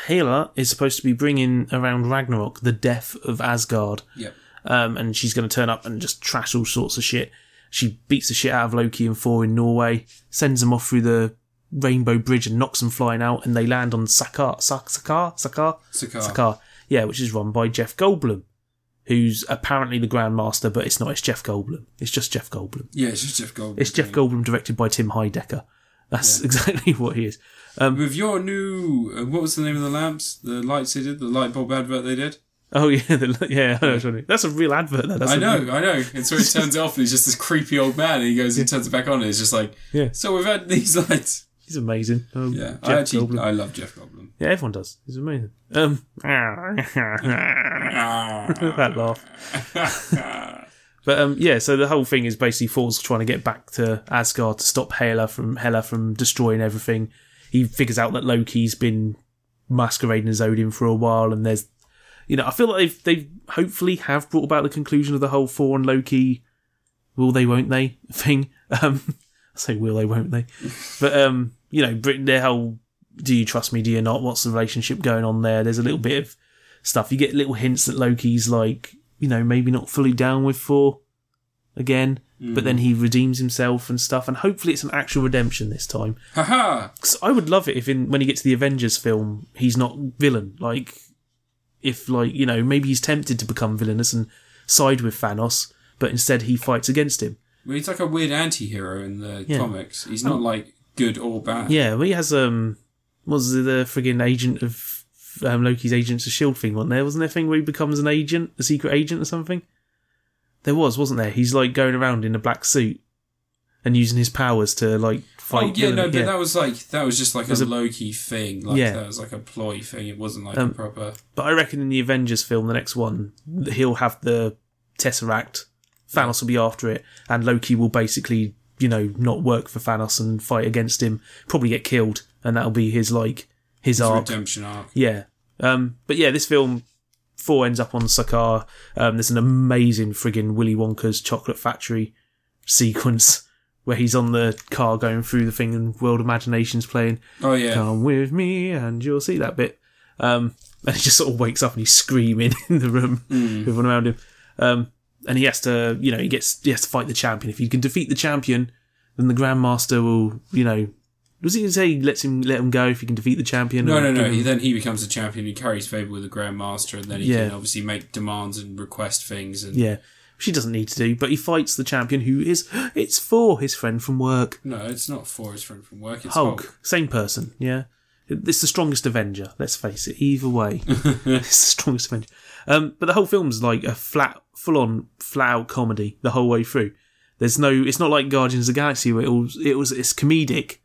Hela is supposed to be bringing around Ragnarok, the death of Asgard, yeah. um, and she's going to turn up and just trash all sorts of shit. She beats the shit out of Loki and Thor in Norway, sends them off through the Rainbow Bridge and knocks them flying out, and they land on Sakar, Sak- Sakar, Sakar, Sakaar. Sakar, yeah, which is run by Jeff Goldblum, who's apparently the Grandmaster, but it's not. It's Jeff Goldblum. It's just Jeff Goldblum. Yeah, it's just Jeff Goldblum. It's Jeff Goldblum, directed by Tim Heidecker. That's exactly what he is. um, With your new, uh, what was the name of the lamps? The lights they did, the light bulb advert they did. Oh yeah, the, yeah. I know what you mean. That's a real advert. Though. That's I a- know, I know. And so he turns it off, and he's just this creepy old man, and he goes and turns it back on, and it's just like, Yeah. So we've had these lights. he's amazing. Um, Yeah, Jeff I actually, Goldblum. I love Jeff Goldblum. Yeah, everyone does. He's amazing. Um, that laugh. But um, yeah, so the whole thing is basically Thor's trying to get back to Asgard to stop Hela from Hela from destroying everything. He figures out that Loki's been masquerading as Odin for a while, and there's, you know, I feel like they've they hopefully have brought about the conclusion of the whole Thor and Loki, will they, won't they thing. Um, I say will they, won't they? But um, you know, Britain, their whole do you trust me, do you not? What's the relationship going on there? There's a little bit of stuff. You get little hints that Loki's like, you know, maybe not fully down with Thor again, but then he redeems himself and stuff. And hopefully, it's an actual redemption this time. Haha! 'Cause I would love it if, in when he gets to the Avengers film, he's not villain. Like, if like you know, maybe he's tempted to become villainous and side with Thanos, but instead he fights against him. Well, he's like a weird anti-hero in the Yeah. comics. He's not like good or bad. Yeah, well, he has um, what was it, the friggin' agent of um, Loki's Agents of Shield thing? Wasn't there? Wasn't there a thing where he becomes an agent, a secret agent or something? There was, wasn't there? He's like going around in a black suit and using his powers to like fight. Oh yeah, no, villainy. but that was like that was just like a, was a- low key thing. Like Yeah. that was like a ploy thing. It wasn't like Um, a proper. But I reckon in the Avengers film, the next one, he'll have the Tesseract. Thanos will be after it, and Loki will basically, you know, not work for Thanos and fight against him. Probably get killed, and that'll be his like his It's a arc. redemption arc. Yeah. Um, but yeah, this film four ends up on Sakar. Um, there's an amazing friggin' Willy Wonka's chocolate factory sequence where he's on the car going through the thing and World Imagination's playing. Oh yeah, Come with me and you'll see that bit. Um, and he just sort of wakes up and he's screaming in the room, Hmm. everyone around him. Um, and he has to, you know, he gets he has to fight the champion. If he can defeat the champion, then the Grandmaster will, you know, does he say he lets him let him go if he can defeat the champion? no, Or no, give no. him- He, then he becomes a champion. He carries favor with the Grand Master, and then he Yeah. can obviously make demands and request things. And Yeah. She doesn't need to do, but he fights the champion who is it's for his friend from work, no, it's not for his friend from work. It's Hulk. Hulk. Same person, yeah. It's the strongest Avenger, let's face it. Either way. it's the strongest Avenger. Um, but the whole film's like a flat full on flat out comedy the whole way through. There's no it's not like Guardians of the Galaxy where it was it was it's comedic.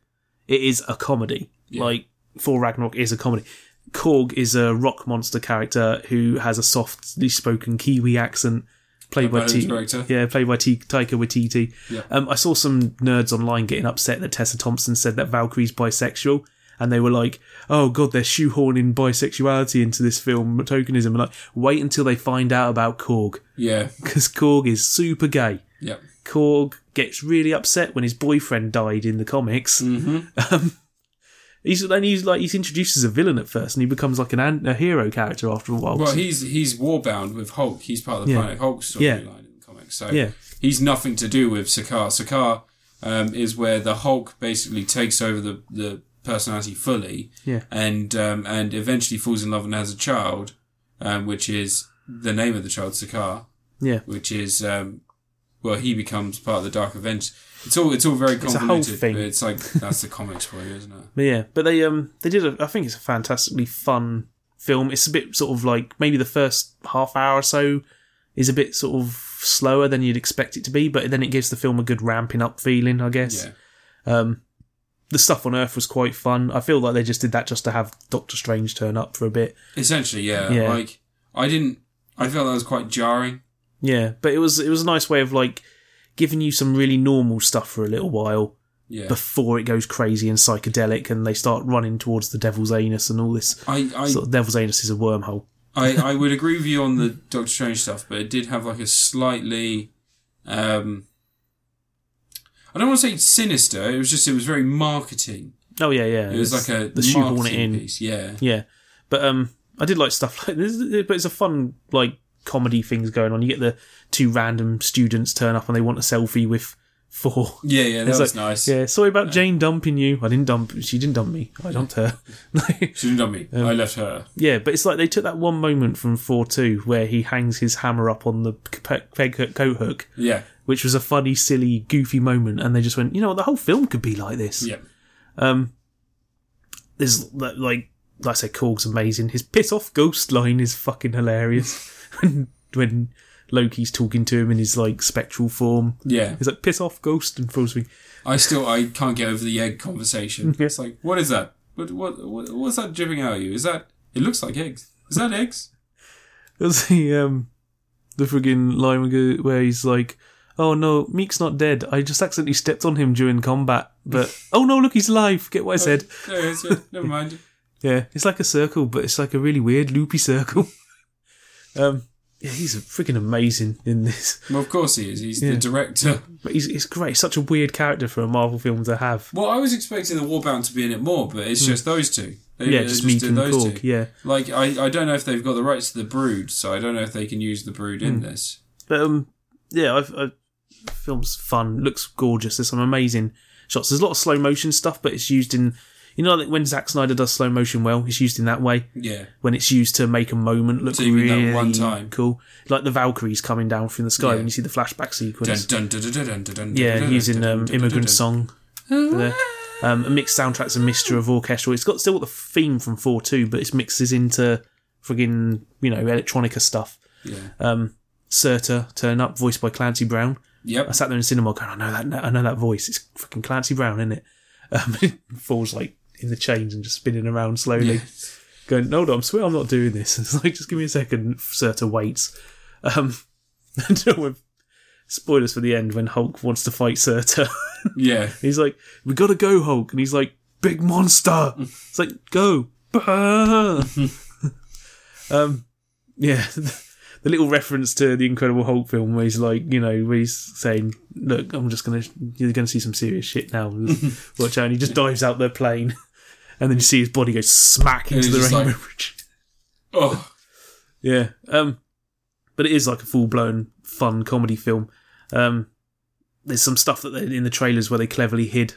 It is a comedy. Like Thor Ragnarok is a comedy. Korg is a rock monster character who has a softly spoken Kiwi accent, played by By the T. director. Yeah, played by T- Taika Waititi. Yeah. Um, I saw some nerds online getting upset that Tessa Thompson said that Valkyrie's bisexual, and they were like, "Oh God, they're shoehorning bisexuality into this film tokenism." And like, wait until they find out about Korg, Yeah. because Korg is super gay. Yeah. Korg gets really upset when his boyfriend died in the comics. Mm-hmm. Um, he's then he's like he's introduced as a villain at first, and he becomes like an an a hero character after a while. Well, he's he's warbound with Hulk. He's part of the Yeah. Planet Hulk storyline Yeah. in the comics. So Yeah. he's nothing to do with Sakaar. Sakaar um, is where the Hulk basically takes over the, the personality fully Yeah. and um, and eventually falls in love and has a child, um, which is the name of the child, Sakaar, yeah, which is um, well, he becomes part of the Dark Avengers. It's all it's all very a whole convoluted. thing. But it's like that's the comics for you, isn't it? but yeah, but they um they did. A, I think it's a fantastically fun film. It's a bit sort of like maybe the first half hour or so is a bit sort of slower than you'd expect it to be, but then it gives the film a good ramping up feeling, I guess. Yeah. Um, the stuff on Earth was quite fun. I feel like they just did that just to have Doctor Strange turn up for a bit. Essentially, yeah. Yeah. Like I didn't. I felt that was quite jarring. Yeah, but it was it was a nice way of like giving you some really normal stuff for a little while Yeah. before it goes crazy and psychedelic and they start running towards the devil's anus and all this I, I sort of devil's anus is a wormhole. I, I would agree with you on the Doctor Strange stuff, but it did have like a slightly, um, I don't want to say sinister. It was just it was very marketing. Oh yeah, yeah. It was like a the shoehorn it marketing in. piece. Yeah, Yeah, but um, I did like stuff like this, but it's a fun like comedy things going on. You get the two random students turn up and they want a selfie with four. yeah, yeah. That It's was like, nice. Yeah, sorry about Jane dumping you. I didn't dump. She didn't dump me. I dumped her. She didn't dump me. I left her. Yeah, but it's like they took that one moment from 4 2 where he hangs his hammer up on the pe- peg hook, coat hook, Yeah, which was a funny, silly, goofy moment, and they just went, you know what, the whole film could be like this. yeah, Um, there's li- like, like I said, Korg's amazing. His piss off ghost line is fucking hilarious. when, when Loki's talking to him in his like spectral form, yeah. he's like, piss off ghost, and throws me. I still I can't get over the egg conversation. Yeah. It's like what is that? What, what what what's that dripping out of you? Is that? It looks like eggs. Is that eggs? There's the um, the friggin' line where go- where he's like, "Oh no, Meek's not dead. I just accidentally stepped on him during combat, but oh no, look, he's alive. Get what I said? There it is. Yeah, never mind. Yeah, it's like a circle, but it's like a really weird loopy circle. um, yeah, he's friggin' amazing in this. Well, of course he is. He's Yeah. the director. But he's it's great. Such a weird character for a Marvel film to have. Well, I was expecting the Warbound to be in it more, but it's just those two. They, Hmm. Yeah, they just Meek did and Korg. two. Yeah, Like, I, I don't know if they've got the rights to the Brood, so I don't know if they can use the Brood Hmm. in this. But um, yeah, I've, i film's fun, looks gorgeous. There's some amazing shots. There's a lot of slow motion stuff, but it's used in you know like when Zack Snyder does slow motion well, it's used in that way Yeah. when it's used to make a moment look So you mean that really one time? cool, like the Valkyries coming down from the sky Yeah. when you see the flashback Dun, sequence. dun, dun, dun, dun, dun, dun, dun, yeah, dun, using dun, um, dun, dun, dun, immigrant dun. song. for the- Um, a mixed soundtrack's a mixture of orchestral. It's got still got the theme from Four Two, but it's mixes into friggin' you know electronica stuff. Yeah. Um, Serta turn up, voiced by Clancy Brown. I Yep. sat there in the cinema going, I know that, I know that voice. It's fucking Clancy Brown, isn't it? Um, it falls like in the chains and just spinning around slowly, Yeah. going, hold on, I swear I'm not doing this. It's like, just give me a second. Serta waits. Um, until we spoilers for the end when Hulk wants to fight Serta. Yeah. he's like, we gotta go, Hulk. And he's like, big monster. it's like, go. Bah! um, yeah. The little reference to the Incredible Hulk film where he's like, you know, where he's saying, look, I'm just going to, you're going to see some serious shit now. Watch out. And he just dives out their plane. And then you see his body go smack into he's the just rainbow like- bridge. Oh, Yeah. Um, but it is like a full blown fun comedy film. Um, there's some stuff that they, in the trailers where they cleverly hid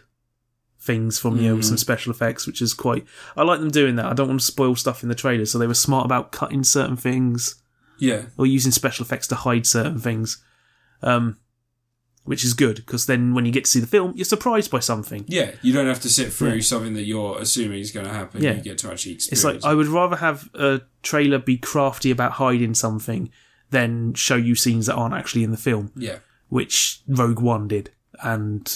things from you with some special effects, which is quite. I like them doing that. I don't want to spoil stuff in the trailers, so they were smart about cutting certain things yeah. or using special effects to hide certain things, um, which is good because then when you get to see the film, you're surprised by something. Yeah. You don't have to sit through something that you're assuming is going to happen. Yeah. You get to actually experience It's like I would rather have a trailer be crafty about hiding something than show you scenes that aren't actually in the film. it. Yeah. which Rogue One did, and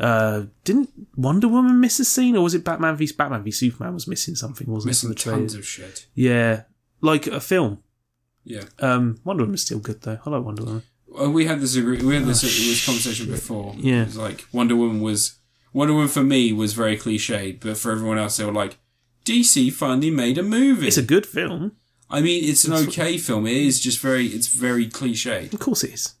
Uh, didn't Wonder Woman miss a scene, or was it Batman v Batman v Superman was missing something, wasn't Missing it? from the tons trailer? of shit. yeah, like a film. Yeah. Um, Wonder Woman's still good though. I like Wonder Woman. Well, we had this agree- we had this, this conversation before. Oh, Yeah. It was like Wonder Woman was Wonder Woman for me was very cliched, but for everyone else they were like, DC finally made a movie. It's a good film, I mean, it's an It's- okay film. It is just very it's very cliched. of course it is.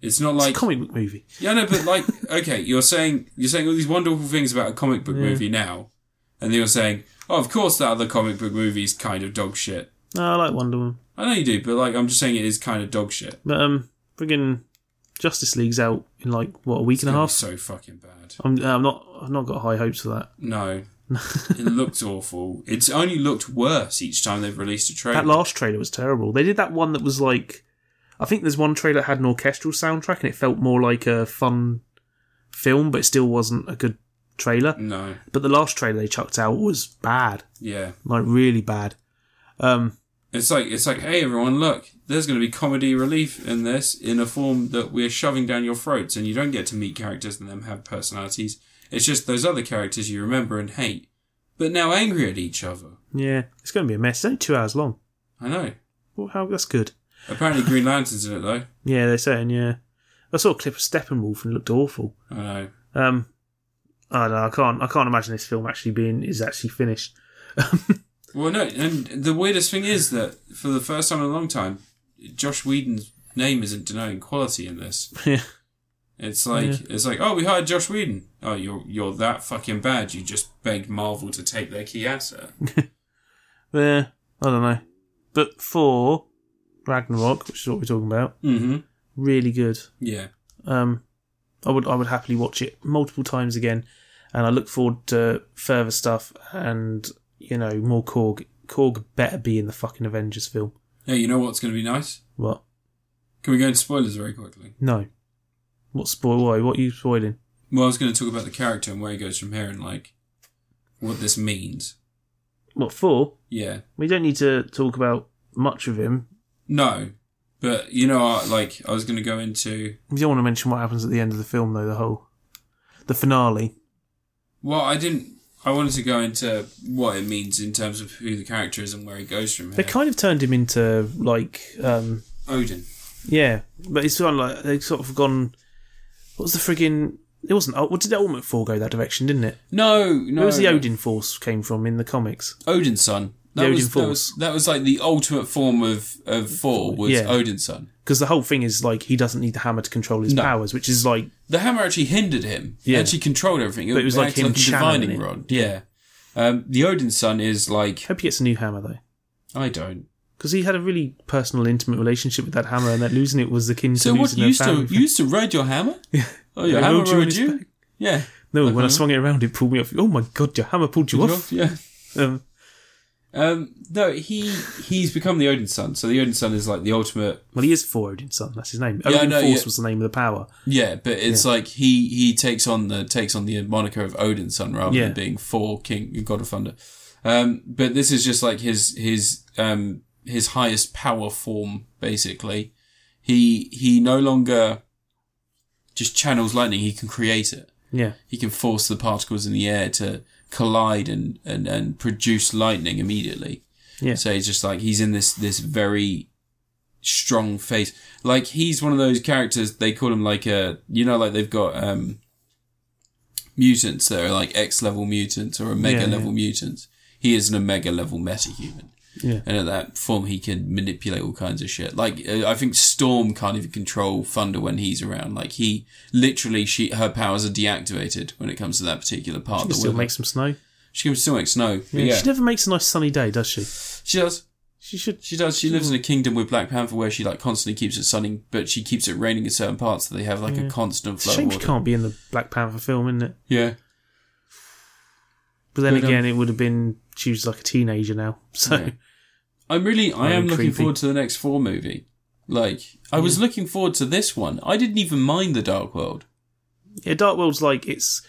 It's not It's like a comic book movie. yeah, no, but like okay, you're saying you're saying all these wonderful things about a comic book Yeah. movie now, and you're saying, oh, of course that other comic book movie is kind of dog shit. No, I like Wonder Woman, I know you do, but like I'm just saying it is kind of dog shit. but um, friggin' Justice League's out in like what a week and a half. So fucking bad. I'm, I'm not. I've not got high hopes for that. No. it looked awful. It's only looked worse each time they've released a trailer. That last trailer was terrible. They did that one that was like, I think there's one trailer that had an orchestral soundtrack and it felt more like a fun film, but it still wasn't a good trailer. no. But the last trailer they chucked out was bad, Yeah. like really bad. Um, It's like it's like, hey everyone, look, there's gonna be comedy relief in this in a form that we're shoving down your throats and you don't get to meet characters and them have personalities. It's just those other characters you remember and hate. But now angry at each other. yeah, it's going to be a mess. It's only two hours long. I know. Well, how that's good. Apparently Green Lantern's in it though. Yeah, they're saying yeah. I saw a clip of Steppenwolf and it looked awful. I know. Um, I don't know. I can't. I can't imagine this film actually being is actually finished. Well no, and the weirdest thing is that for the first time in a long time, Josh Whedon's name isn't denying quality in this. yeah. It's like it's like, oh, we hired Josh Whedon. Oh, you're you're that fucking bad. You just begged Marvel to take their key asset. Yeah, I don't know. But for Ragnarok, which is what we're talking about, mm-hmm. really good. Yeah, Um, I would I would happily watch it multiple times again, and I look forward to further stuff and you know more Korg. Korg better be in the fucking Avengers film. yeah. You know what's going to be nice? What? Can we go into spoilers very quickly? No. What spoil? Why? What are you spoiling? Well, I was going to talk about the character and where he goes from here and like what this means. What for? Yeah, We don't need to talk about much of him. no, but you know, I- like I was going to go into. We don't want to mention what happens at the end of the film though. The whole, the finale. Well, I didn't. I wanted to go into what it means in terms of who the character is and where he goes from They here. kind of turned him into like um, Odin. Yeah, but it's sort of like they've sort of gone. What was the friggin'? It wasn't. oh, What did the Ultimate Four go that direction? Didn't it? No, no. Where was the no. Odin Force came from in the comics? Odin's son. That The was, Odin that Force. was- That was, like the ultimate form of, of four was Yeah. Odin's son. Because the whole thing is like he doesn't need the hammer to control his No. powers, which is like The hammer actually hindered him. Yeah. It actually controlled everything. It, But it was like acted him a channeling divining it. rod. Yeah. Um, the Odin's son is like hope he gets a new hammer though, I don't. because he had a really personal, intimate relationship with that hammer, and that losing it was akin to So what losing you their used to family. you used to ride your hammer? Oh, your It hammer rolled you on rode his you. back. Yeah. No, when I Uh-huh. swung it around, it pulled me off. Oh my god, your hammer pulled you Did you off? off. Yeah. Um, Um, no, he he's become the Odin's son. So the Odin's son is like the ultimate well, he is for Odin's son. That's his name. Yeah, I Odin know, Force yeah. was the name of the power. Yeah, but it's like he he takes on the takes on the moniker of Odin's son rather Yeah. than being for King God of Thunder. Um, but this is just like his his um his highest power form basically. He he no longer just channels lightning. He can create it. Yeah, He can force the particles in the air to collide and and and produce lightning immediately. yeah. So he's just like he's in this this very strong face. Like he's one of those characters they call him like a you know like they've got um mutants that are like X level mutants or omega Yeah, yeah. level mutants. He is an omega level metahuman. Yeah. And at that form he can manipulate all kinds of shit. Like uh, I think Storm can't even control Thunder when he's around. Like he literally she her powers are deactivated when it comes to that particular part. of She can the still will. make some snow. she can still make snow. but Yeah. yeah. She never makes a nice sunny day, does she? she does. She should. She does. She lives in a kingdom with Black Panther where she like constantly keeps it sunning, but she keeps it raining in certain parts, so they have like a constant It's a flow shame of she water. can't be in the Black Panther film, isn't it? Yeah, But then But, um, again, it would have been she was like a teenager now, so Yeah. I'm really, I am Very looking creepy. forward to the next four movie. Like, I was looking forward to this one. I didn't even mind the Dark World. yeah. Dark World's like it's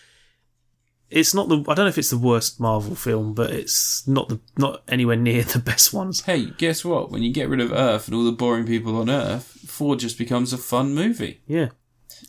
it's not the I don't know if it's the worst Marvel film, but it's not the not anywhere near the best ones. Hey, guess what? When you get rid of Earth and all the boring people on Earth, four just becomes a fun movie. Yeah,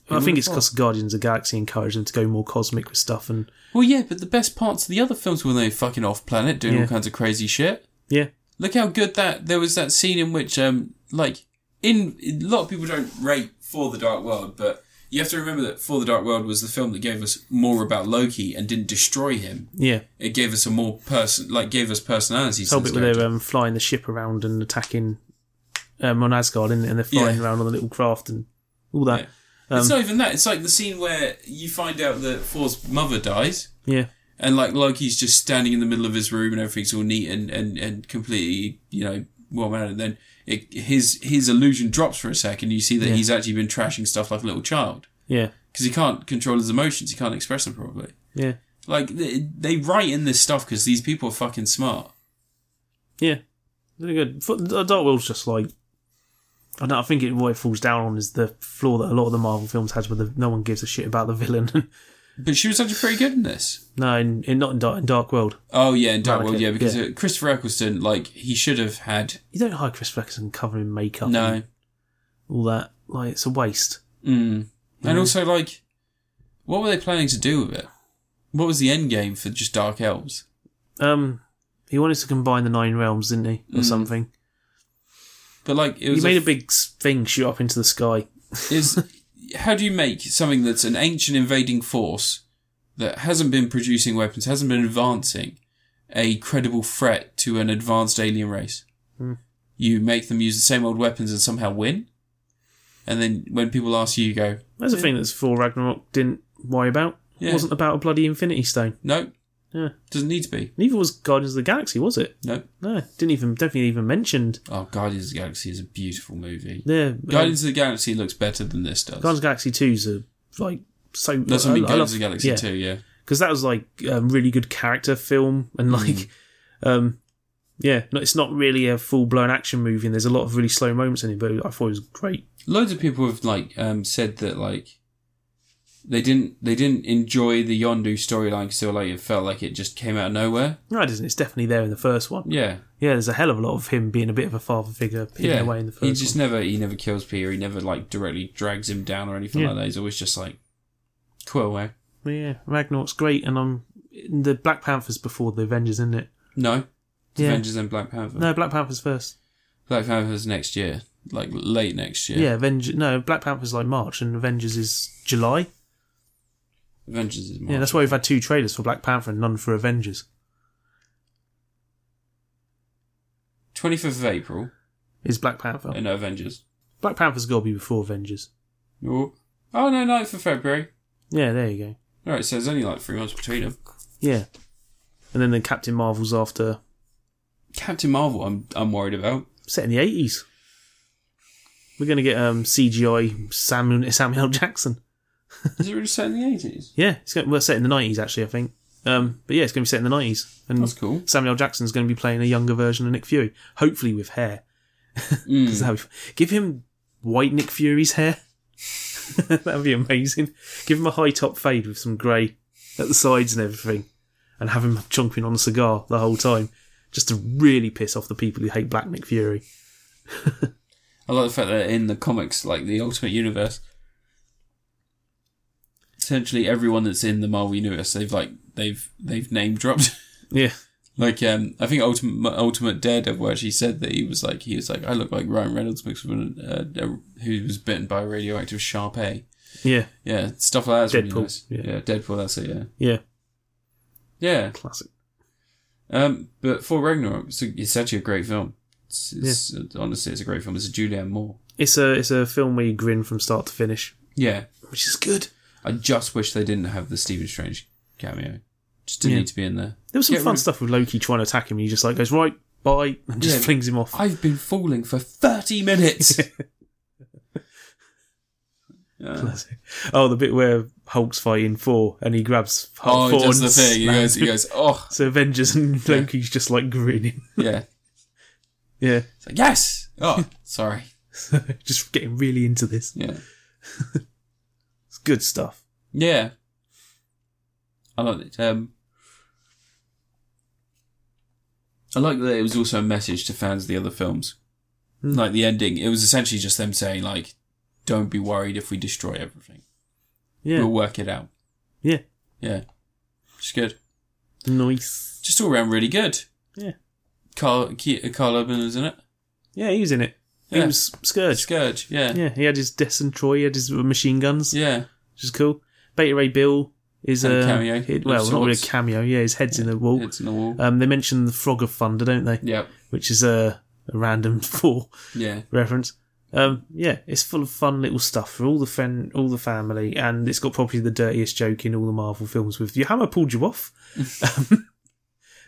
I think it's because Guardians of the Galaxy encouraged them to go more cosmic with stuff, and Well, yeah, but the best parts of the other films were they fucking off planet doing all Yeah. kinds of crazy shit. yeah, Look how good that there was that scene in which, um, like, in a lot of people don't rate For the Dark World, but you have to remember that For the Dark World was the film that gave us more about Loki and didn't destroy him. yeah. It gave us a more person, like, gave us personality. to Whole his bit where character. they're um, flying the ship around and attacking um, on Asgard, isn't it? and they're flying Yeah. around on the little craft and all that. um, it's not even that. It's like the scene where you find out that Thor's mother dies, Yeah, and like Loki's just standing in the middle of his room, and everything's all neat and and and completely, you know, well mannered. And then it, his his illusion drops for a second. You see that Yeah. he's actually been trashing stuff like a little child yeah, because he can't control his emotions. He can't express them properly. yeah, Like they, they write in this stuff because these people are fucking smart. yeah. Really good. For- The Dark World's just like I don't. I think it, what it falls down on is the flaw that a lot of the Marvel films has, where the, no one gives a shit about the villain. But she was actually pretty good in this. no, in, in not in Dark, in Dark World. Oh yeah, in Dark Mannequin, World, yeah, because yeah. uh Christopher Eccleston, like he should have had You don't hire Chris Ferguson covering makeup. and no. all that. Like it's a waste. Mm. Mm-hmm. And also, like, what were they planning to do with it? What was the end game for just Dark Elves? Um, he wanted to combine the nine realms, didn't he, or Mm. something? But like, it He was. made a- a big s- thing shoot up into the sky. is how do you make something that's an ancient invading force that hasn't been producing weapons, hasn't been advancing, a credible threat to an advanced alien race? Hmm. You make them use the same old weapons and somehow win. And then when people ask you, you go, That's a thing that's for Ragnarok didn't worry about. Yeah. It wasn't about a bloody Infinity Stone. "Nope, Yeah. doesn't need to be. Neither was Guardians of the Galaxy, was it? Nope." No, didn't even definitely even mentioned. Oh, Guardians of the Galaxy is a beautiful movie. Yeah, um, Guardians, Guardians of the Galaxy looks better than this does. of the Galaxy two's a like so. That's what I mean, Guardians of the Galaxy yeah, too, yeah. because that was like a really good character film Hmm. and like, um, yeah, no, it's not really a full blown action movie. and There's a lot of really slow moments in it, but I thought it was great. Loads of people have like um, said that like they didn't they didn't enjoy the Yondu storyline because they were like it felt like it just came out of nowhere. No, it isn't. It's definitely there in the first one. Yeah, Yeah, there's a hell of a lot of him being a bit of a father figure hidden yeah. away in the first he just never he never kills Peter. He never like directly drags him down or anything Yeah. like that. He's always just like quit away. one. Yeah, Ragnarok's great, and I'm the Black Panther's before the Avengers, isn't it? No, Yeah. Avengers and Black Panther. No, Black Panther's first. Black Panther's next year, like late next year. Yeah, Avengers. No, Black Panther's like March, and Avengers is July. Avengers is March. Yeah, that's why we've had two trailers for Black Panther and none for Avengers. twenty fifth of April. Is Black Panther? And Avengers. Black Panther's got to be before Avengers. Oh, oh no, 9th of February. Yeah, there you go. All right, so there's only like three months between them. Yeah, and then the Captain Marvel's after Captain Marvel, I'm I'm worried about. set in the eighties. We're gonna get um CGI Samuel Samuel Jackson. Is it really set in the eighties? Yeah, it's going, well set in the nineties actually, I think. Um, but yeah, it's going to be set in the nineties, and That's cool. Samuel L. Jackson's going to be playing a younger version of Nick Fury, hopefully with hair. 'Cause Mm. that'd be f- Give him white Nick Fury's hair. That'd be amazing. Give him a high top fade with some grey at the sides and everything, and have him chunking on a cigar the whole time, just to really piss off the people who hate Black Nick Fury. I like the fact that in the comics, like the Ultimate Universe, essentially everyone that's in the Marvel Universe, they've like they've they've name dropped. Yeah, like um, I think Ultimate Ultimate Daredevil actually said that he was like he was like I look like Ryan Reynolds mixed with an, uh, a- who was bitten by a radioactive sharp A. yeah, Yeah, stuff like that's really Deadpool, nice. yeah. yeah, Deadpool. That's it. Yeah, yeah. yeah. Classic. Um, but for Ragnarok, it's, it's actually a great film. It's, it's honestly, it's a great film. It's a Julianne Moore. It's a it's a film where you grin from start to finish, Yeah, which is good. I just wish they didn't have the Stephen Strange cameo. Just didn't Yeah. need to be in there. There was some Get fun rid- stuff with Loki trying to attack him. and He just like goes right, bye, and just Yeah. flings him off. I've been falling for thirty minutes. Yeah. oh, the bit where Hulk's fighting four and he grabs Oh, Hulk he four does and the thing. He slams goes, he him. goes, oh, So Avengers and Loki's just like grinning. yeah. Yeah, It's like, yes. Oh, sorry. just getting really into this. Yeah, It's good stuff. yeah. I like it. Um, I like that it was also Hmm. a message to fans of the other films. Like the ending, it was essentially just them saying like, don't be worried if we destroy everything. Yeah. We'll work it out. yeah. Yeah. It's good. Nice. Just all round really good. Yeah. Carl, Ke- Carl Urban was in it. Yeah, he was in it. He Yeah. was Scourge. Scourge, yeah. Yeah. Yeah, he had his Descent Troy, he had his machine guns, which is cool. Beta Ray Bill is And a a cameo hit- of well, not really a sorts. cameo. Yeah, his head's in the wall. It's in the wall. Um, they mentioned the Frog of Thunder, don't they? yep. Which is a, a random four Yeah. reference. Um, yeah, it's full of fun little stuff for all the fan, all the family, and it's got probably the dirtiest joke in all the Marvel films. With your hammer pulled you off.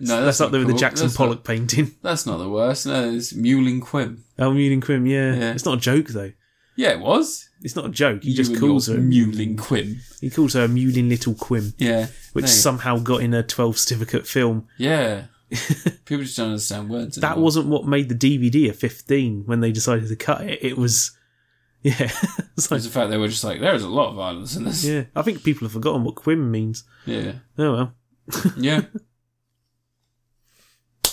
No, that's, up not there with cool. the Jackson That's not- Pollock painting. that's not the worst. No, it's Mewling Quim. Almune and Quim. Yeah. Yeah. it's not a joke though. Yeah, it was. It's not a joke. He just and calls her your Mewling Quim. He calls her a mewling little Quim, Yeah. which There. somehow got in a 12 certificate film. Yeah. People just don't understand words. That anymore. wasn't what made the DVD a 15 when they decided to cut it. It was, yeah, it's like, It's the fact they were just like, there is a lot of violence in this. Yeah. yeah. I think people have forgotten what Quim means. Yeah. Oh well.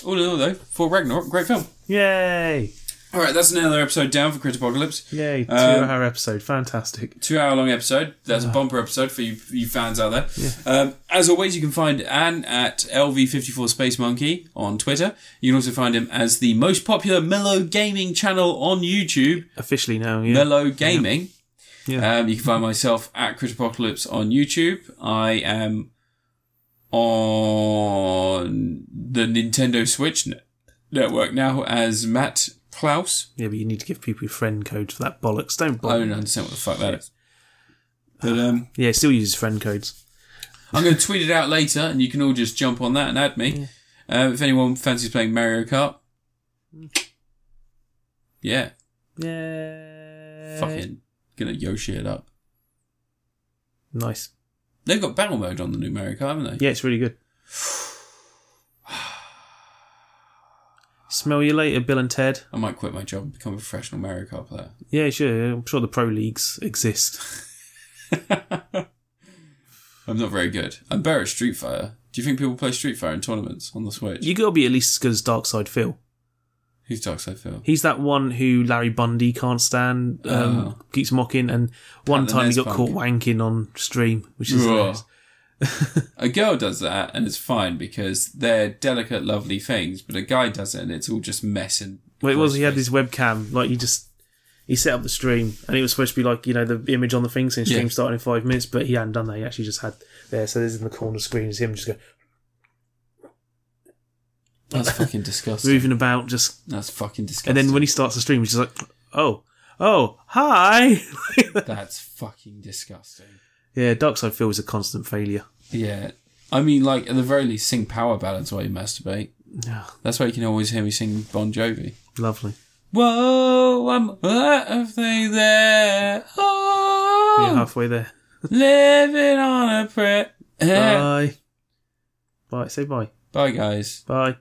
all in all, though, for Ragnarok, great film. Yay! All right, that's another episode down for Crit Apocalypse. Yay! Two Um, hour episode. Fantastic. two hour long episode. That's a bumper episode for you, you fans out there. Um, as always, you can find Anne at LV54 Space Monkey on Twitter. You can also find him as the most popular Mellow Gaming channel on YouTube, Officially now, yeah. Mellow Gaming. Yeah. Um, you can find myself at Crit Apocalypse on YouTube. I am on the Nintendo Switch ne- network now as Matt Klaus. yeah, but you need to give people your friend code for that bollocks. Don't I bother. don't understand what the fuck that is. But um, Yeah, still uses friend codes. I'm going to tweet it out later, and you can all just jump on that and add me. Um, if anyone fancies playing Mario Kart, yeah, Yay! fucking gonna Yoshi it up. Nice. They've got battle mode on the new Mario Kart, haven't they? Yeah, it's really good. Smell you later, Bill and Ted. I might quit my job and become a professional Mario Kart player. Yeah, sure. I'm sure the pro leagues exist. I'm not very good. I'm better at Street Fighter. Do you think people play Street Fighter in tournaments on the Switch? You gotta be at least as good as Darkside Phil. Who's Darkside Phil? He's that one who Larry Bundy can't stand, um, keeps mocking, and Oh. one And the time he Nez got Punk. caught wanking on stream, which is Ugh. hilarious. a girl does that, and it's fine because they're delicate, lovely things. But a guy does it, and it's all just mess and. Well, it was he had his webcam, like he just he set up the stream, and it was supposed to be like you know the image on the thing saying stream Yeah. starting in five minutes, but he hadn't done that. He actually just had there. So this is in the corner screen is him just going That's fucking disgusting. moving about, just That's fucking disgusting. And then when he starts the stream, he's just like, oh, oh, hi. That's fucking disgusting. yeah, Darkside Phil is a constant failure. Yeah. I mean, like, at the very least, sing power ballads while you masturbate. Ah, That's why you can always hear me sing Bon Jovi. lovely. Whoa, I'm halfway there. Yeah, Oh, halfway there. living on a prayer. Uh, Bye. Bye. Say bye. Bye, guys. Bye.